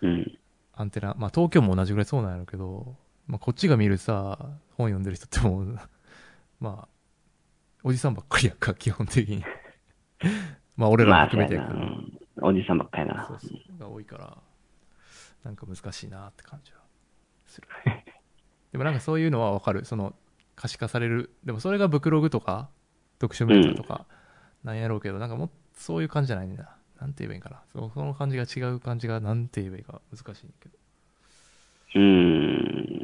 うん。
アンテナ、まあ、東京も同じぐらいそうなんやろうけど、まあ、こっちが見るさ本読んでる人ってもう まあおじさんばっかりやんか基本的に まあ俺らも
まあ、そう
含め
や
てや
な。
け
う
ど、
んおじさんばっかりやな
そう。そうが多いからなんか難しいなって感じはするでもなんかそういうのはわかるその可視化されるでもそれがブクログとか読書メディアとかなんやろうけど、なんかもうそういう感じじゃないんだなんて言えばいいんかなそのその感じが違う感じがなんて言えばいいか難しいんだけど
うーん。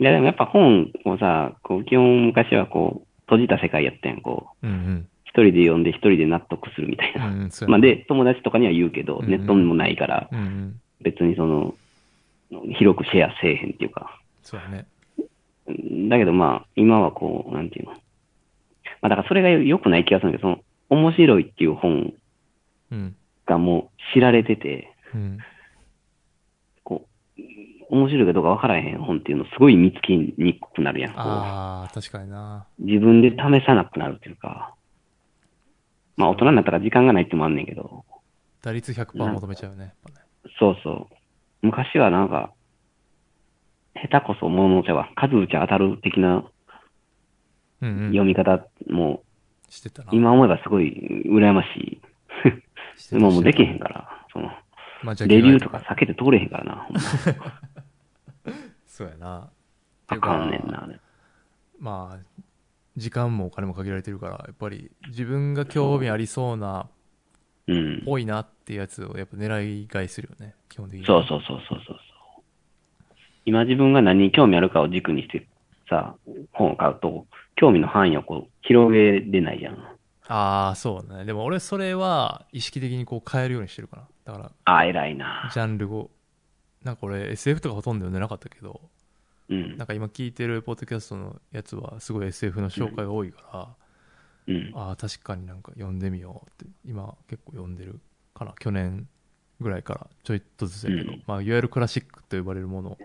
いや、でもやっぱ本をさ、こう、基本昔はこう、閉じた世界やったやん、こう。
うん
一人で読んで一人で納得するみたい
うん
な。
うんうんそうやな
まあ、で、友達とかには言うけど、
うんうん
ネットにもないから、
うんうん
別にその、広くシェアせえへんっていうか。
そうやね
だけどまあ、今はこう、なんていうの。まあだからそれが良くない気がするんだけど、その、面白いっていう本
うん
がもう知られてて、
うん
こう、面白いかどうか分からへん本っていうのすごい見つけにくくなるやん。こ
ああ確かにな
う自分で試さなくなるっていうか。まあ大人になったら時間がないってのもあんねんけど、
打率100%求めちゃうよねやっぱね
そうそう。昔はなんか、下手こそ物ちゃは、数打ちゃ当たる的な
うんう
読
ん
み方も、
してたな
今思えばすごい羨ましい。
してた
今もうできへ
して
んから、その、
たまあじゃあ
レビューとか避けて通れへんからな、ほんま
そうやな。
あかんねんな。
まあ、時間もお金も限られてるから、やっぱり自分が興味ありそうな、
うん。
ぽいなってやつをやっぱ狙い買いするよね、基本的に。
そうそうそうそうそうそう。今自分が何に興味あるかを軸にしてさ、本を買うと、興味の範囲をこう、広げれないじゃん。
ああ、そうだね。でも俺それは意識的にこう変えるようにしてるかな。だか
ああ、偉い
ら、
な。
ジャンルを。なんか俺 SF とかほとんど読んでなかったけど、
うん
な。んか今聞いてるポッドキャストのやつはすごい SF の紹介が多いから、
うん。
ああ、確かになんか読んでみようって、今結構読んでるかな、去年ぐらいからちょいっとずつやけど、
うん
まあ、いわゆるクラシックと呼ばれるものを、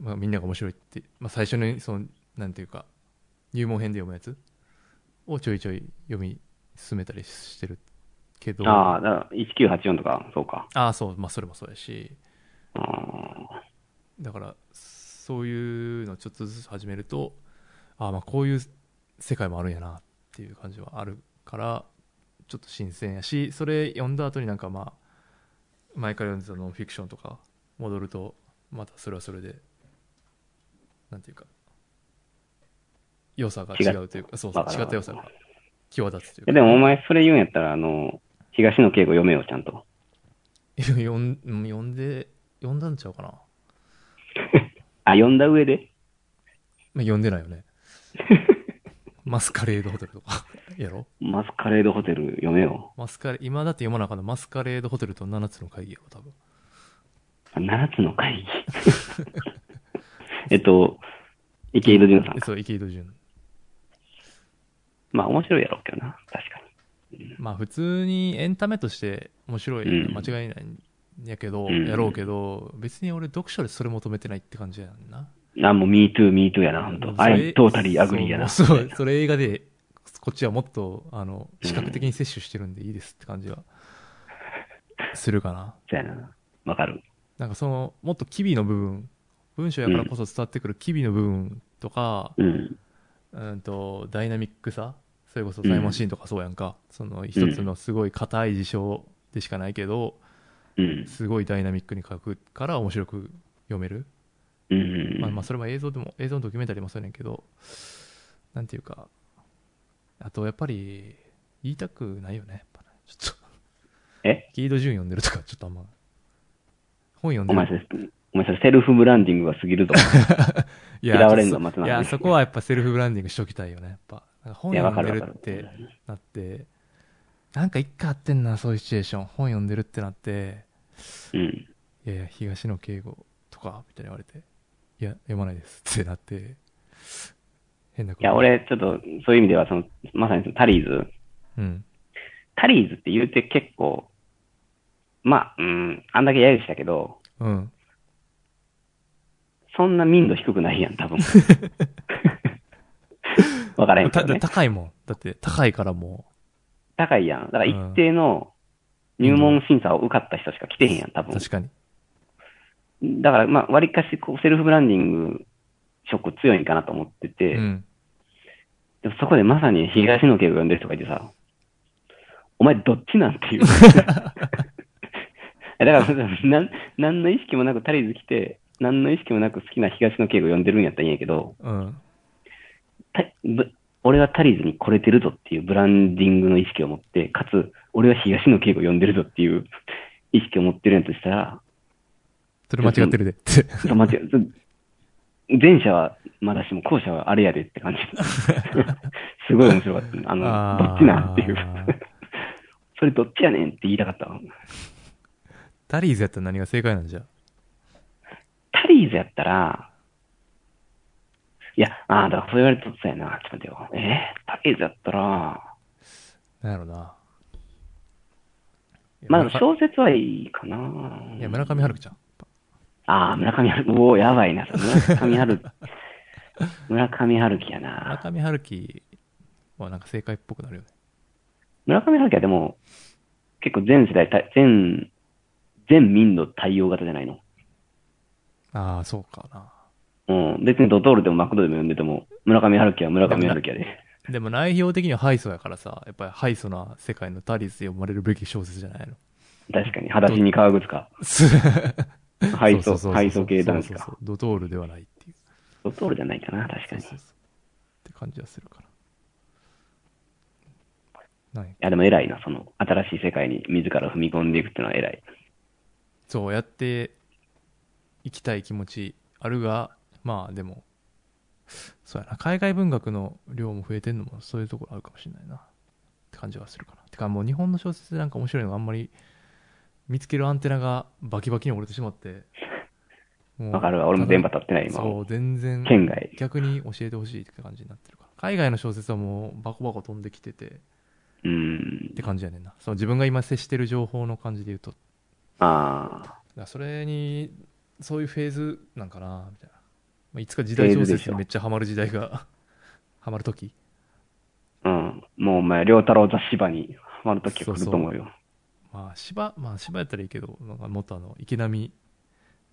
まあ、みんなが面白いって、まあ、最初にその、なんていうか、入門編で読むやつをちょいちょい読み進めたりしてるけど、
ああ、だから、1984とか、そうか。
ああ、そう、まあ、それもそうやし、
あ
だから、そういうのをちょっとずつ始めると、ああ、まあ、こういう世界もあるんやなっていう感じはあるから、ちょっと新鮮やし、それ読んだ後になんかまあ、前から読んでたノンフィクションとか戻ると、またそれはそれで、なんていうか、良さが違うというか、そうそう、
わかる
違った良さが際立つという
あ。
か。
でも、お前、それ言うんやったら、あの、東野敬吾読めよ、ちゃんと。
読ん、うん読んで、読んだんちゃうかな。
あ、読んだ上で
まあ、読んでないよ ね。マスカレードホテルとか、やろ
マスカレードホテル読めよ。
マスカレ今だって読まなあかんのマスカレードホテルと7つの会議やろ多分
7つの会議。 えっと、池井戸潤さん
え
か。
そう池井戸潤
まあ面白いやろうけどな。確か
まあ普通にエンタメとして面白い、
うん
間違いないんやけど、
うん
やろうけど別に俺読書でそれ求めてないって感じやんな
に。あ、もう me too, me too やな、ほんと。
そ
あ
れ
れ、トータリーアグリーやな。
そうそうそれ映画でこっちはもっとあの視覚的に摂取してるんでいいですって感じはするかな
そうやな。わかる。
なんかそのもっと機微の部分文章やからこそ伝わってくる機微の部分とか、
うん。
うんとダイナミックさそれこそタイムマシーンとかそうやんか、その一つのすごい硬い事象でしかないけど、
うん。
すごいダイナミックに書くから面白く読める、
うん。
まあまあそれは映像でも映像のドキュメンタリーもそうやねんけどなんていうかあとやっぱり言いたくないよねやっぱねちょっと
え
キード順読んでるとかちょっとあんま本読ん
お
で
前
る
それ、お前それセルフブランディングが過ぎるぞ。
いや
嫌われんの松永
いや
です
そこはやっぱセルフブランディングしときたいよねやっぱなんか本
いや、わか
読ん
る
で
わか
るっ。
る
てなってなんか一回あってんなそういうシチュエーション本読んでるってなって
うん。
いやいや東野敬吾とかみたいに言われていや読まないですってなって変なこと
いや、俺、ちょっと、そういう意味では、その、まさにそのタリーズ。
うん
タリーズって言うて結構、まあ、うん、あんだけ揶揄したけど、
うん
そんな民度低くないやん、多 分。わからへんけ
た
ど、ね。
高いもん。だって高いからも
高いやん。だから一定の入門審査を受かった人しか来てへんやん、多
う、
分。
確かに。
だから、まあ、割かし、こう、セルフブランディング、色強いんかなと思ってて、
うん。
でもそこでまさに東野圭吾呼んでる人がいてさ、お前どっちなんていう。 だから、なん、何の意識もなくタリーズ来て、何の意識もなく好きな東野圭吾呼んでるんやったらいいんやけど、
うん。
たぶ俺はタリーズに来れてるぞっていうブランディングの意識を持って、かつ、俺は東野圭吾呼んでるぞっていう意識を持ってるんやとしたら、
それ間違ってるで。って。
ちょっと待って、ちょっと前者はまだしも後者はあれやでって感じ。すごい面白かった。あの、どっちなんっていう。
あー
それどっちやねんって言いたかったわ
タリーズやったら何が正解なんじゃ。
タリーズやったら、いや、ああ、だからそう言われるとそうやな。ちょっと待ってよ。えータリーズやったら、
なんやろな。いや
まあ
村上
小説はいいかな。
いや、村上春樹ちゃん。
ああ、村上春樹。おお、やばいな。それ村上 春樹。村上春樹や
村
な。
上春樹はなんか正解っぽくなるよね。
村上春樹はでも、結構全世代、た全、全民度対応型じゃないの。
ああ、そうかな。
うん。別にドトールでもマクドでも呼んでても、村上春樹は村上春樹やで。
でも内容的には敗訴やからさ、やっぱり敗訴な世界のタリーズで読まれるべき小説じゃないの。
確かに。裸足に革靴か。配
そうそうそ
送、
う
配送系男子
そうそうそ。
か
うドトールではないっていう。
ドトールじゃないかな、確か
そう
に。い
そうそう。って感じはするから。ない。
や、でも偉いな、その、新しい世界に自ら踏み込んでいくっていうのは偉い。
そうやっていきたい気持ちあるが、まあでも、そうやな、海外文学の量も増えてんのもそういうところあるかもしれないな。って感じはするかな。てかもう日本の小説でなんか面白いのがあんまり見つけるアンテナがバキバキに折れてしまって。もう
わかるわ。俺も電波立ってない、今。
そう、全然。
県外。
逆に教えてほしいって感じになってるから海外の小説はもうバコバコ飛んできてて
うん
っ。て感じやねんなその自分が今接してる情報の感じで言うとだか
ああ。
らそれにそういうフェーズなんかなみたいな、まあ、いつか時代小
フェーズでし
説
ょ
にめっちゃハマる時代が ハマる時
うん。もうお前、良太郎雑誌場にハマるときが来ると思うよ。
まあ芝まあ芝やったらいいけどなんかもっとあの池波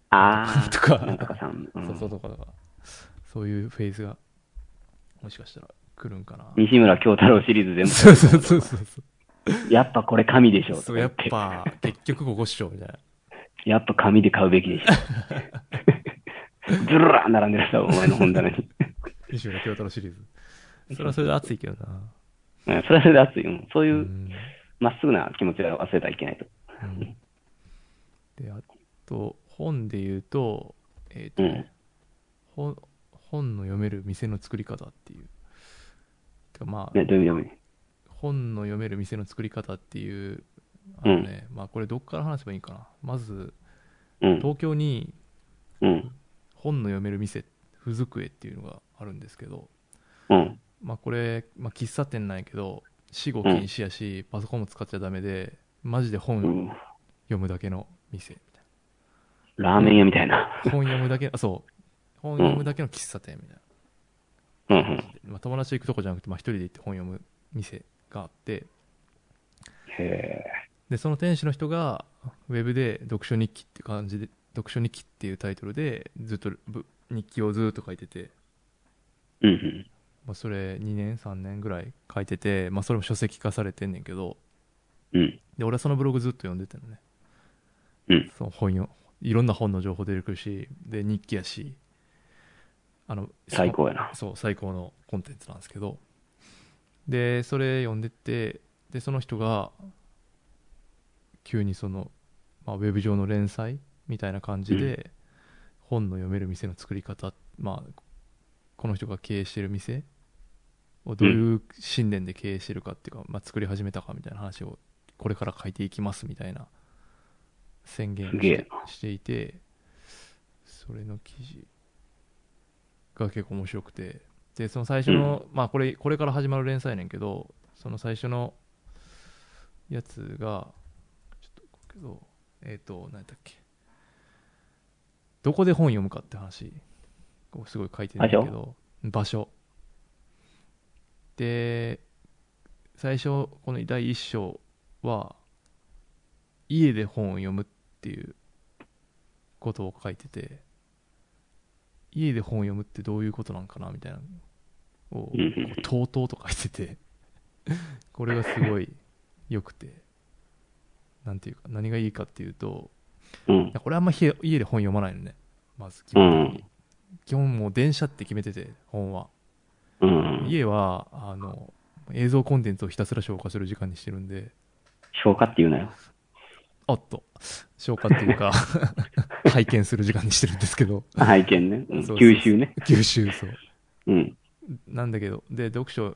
ああ。
とか
なんとかさん。うん
そうそうとかとかそういうフェーズがもしかしたら来るんかな
西村京太郎シリーズ全
そうそうそうそう
部。やっぱこれ神でしょ。と
そ
か
う
言
や
っ
ってぱ結局ここっしょみたいな
やっぱ紙で買うべきでし ょ。ずるらー並んでるさ、お前の本棚に。
西村京太郎シリーズそれはそれで熱いけどな
うんそれはそれで熱いよ。そういううんまっすぐな気持ちは忘れてはいけないと。
うんであと本で言うと,、えーと
うん
本本の読める店の作り方っていうてかまあ、
ね、どういう意味でもいい
本の読める店の作り方っていうあのね、まあこれどっから話せばいいかなまず
うん。
東京に
うん。
本の読める店ふずくえっていうのがあるんですけど
うん。
まあこれ、まあ、喫茶店なんやけど死後禁止やし、パソコンも使っちゃダメでマジで本
うん
読むだけの店みたいな
ラーメン屋みたいな。
本読むだけ、あ、そう。本読むだけの喫茶店みたいな
うんうん。
感じで。まあ、友達と行くとこじゃなくて、まあ、一人で行って本読む店があって、
へえ。
で、その店主の人が、ウェブで読書日記って感じで、読書日記っていうタイトルで、ずっとぶ日記をずっと書いてて、
うんうん。
まあ、それ2年、3年ぐらい書いてて、まあ、それも書籍化されてんねんけど、
うん。
で、俺はそのブログずっと読んでたのね。
うん。
その本よ、いろんな本の情報出てくるし、で、日記やし、あの、
最高やな。
そう最高のコンテンツなんですけどでそれ読んでってでその人が急にその、まあ、ウェブ上の連載みたいな感じで、本の読める店の作り方、まあ、この人が経営してる店をどういう信念で経営してるかっていうか、まあ、作り始めたかみたいな話をこれから書いていきますみたいな宣言を
す
し
げえ
てしていてそれの記事が結構面白くてでその最初の、まあこれこれから始まる連載やねんけどその最初のやつがちょっとこうけどえっ、と何やったっけどこで本読むかって話こうすごい書いてないけど場所で最初この第一章は家で本を読むっていうことを書いてて家で本を読むってどういうことなんかなみたいなのをこ
うんうん
うとうとうと書いてて これがすごい良くてなんていうか何がいいかっていうと
うん
いやこれあんま家家で本読まないのねまず基本的に、基本もう電車って決めてて本は
うん。
家はあの映像コンテンツをひたすら消化する時間にしてるんで
消化って言う なよ。
あっと消化っていうか拝見する時間にしてるんですけど
あ拝見ね。うん
そうそうそう
吸収ね。
吸収そう
うん。
なんだけどで読書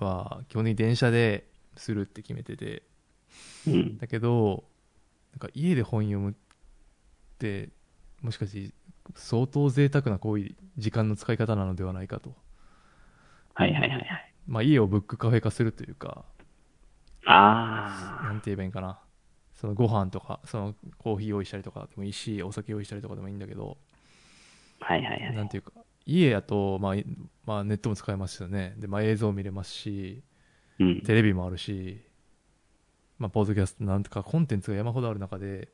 は基本的に電車でするって決めてて
うん。
だけどなんか家で本読むってもしかして相当贅沢な行為時間の使い方なのではないかと、
はいはいはいはい。
まあ、家をブックカフェ化するというか
あ
なんて言えばいいんかなそのご飯とかそのコーヒー用意したりとかでもいいしお酒用意したりとかでもいいんだけど
あ。はいはいは。
ないんていうか家やと、まあいまあ、ネットも使えますよねで、まあ、映像見れますし
うん。
テレビもあるし、まあ、ポッドキャストなんとかコンテンツが山ほどある中で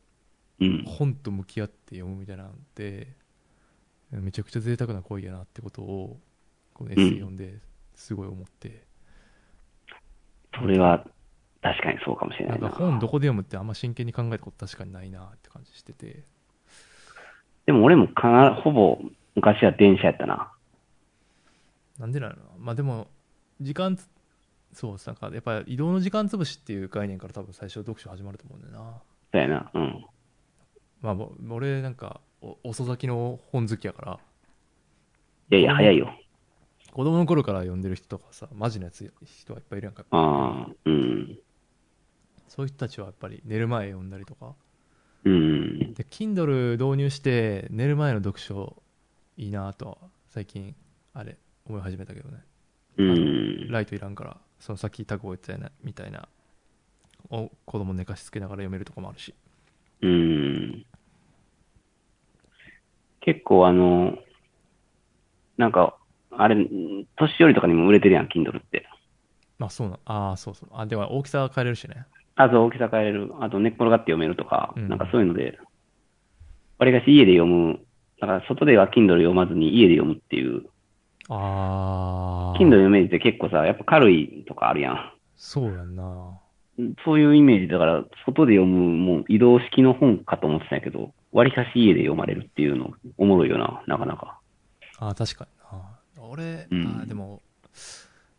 うん。
本と向き合って読むみたいなのってめちゃくちゃ贅沢な行為やなってことをこのエッセイ読んですごい思って、
それは、確かにそうかもしれな
ないん
な。
か本どこで読むってあんま真剣に考えたこと確かにないなって感じしてて
でも俺もかな、ほぼ昔は電車やったな。
なんでなのまあでも時間つそうなんかやっぱり移動の時間潰しっていう概念から多分最初読書始まると思うんだよな
そうやな。うん。
まあもう俺なんかお遅咲きの本好きやから
いやいや、早いよ。
子供の頃から読んでる人とかさマジのやつ人はいっぱいいるやんか
ああ、うん。
そういう人たちはやっぱり寝る前読んだりとか
うん。
で Kindle 導入して寝る前の読書いいなとは最近あれ思い始めたけどね
うん。
ライトいらんからその先タグ置いてたいなみたいなお子供寝かしつけながら読めるとかもあるし
うん。結構あの、なんか、あれ、年寄りとかにも売れてるやん、Kindle って。
まあそうなああそうそうあでは大きさは変えれるしね
あと大きさ変えれる。あと寝っ転がって読めるとか、
うん
なんかそういうので、割りかし家で読む。だから外では Kindle 読まずに家で読むっていう。
ああ
Kindle のイメージって結構さ、やっぱ軽いとかあるやん。
そうやんな
うんそういうイメージだから、外で読む、もう移動式の本かと思ってたんやけど、割りかし家で読まれるっていうの、おもろいよな、なかなか。
あー確かにな俺、
うん
あーでも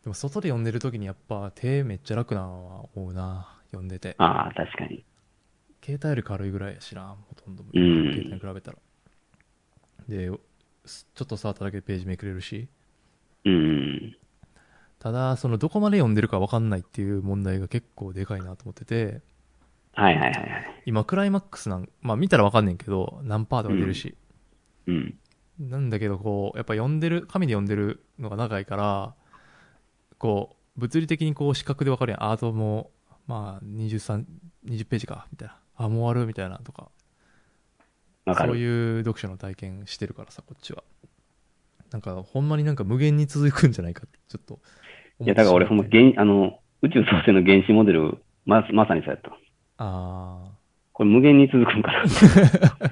でも外で読んでる時にやっぱ手めっちゃ楽なのは思うな読んでて
ああ、確かに。
携帯より軽いぐらいやしなほとんど、
うん
携帯に比べたらでちょっと触っただけでページめくれるし
うん。
ただそのどこまで読んでるか分かんないっていう問題が結構でかいなと思ってて
はいはいはいはい。
今クライマックスなんまあ見たら分かんねんけど何パーとか出るし、
うん。
なんだけどこうやっぱ読んでる紙で読んでるのが長いからこう物理的にこう視覚で分かるやんあーあともうまあ2320ページかみたいなあもう終わるみたいなとか
わか
そう
る。
いう読書の体験してるからさこっちはなんかほんまになんか無限に続くんじゃないかってちょっと
いや、だから俺ほんま、
あ
原、あの、宇宙創生の原子モデル、ま、まさにそうやった。
あー
これ無限に続くんか な。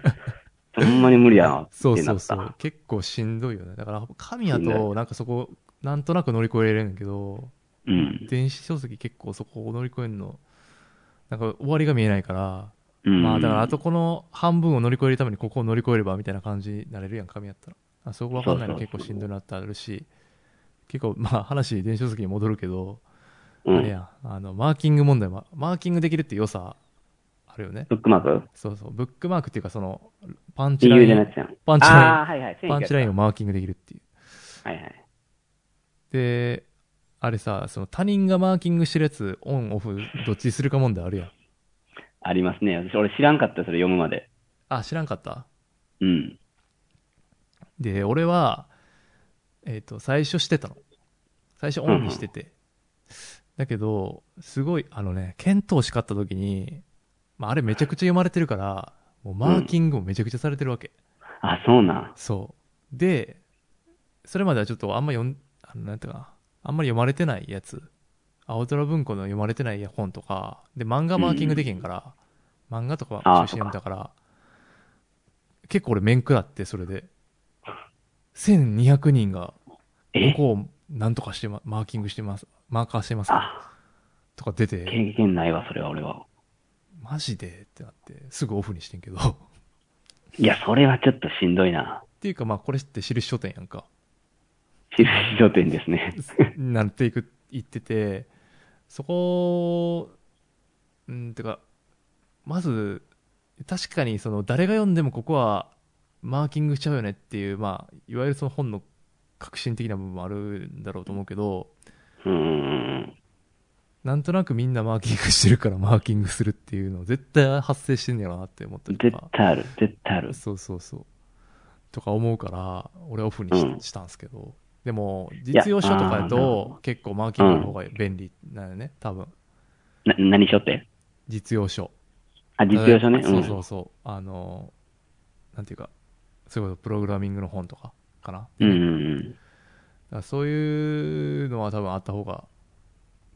ほんまに無理やな、って
そう
な
そ
っ
うそ
た。
う結構しんどいよねだから神や
しんど
となんかそこなんとなく乗り越えれるんやけど
うん。
電子書籍結構そこを乗り越えるのなんか終わりが見えないから、
うん。
まあだからあとこの半分を乗り越えるためにここを乗り越えればみたいな感じになれるやん紙やったらあそこ分かんないの
そう
結
そうそう
構しんどいなってあるし結構まあ話電子書籍に戻るけど、
う
あれ
ん。
やんあのマーキング問題もマーキングできるって良さあるよね
ブックマーク
そうそうブックマークっていうかそのパンチライ
右腕の
ン
やつやん。
パンチライン
ああ、はいはい。
パンチラインを
は
マーキングできるっていう。
いはい。
で、あれさ、その他人がマーキングしてるやつ、オン、オフ、どっちにするか問題あるやん。
ありますね。私、俺知らんかった、それ読むまで。
あ、知らんかった
うん。
で、俺は、えっ、と、最初してたの。最初オンにしてて。だけど、すごい、あのね、検討しかった時に、まあ、あれめちゃくちゃ読まれてるから、もうマーキングもめちゃくちゃされてるわけ。
あ、そうなん。
そうでそれまではちょっとあんま読んあのなんていうかなあんまり読まれてないやつ青空文庫の読まれてない本とかで漫画マーキングできへんから、漫画とか
あー
中心だから結構俺面食らってそれで1200人が
え
ここをなんとかして、ま、マーキングしてますマーカーしてます
あ、
とか出て
経験ないわ、それは俺は。
マジでってなってすぐオフにしてんけど っ
いや、それはちょっとしんどいな。
ていうかまあこれって印書店やんか
印書店で すね。
なっていく行っててそこうんてかまず確かにその誰が読んでもここはマーキングしちゃうよねっていうまあいわゆるその本の革新的な部分もあるんだろうと思うけど
うーん。
なんとなくみんなマーキングしてるからマーキングするっていうの絶対発生してんやろなって思ったり
絶
とか
対ある、絶対ある。
そうそうそうとか思うから俺はオフにし,、
うん
たんですけどでも実用書とかや
あーなるほ
と結構マーキングの方が便利なよね多分
な、何書店
実用書
あ、実用書
あ
ね。う
そ
ん。
うそうそうあのなんていうかそういうことプログラミングの本とかかな
うんうん
だからそういうのは多分あった方が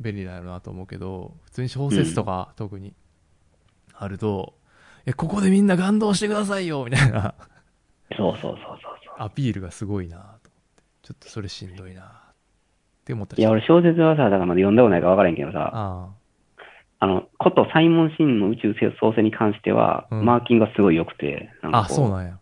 便利だよなと思うけど普通に小説とか特にあると、えここでみんな感動してくださいよみたいな
うん。そうそうそうそうそ
アピールがすごいなと思ってちょっとそれしんどいなって思った
う。い
りし
や、
た
俺小説はさ、だからまだ読んだことないから分からへんけどさ、
あ
あの、ことサイモン・シンの宇宙創生に関しては、
うん
マーキングがすごい良くて、な
あ
ん
あ
かこ
そうなんや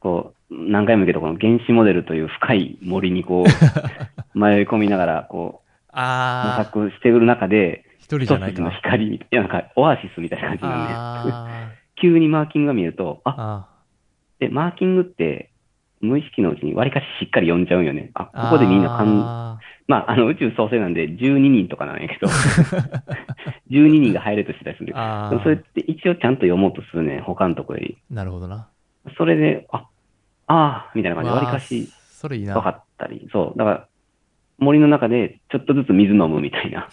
こう、何回も言うけど、この原子モデルという深い森 にこう、迷い込みながら、こう、模
ああ
索してくる中で、
一人じ
一
ゃない
つ
か
の
な
光、いや、なんか、オアシスみたいな感じなんで、
あ
急にマーキングが見えると、
ー
あ、
あ
で、マーキングって、無意識のうちに割かししっかり読んじゃうんよね。あ、ここでみんな感、
あ
まあ、あの、宇宙創生なんで12人とかなん やけど、12人が入れとしてたりするん
ーあ
だけどで
ー
もそれって一応ちゃんと読もうとするね、他のとこより。
なるほどな
それで、あ、ああ、みたいな感じで割か
わ
し、
あそれいいな
分かったり、そう、だから、森の中でちょっとずつ水飲むみたいな、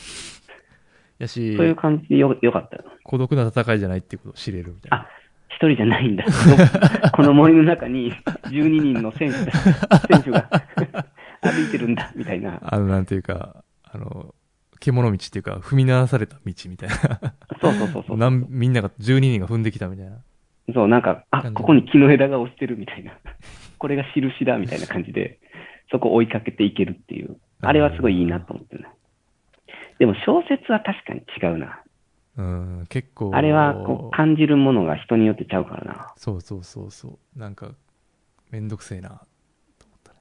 やし
そういう感じでよよかったよ。
孤独な戦いじゃないってことを知れるみたいな
あ一人じゃないんだ。この この森の中に12人の 選手選手が 歩いてるんだ、みたいな。
あのなんていうかあの獣道っていうか踏み鳴らされた道みたいな
そうそうそうそう。
なんみんなが12人が踏んできたみたいな
そう、なんか、あ
感、じ
ここに木の枝が落ちてるみたいな。 これが印だ、みたいな感じで、そこを追いかけていけるっていう。あれはすごいいいなと思ってるな。でも小説は確かに違うな。
うん結構
あれはこう感じるものが人によってちゃうからな。
そうそうそうそうなんかめんどくせえな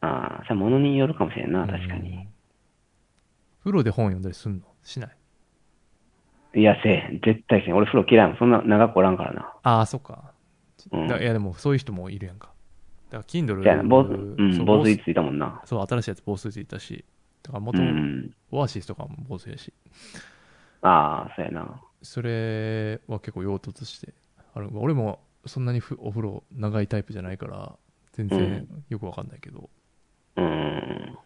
ああ、それは物によるかもしれんな、確か
う
に
ん。風呂で本読んだりすんのしない
いや、せえへん。絶対せえへん。俺風呂嫌いもん。そんな長くおらんからな。
ああそっか、
うん
だいやでもそういう人もいるやんかだから Kindle
じゃあ、防水、う
そ
ん、
う
防水
防
ついたもんな。
そう新しいやつ防水ついたしだから
う
元々
ん。
オアシスとかも防水やし
ああ、そうやな。
それは結構用途としてある俺もそんなにふお風呂長いタイプじゃないから全然よくわかんないけど、
うん。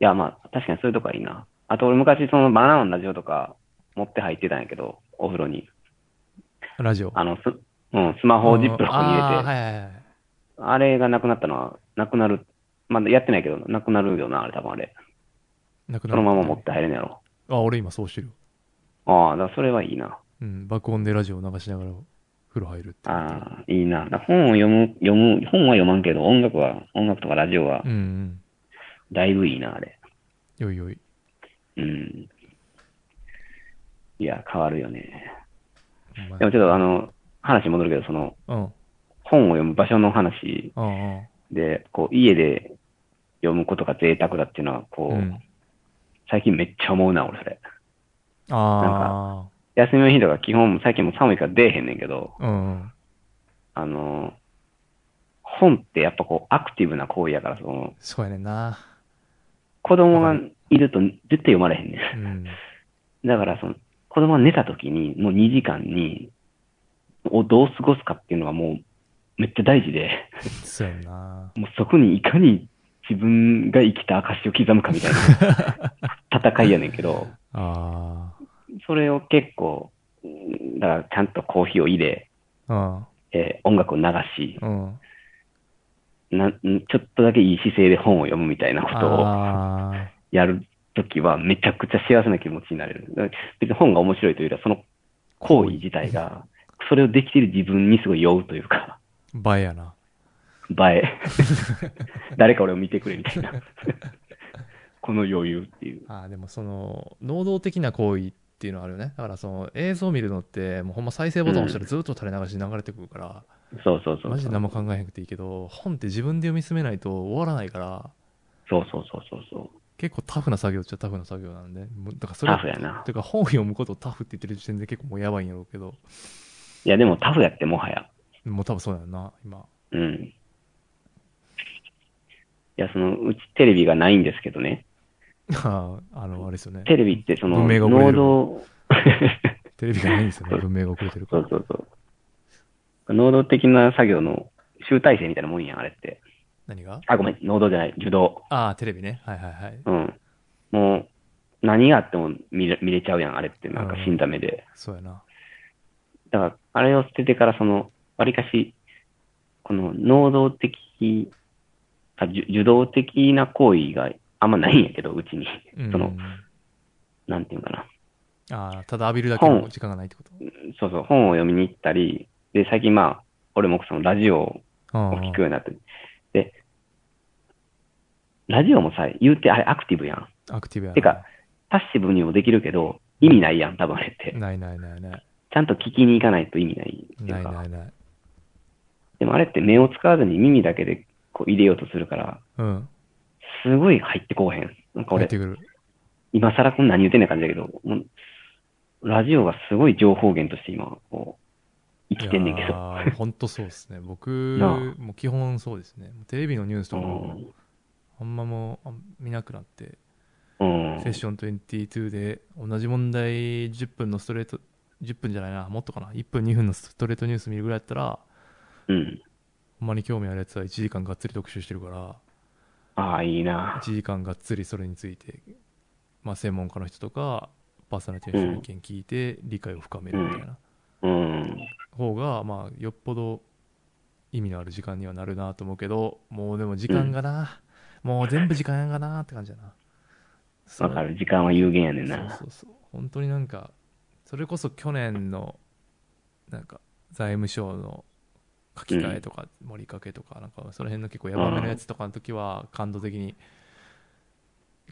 いや、まあ、確かにそういうとこはいいな。あと、俺昔、そのバナナのラジオとか持って入ってたんやけど、お風呂に。
ラジオ
あの、す、うん、スマホをジップロックに入れ
うんあー
て、
はいはいはい
あれがなくなったのは、なくなる。まだやってないけど、なくなるよな、あれ多分あれ。
なくな
そ
る
のまま持って入れんやろ。
あ俺今そうしてるよ
ああ、だからそれはいいな。
うん爆音でラジオを流しながら風呂入るっていう
ああ、いいな。だから本を読む、読む、本は読まんけど、音楽は、音楽とかラジオは
う、んうん
だいぶいいな、あれ。
よいよい
うん。いや、変わるよね。
お前
でもちょっとあの、話戻るけど、その、
うん
本を読む場所の話
うんうん
で、こう、家で読むことが贅沢だっていうのは、こう、
うん
最近めっちゃ思うな、俺、それ。
あ
休みの日とか基本、最近もう寒いから出えへんねんけど、
あうんうん
あの、本ってやっぱこう、アクティブな行為やから、その、
そうやねんな
子供がいると絶対読まれへんねん。
うん
だからその、子供が寝た時に、もう2時間に、をどう過ごすかっていうのがもう、めっちゃ大事で、
そうやんな
もうそこにいかに自分が生きた証を刻むかみたいな戦いやねんけど、
あ
それを結構、うんだからちゃんとコーヒーを入れ、
あうん
えー音楽を流し、
うん。
なんんちょっとだけいい姿勢で本を読むみたいなことを
ああ。
やるときはめちゃくちゃ幸せな気持ちになれる。だから別に本が面白いというよりは、その行為自体が、それをできている自分にすごい酔うというか、
映えやな。
映え。誰か俺を見てくれみたいな。 この余裕っていう。
ああ、でもその、能動的な行為っていうのはあるよね。だからその映像を見るのって、もうほんま再生ボタン押したらずっと垂れ流しで流れてくるから、
そうそうそう
マジ
そ
で
う。
何も考えへんくていいけど、本って自分で読み進めないと終わらないから、
そうそうそうそうそう。
結構タフな作業っちゃタフな作業なんで、もうだからそれ
タ、フやな。
てか本を読むことをタフって言ってる時点で結構もうやばいんやろうけど、
いや、でもタフやってもはや。
もう多分そうだよな、今。
うん。いや、その、うちテレビがないんですけどね。
ああ、あの、あれですよね。
テレビってその、
文明が遅れ
能
る
動、
テレビがないんですよね、文明が遅れてるか
そ
ら
う。そうそう。能動的な作業の集大成みたいなもんやん、あれって。
何が
あ、ごめん、能動じゃない、受動。
ああ、テレビね。はいはいはい。
うん。もう、何があっても見れ見れちゃうやん、あれって。なんか死んだ目で。
そうやな。
だから、あれを捨ててから、その、わりかし、この、能動的、あ受受動的な行為があんまないんやけど、うちに。
うん
その、なんていうんかな。
ああ、ただ浴びるだけの時間がないってこと。
そうそう、本を読みに行ったり、で、最近まあ、俺もそのラジオを
あ
聞くようになって、で、ラジオもさ、言うてあれアクティブやん。
あ、アクティブやな。
てか、パッシブにもできるけど、意味ないやん、多分あれって。
ないないないない。
ちゃんと聞きに行かないと意味ないっていう
ない
か。
ないない。
でもあれって目を使わずに耳だけでこう入れようとするから、
うん。
すごい入ってこうへん。なんか
入っ
俺、
てくる。
今更こんな何言うてんねん感じだけど、もうラジオがすごい情報源として今、こう、生きてんねんけ
い
ど
や。ーほんとそうですね。僕
な、
もう基本そうですね。テレビのニュースとか
う
も
ん、
あんまもうあん見なくなって、
うん。
セッション22で同じ問題10分のストレート、10分じゃないな、もっとかな。1分2分のストレートニュース見るぐらいやったら、
うん。
ほんまに興味あるやつは1時間がっつり特集してるから、
ああ、いいな。
1時間がっつりそれについて、まあ、専門家の人とかパーソナリティの人の意見聞いて理解を深めるみたいな
うん。
方が、まあ、よっぽど意味のある時間にはなるなと思うけどもうでも時間がな、もう全部時間がなって感じだなそ
わ
う
かる。時間は有限やねん
そう
な。
そうそう本当になんかそれこそ去年のなんか財務省の書き換えとか盛りかけとかなんかその辺の結構ヤバめのやつとかの時は感動的に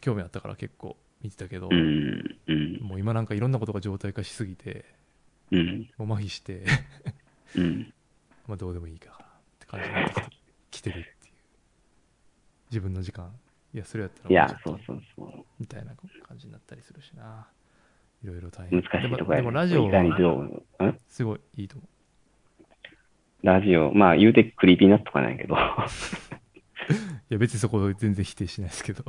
興味あったから結構見てたけど、
うん。うん。
もう今なんかいろんなことが状態化しすぎて
うん。
もう麻痺して
うん。
まあどうでもいいからって感じになってきてきてるっていう自分の時間いやそれやったらも
い
う
や
ち、ょ
そ
っと
うそうそう。
みたいな感じになったりするしないろいろ大変
難しいとこ
でも
やね
でもラジオ
いかに
は
どう、ん
すごいいいと思う
ラジオ、まあ言うてクリーピーナッツとかなんやけど、め
いや別にそこ全然否定しないですけど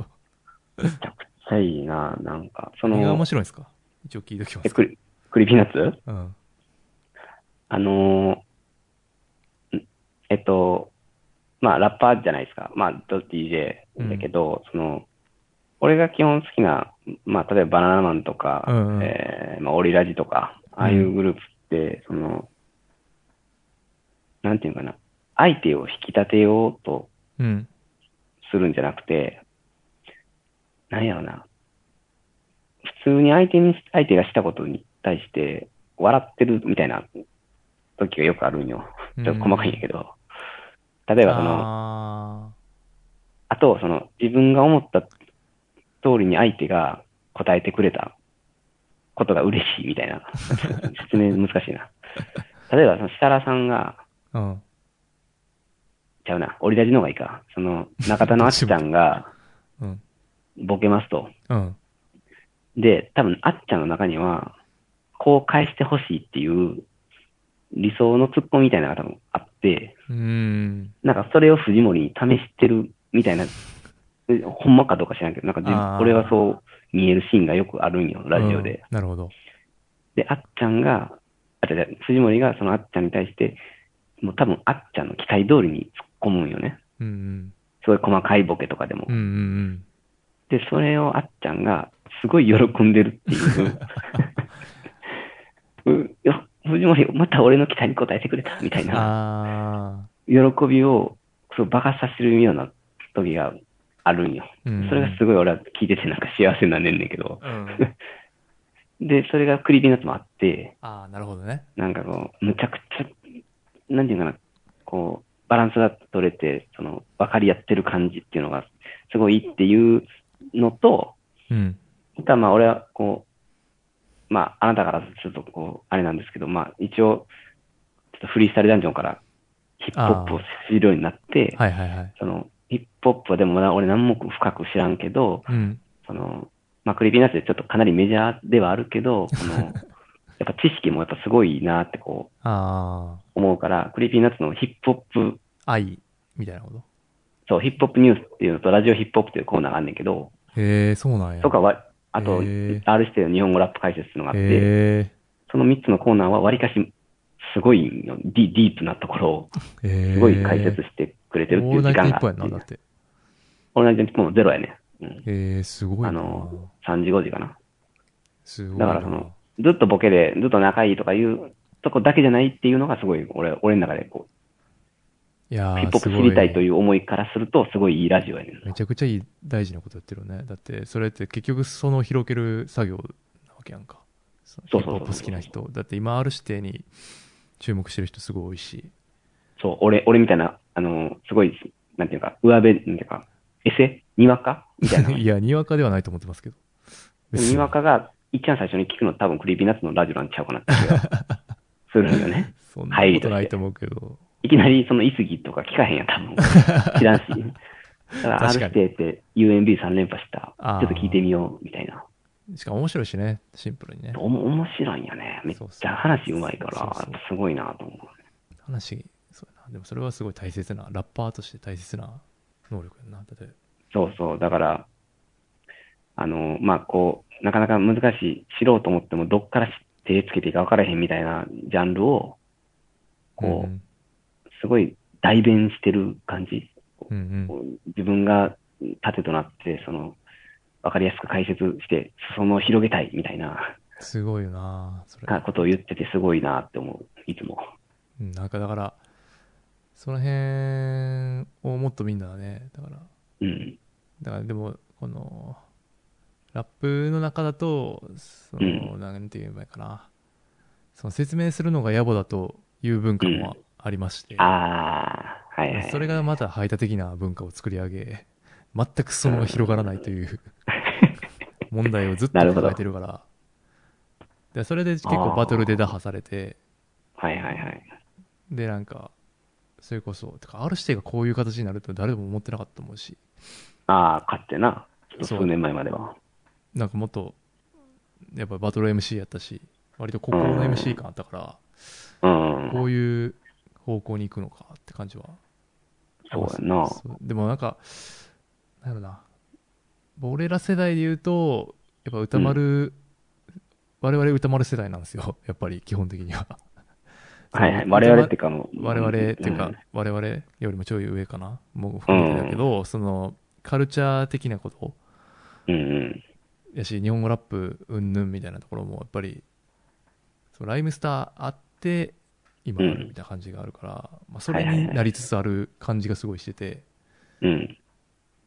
ちゃくちゃいいな、なんか。そ
何が
の
面、白いんですか一応聞いときま
え
す
クリクリーピーナッツ
うん
あのー、んえっと、まあラッパーじゃないですか。まあ、ど DJ だけど、その、俺が基本好きな、まあ、例えばバナナマンとか、
うんうん
えーまあ、オリラジとか、ああいうグループって、その、なんていうのかな、相手を引き立てようと
うん
するんじゃなくて、なんやろな、普通に相手に、相手がしたことに対して、笑ってるみたいな時がよくあるんよ。ちょっと細かいんやけど。例えばその、
あ
あと、その、自分が思った通りに相手が答えてくれたことが嬉しいみたいな。説明難しいな。例えば、その、設楽さんが、
あうん
ちゃうな、折り出しの方がいいか。その、中田のあっちゃんが、
うん
ボケますと。
うん
で、多分、あっちゃんの中には、こう返してほしいっていう、理想のツッコミみたいなのが多分あって、
うーん
なんかそれを藤森に試してるみたいな、えほんまかどうか知らんけど、なんか自
あー
分俺はそう見えるシーンがよくあるんよ、ラジオで。
うんなるほど
で、あっちゃんが、あ、違う違う、藤森がそのあっちゃんに対して、もう多分あっちゃんの期待通りに突っ込むんよね。
うんうん
すごい細かいボケとかでも。
うんうん
で、それをあっち ゃんがすごい喜んでるっていう。ういや藤森、また俺の期待に応えてくれた、みたいな、
あ
喜びを、そう、爆発させるような時があるんよ。
あ、うん、
それがすごい俺は聞いててなんか幸せになんねんねんけど。
うん、
で、それがクリーピーナッツもあって、
ああ、なるほどね。
なんかこう、むちゃくちゃ、なんていうかな、こう、バランスが取れて、その、分かり合ってる感じっていうのが、すごいいいっていうのと、
うん。
あとはまあ俺はこう、まああなたからするとこう、あれなんですけど、まあ一応、ちょっとフリースタイルダンジョンからヒップホップを知るようになって、
はいはいはい。
その、ヒップホップはでもまだ俺何も深く知らんけど、
うん。
その、まあ、クリーピーナッツでちょっとかなりメジャーではあるけど、 この、やっぱ知識もやっぱすごいなってこう
あ
思うから、クリーピーナッツのヒップホップ、
あ、愛みたいなこと。
そう、ヒップホップニュースっていうのと、ラジオヒップホップっていうコーナーがあんねんけど、
へえ、そうなんや。
とかは、あと、
へー
R 指定の日本語ラップ解説っていうのがあって、
へ
その3つのコーナーはわりかし、すごいのディ、ディープなところを、
え。へえ。
すごい解説してくれてるって
オー
いう
ルナ
時
イト
間
日
が
本やん
あって
な、だって。
オールナイト日本もゼロやね。うん。
へえ、すごいな。
あの、3時5時かな。
すごい
だ
な。
からその、ずっとボケで、ずっと仲いいとかいうとこだけじゃないっていうのがすごい、俺、俺の中でこ
いや
う、
ー
ヒップホップ知りたいという思いからすると、すごいいいラジオやねん
め
な。
ちゃくちゃいい大事なことやってるよねだってそれって結局その広げる作業なわけやんかその
そ
ヒッ
うそ
プ
う
ホ
そう
ップ好きな人だって今 R 指定に注目してる人すごい多いし
そう、俺、俺みたいな、あの、すごい、なんていうか、上辺、なんていうか、エセにわかみた いな。
いやにわかではないと思ってますけど別
にわかが、いっちゃん最初に聞くの多分クリーピーナッツのラジオなんちゃうかなって気がするんよね。
そんなことないと思うけど、
いきなりそのイスギとか聞かへんやん、多分。知らんし。だから、R
確
指
かに
定って UMB3 連覇した。ち
あー
ょっと聞いてみよう、みたいな。
しかも面白いしねシンプルにね
おも面白いんやね。めっち
そうそう
ゃ話うまいから、
そうそう
やっぱすごいなと思う。
話そうやなでもそれはすごい大切なラッパーとして大切な能力やんなだって
そうそう。だから、あの、まあ、こう、なかなか難しい、知ろうと思っても、どっから手つけていいか分からへんみたいなジャンルを、こ
ん
う、すごい代弁してる感じ。
うんうん
こう自分が盾となって、その、分かりやすく解説して、その広げたいみたいな
すごいよなそれ
かことを言っててすごいなって思う、いつも。
うんなんかだからその辺をもっとみんなねだから
うん。
だからでもこのラップの中だとその、なんて言えばいいかなその説明するのが野暮だという文化もありまして、
ああ、はいはい。
それがまた排他的な文化を作り上げ全くその広がらないという 問題をずっと
なるほど
抱えてるからでそれで結構バトルで打破されて
はいはいはい。
でなんかそれこそてか R 指定がこういう形になると誰も思ってなかったと思うし
ああ、勝ってな。ちょっと
そう
数年前までは。
なんかもっとやっぱバトル MC やったし割と心の MC 感あったから、
うん。
こういう方向に行くのかって感じは
そうやな。
そうでもなんかなんやろな俺ら世代で言うとやっぱ歌丸、我々歌丸世代なんですよやっぱり基本的には
はいはい。
そう
我々ってかもう。
我々っていう
う
か
ん、
我々よりもちょい上かなもう含めてだけど、そのカルチャー的なこと
うんうん。
やし日本語ラップうんぬんみたいなところもやっぱりそうライムスターあって今あるみたいな感じがあるから、まあ、それになりつつある感じがすごいしてて、
うん。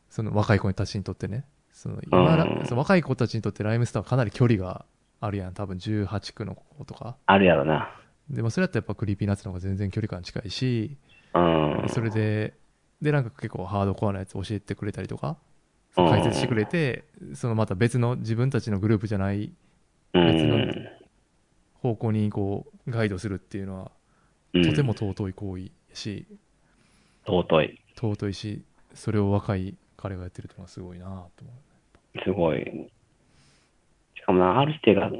その若い子たちにとってねその今ら
うん
その若い子たちにとってライムスターはかなり距離があるやん多分18区の子とか
あるやろな。
でもそれだとやっぱクリーピーナッツの方が全然距離感近いし
うん。
それで、で、なんか結構ハードコアなやつ教えてくれたりとか、
うん
解説してくれて、そのまた別の自分たちのグループじゃない
うん。
方向にこう、ガイドするっていうのは、
うん
とても。尊い行為やし、
尊い。
尊いし、それを若い彼がやってるっていうのはすごいなと思。
すごい。しかもな、ある人が、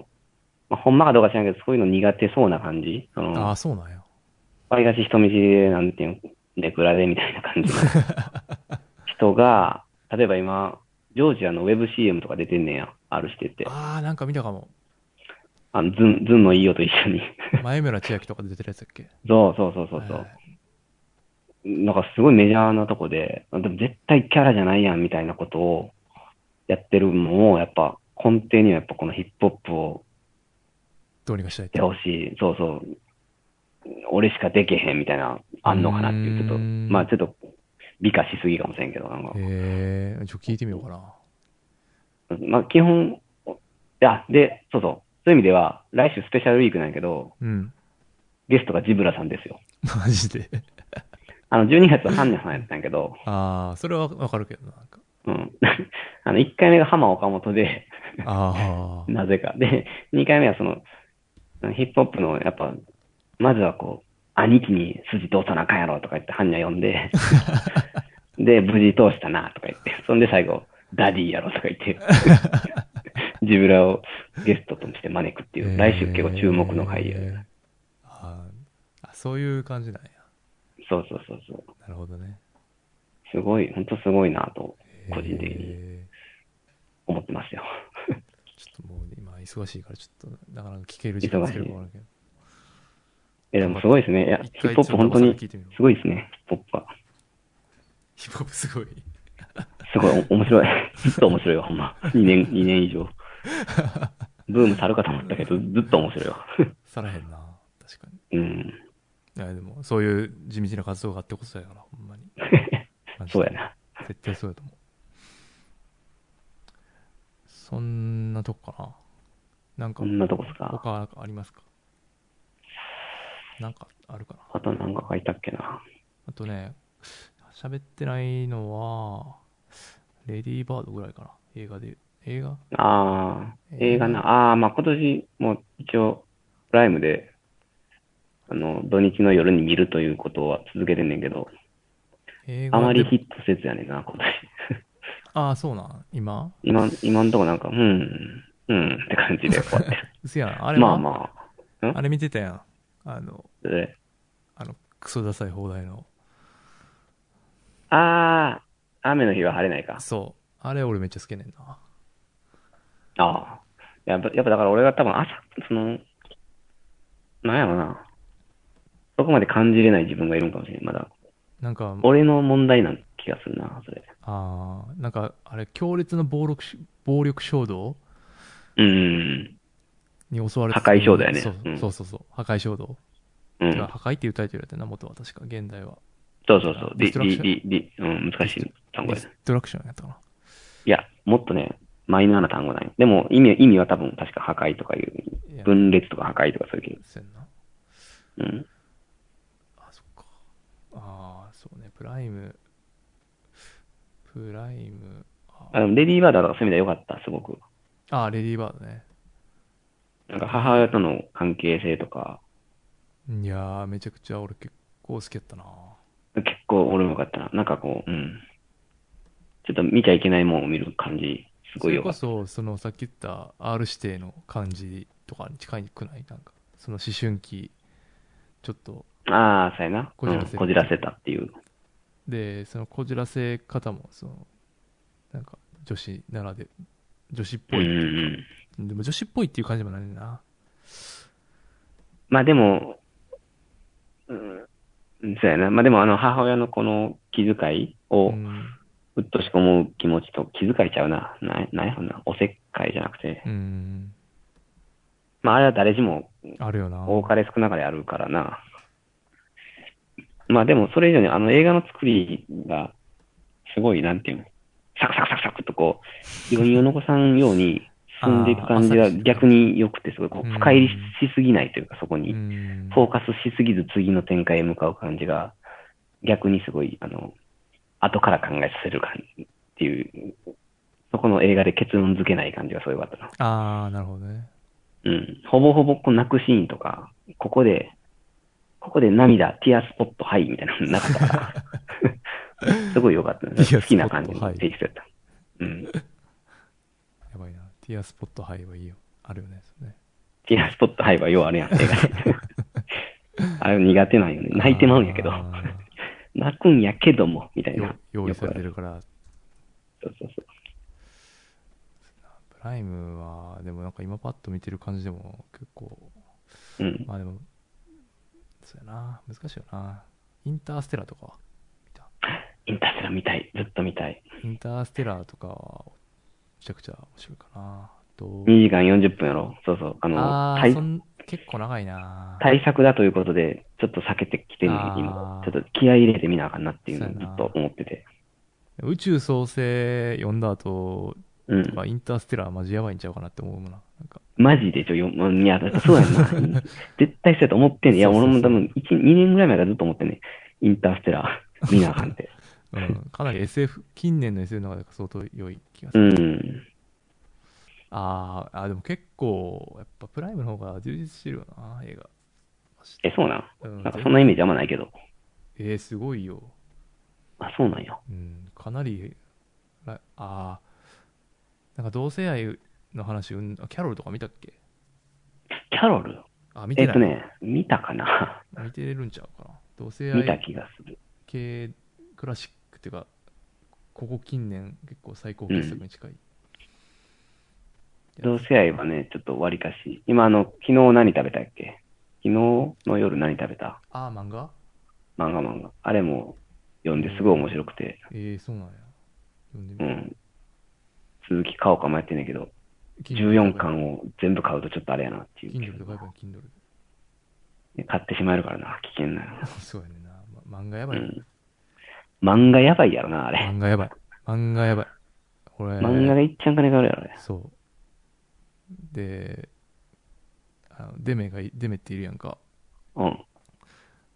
まあ、ほんまかどうか知らんけど、そういうの苦手そうな感じ。そう
あ
の
あ、、そうなんや。
わりがし人見知りで、なんていうの、でくらでみたいな感じの人が、例えば今、ジョージアのウェブ CM とか出てんねんや。あるしてって。
ああ、なんか見たかも。
あの、ズン、ズンのいいよと一緒に。
前村千秋とかで出てるやつだっけ
そうそう そうそうそう。なんかすごいメジャーなとこで、でも絶対キャラじゃないやんみたいなことをやってるのも、やっぱ根底にはやっぱこのヒップホップを
どうにかしたいっ
してほしい。そうそう。俺しかできへんみたいな、あんのかなっていう、ちょっと、
うーん
まあちょっと、美化しすぎかもしれんけど、なんか。
えー、ちょっと聞いてみようかな。
まあ基本、あ、で、そうそう。そういう意味では、来週スペシャルウィークなんやけど、
うん。
ゲストがジブラさんですよ。
マジで。
あの、12月はハンネさんやったんやけど、
ああ、それはわかるけどな。なんか
うん。 あの、1回目が浜岡本で、
あ
なぜか。で、2回目 はその、ヒップホップの、やっぱ、まずはこう、兄貴に筋通さなあかんやろとか言って、ハンニャ呼 んで、で、無事通したなとか言って、そんで最後、ダディやろとか言 って、ジブラをゲストとして招くって
あ。
いう、来週結構注目の回や。
えーあーあ、そういう感じなんや。
そうそうそうそう。
なるほどね。
すごい、本当すごいなと
えー
個人的に思ってますよ。
ちょっともう今忙しいから、ちょっとなかなか聞ける時間つけるかわからんけど。
え、でもすごいですね。いや、
一
ヒ
回
ップホップ本当
ちょっと騙され
に
聞いてみよう
すごいですね。ヒップホップは。
ヒップホップすごい。
すごいお面 白い。ずっと面白いよ、ほんま。2年、2年以上。ブーム去るかと思ったけ ど、ずっと面白いよ。
さらへんな。確かに。
うん。
いや、でも、そういう地道な活動があってこそやから、ほんまに。 マジで
そうやな。
絶対そうやと思う。そんなとこかな。なんか
こ、んなとこっすか。
他なんかありますかなんかあるかな。
あとなんか書いたっけな。
あとね、喋ってないのは、レディーバードぐらいかな。映画で、映画
あー、映画
映
な。あー、まあ今年も一応、プライムで、あの、土日の夜に見るということは続けてんねんけど、
映画
あまり
で
ヒットせずやねんな、今年。
ああ、そうなん。今
今、今んとこなんか、うん、うんって感じで終わってる。
うや ん。あれは
まあまあ、
あれ見てたやん。あの、
それ
あの、クソダサい放題の。
あー、雨の日は晴れないか。
そう。あれ俺めっちゃ好きねんな。
ああ。やっぱ、やっぱだから俺が多分朝、その、なんやろな。そこまで感じれない自分がいるんかもしれん、まだ。
なんか、
俺の問題な気がするな、それ。
ああ、なんか、あれ、強烈な暴力し、暴力衝動
うん。
に襲われて
破壊衝動やね
そう
うん
そうそうそう。破壊衝動。
う
てか
ん。
破壊っていうタイトルやったな、元は確か、現代は。
そうそうそう。
ディ
り、
ストラクシ
り、
ョン
り、り、うん、難しい単語
ディ
やな。
ストラクションやったかな。
いや、もっとね、マイナーな単語なんよでも、意味、意味は多分確か破壊とかいう、
いや、
分裂とか破壊とかそういう
せんな。
けど。うん。
あ、そっか。ああ、そうね、プライム。プライム。あ
あでもレディーバードはだからそういう意味では良かった、すごく。
あー、レディーバードね。
なんか母親との関係性とか、
いやー、めちゃくちゃ俺結構好きやったな。
結構俺もよかったな。なんかこう、うん。ちょっと見ちゃいけないもんを見る感じ、す
そ
ごい
れ
よか
こ
った。
そ、そのさっき言った R 指定の感じとかに近いくないなんか、その思春期、ちょっと、
ああ、そうやな。
こじらせる
うんこじらせたっていう。
で、そのこじらせ方も、その、なんか、女子ならで、女子っ
う
ぽ
んう
い。
ん。
でも女子っぽいっていう感じもないねんな。
まあでも、うん、そうやな。まあでもあの母親のこの気遣いを
うん。
うっとしく思う気持ちと気遣いちゃうな。な、なんやろな。おせっかいじゃなくて。
うん。
まああれは誰しも
あるよな。
多かれ少なかれあるからな。まあでもそれ以上にあの映画の作りがすごいなんていうの、サクサクサクサクとこう、余韻を残さんように進んでいく感じ
あ
が
ー
逆に良くてすごいこ
う
うん深入りしすぎないというかそこ
う
に
ん。
フォーカスしすぎず次の展開へ向かう感じが逆にすごいあの、後から考えさせる感じっていう、そこの映画で結論付けない感じがすごい良かったな。
ああ、なるほどね。
うん。ほぼほぼこう泣くシーンとか、ここで、ここで涙、ティアスポット、はい、みたいなのなかった から。すごい良かったね。
ティアスポット
好きな感じの
はい
テイストやった。うん。
やばいな。ティアスポットハイはいいよ。あるよね。それね
ティアスポット、はいはようあれやん、映画であれ苦手なんよね。泣いてまうんやけど。
あー
泣くんやけども、みたい
よ
な。
用意されて
よ
るから、
くある。そうそう
プライムは、でもなんか今パッと見てる感じでも結構、
そう。うん。
まあでも、そうやな、難しいよな。インターステラーとかは見た。
インターステラ見たい。ずっと見たい。
インターステラーとかは、めちゃくちゃ面白いかな。あと、
2時間40分やろ。そうそう。あの、
あ
タ
ー
イ
そん結構長いな
対策だということで、ちょっと避けてきてる
あー
今。ちょっと気合い入れてみなあかんなっていうのを
そう
ず
や
っ
な
と思ってて。
宇宙創生読んだ後
う
と
ん。
か、インターステラーマジやばいんちゃうかなって思うもんな。なんか
マジでちょ、よ、まあいや、そうや んな。絶対そうやと思ってんねん。いや、
そう
俺
そうそう
も多分、1、2年ぐらい前からずっと思ってんねん。インターステラ ー、見なあかんって。
うん、かなり SF、近年の SF の中で相当良い気がす
う
る。
ん。
あーあー、でも結構、やっぱプライムの方が充実してるよな、映画。
え、そうなん
うん
なんかそんなイメージあんまないけど。
えー、すごいよ。
あ、そうなんや。
うん、かなり、らあーなんか同性愛の話、うん、あキャロルとか見たっけ
キャロル
あ、見
え
て
っ
ない、
とね、見たかな
見てるんちゃうかな。同性
見た
愛
気がする。
系クラシックっていうか、ここ近年結構最高傑作に近い。
同性愛はね、ちょっと割かし。今、あの、昨日何食べたっけ昨日の夜何食べた
ああ、漫画
漫画漫画。あれも読んですごい面白くて。
ええー、そうなんや。読んでみ
う
る
ん。鈴木かおかもやってんねんけど、
Kindle
14
とか
巻を全部買うとちょっとあれやなってい
Kindle と
う。
かやっぱ Kindle で。
買ってしまえるからな、危険なよな。
そうやねんな。ま漫画や
う
ばい、
ん。漫画やばいやろな、あれ。
漫画やばい。漫画やばい。これ、
漫画がいっちゃん金かかるやろね。
そう。で、あのデメがい、デメっているやんか。
うん。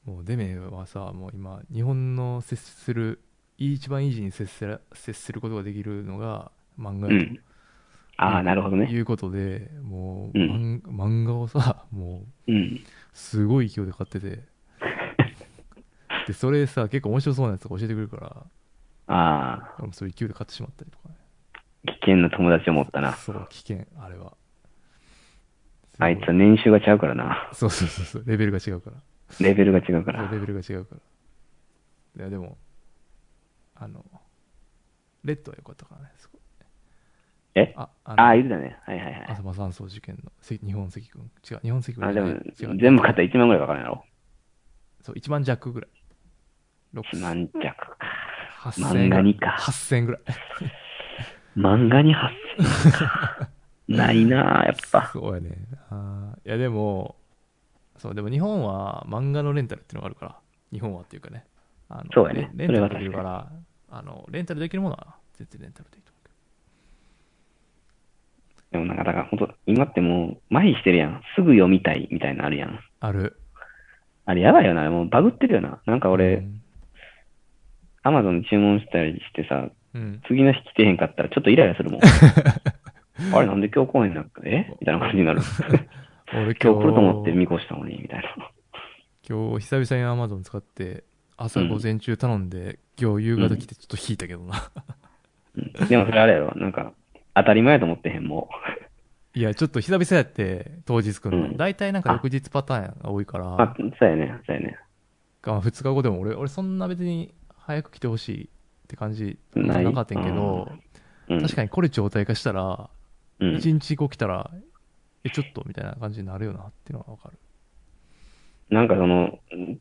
もうデメはさ、もう今、日本の接する、一番イージーに接する接することができるのが漫画
う
や
ん。ああ、なるほど
と
ね。
いうことで、もう、
う
漫漫画をさ、もう、
うん。
すごい勢いで買ってて でそれさ結構面白そうなやつとか教えてくれるから
あ
俺もそういう勢いで買ってしまったりとかね
あ、危険な友達を持ったな。
そう危険あれは
あいつは
ね
年収が違うからな。
そうそうそうそうレベルが違うから
レベルが違うから
そう。レベルが違うからいやでもあのレッドは良かったからねすごい
え
ああの
ああ、いるだね。はいはいはい。
浅間山荘事件のせ日本赤軍違う日本赤軍
あ、
じ
で
ゃな
も
い違う、
全部買ったら1万ぐらいかかるんやろ。
そう1万弱ぐらい六
1万 弱か。
8000
漫画にか。
8000ぐらい
漫画に8000か ないなあやっぱ。
そうやねあーいやでもそうでも日本は漫画のレンタルっていうのがあるから日本はっていうかねあの
そうやね
レレンタルできるからあのレンタルできるものは絶対レンタルでいいと思うけ
でもなんか、だから本当今ってもう、麻痺してるやん。すぐ読みたいみたいなのあるやん。
どある
あれやばいよな。もうバグってるよな。なんか
う
俺、
ん、
アマゾン注文したりしてさ、
うん
次の日来てへんかったらちょっとイライラ するもん。あれなんで今日来へんなったえみたいな感じに なる。
俺今日
今日来ると思って見越したのに、みたいな。
今日久々に Amazon 使って朝
うん
午前中頼んで、今日夕方来てちょっと引いたけどな、
でもそれあれやろ。なんか、当たり前やと思ってへん、も
いやちょっと久々やって当日来るの、
うん
大体なんか翌日パターンが多いから
う。あ、そうやね。そうやね。
まあ、2日後でも俺俺そんな別に早く来てほしいって感じ
ない
なかったんやけど、
うん。
確かにこれ状態化したら、
うん
1日後来たらえちょっとみたいな感じになるよなっていうのが分かる
なんかその、うん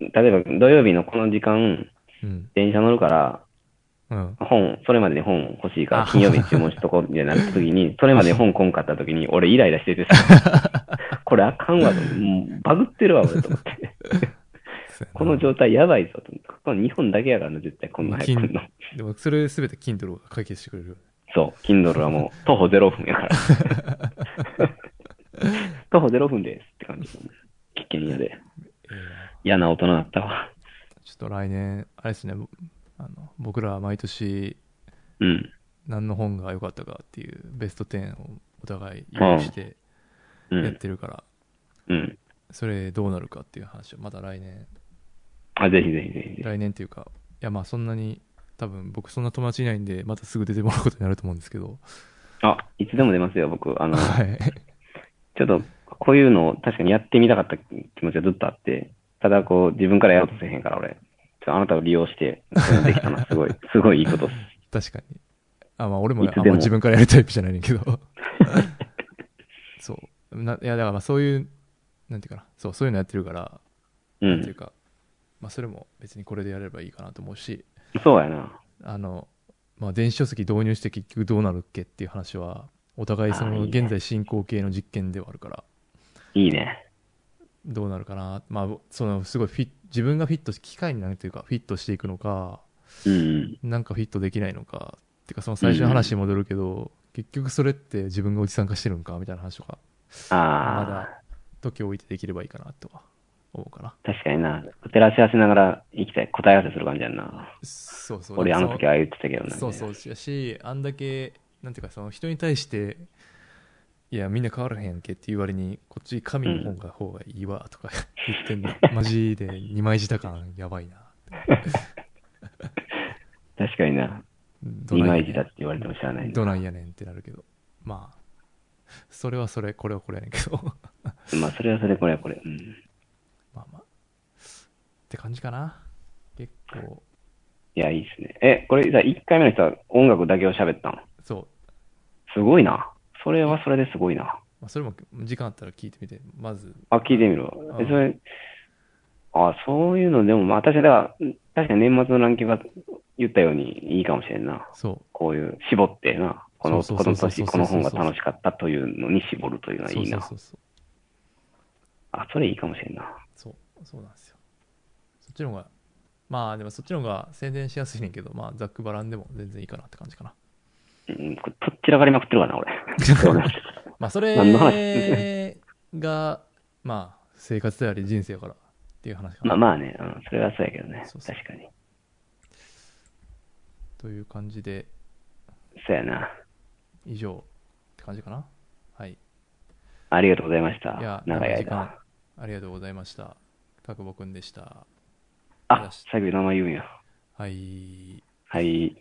例えば土曜日のこの時間、
うん
電車乗るから、
うん
本、それまでに本欲しいから、
あ
金曜日に注文しとこうってなった 時に、それまでに本こんかった時に、俺イライラしててさ、これあかんわと、もうバグってるわ、俺と思って。この状態やばいぞと思って。この日本だけやからな、絶対こんな早く来んの。
でもそれ全て Kindle が解決してくれるよね
そう、Kindle はもう徒歩0分や から。徒歩0分ですって感じ。危険やで。
ええ
嫌な大人だったわ。
なちょっと来年あれですねあの僕らは毎年
うん。
何の本が良かったかっていうベスト10をお互い用意して
う
やっ
ん。
てるから、
うん。
それどうなるかっていう話をまた来年
あ、ぜひぜひぜひぜ
来年っていうかいやまあそんなに多分僕そんな友達いないんでまたすぐ出てもらうことになると思うんですけど
ひ。あ、いつでも出ますよ、僕。あの、
はい
ちょっと、こういうのを確かにやってみたかった気持ちがずっとあって、ただこう、自分からやろうとせへんから、俺。ちょっとあなたを利用して、そういうのできたのは すごい、すごいいいことっ す。
確かにあまあ俺も
いつで
あ
も
んま自分からやるタイプじゃないねんけ どそうないやだからまあそういうなんていうかなそうそういうのやってるから、
う。
っていうん か、まあ、それも別にこれでやればいいかなと思うし
そうやな。
あの、まあ、電子書籍導入して結局どうなるっけっていう話はお互いそ
あー
の
いいね
現在進行形の実験ではあるから
いいいね。
どうなるかな、まあ、そのすごいフィッ自分がフィットし機械になるというかフィットしていくのか
うんうん。
なんかフィットできないのかっていうかその最初の話に戻るけど、結局それって自分がおじさん化してるんかみたいな話とかま
あ
だ時を置いてできればいいかなとは思うかな
あ、確かにな。照らし合わせながら生きたい。答え合わせする感じやんな。
そうそう
俺あの時
は
ああ言ってたけどな。。
そうそううやしあんだけなんていうかその人に対していやみんな変わらへんやんけっていう割にこっち神の本が方がいいわとか言ってんの、マジで二枚舌感やばいな
確かにな。
ど
二
ないやね
枚
ん
舌って言われても知らないな。
どないやねんってなるけどまあそれはそれこれはこれやねんけど ま
まあ、それはそれ、これはこれ。うん。
あまあって感じかな結構
いや、いいっすね。え、これさ、1回目の人は音楽だけを喋ったの
そう、
すごいな。それはそれですごいな。
まあ、それも時間あったら聞いてみてまず
あ、聞いてみるわ。
う
え、
ん
それ、あ、そういうの、でも、まあ、確かに、だから、確かに年末のランキングが言ったようにいいかもしれんな。
そ
こういう、絞ってな。この、
そ
こ
うそうそう
の
そうそう
年、この本が楽しかったというのに絞るというの
う
は
そ
いうい
そう
な
そ。うそう
あ、それいいかもしれんな。
そうそうなんですよそっちの方がまあでもそっちの方が宣伝しやすいねんけどまあざっくばらんでも全然いいかなって感じかな
うん、これとっちらかりまくってるからな、俺。 そうね
まあそ
何の
れ
話
がまあ生活であり人生やからっていう話か
ま
な、
あまあね、うん、それはそうやけどね。
そうそう
確かに。
という感じで
そうやな。
以上って感じかなはい
ありがとうございました。
いや
長い
長い時間
間。
ありがとうございました。たくぼくんでした。
あ、最後に名前言うんや。
はい。
はい。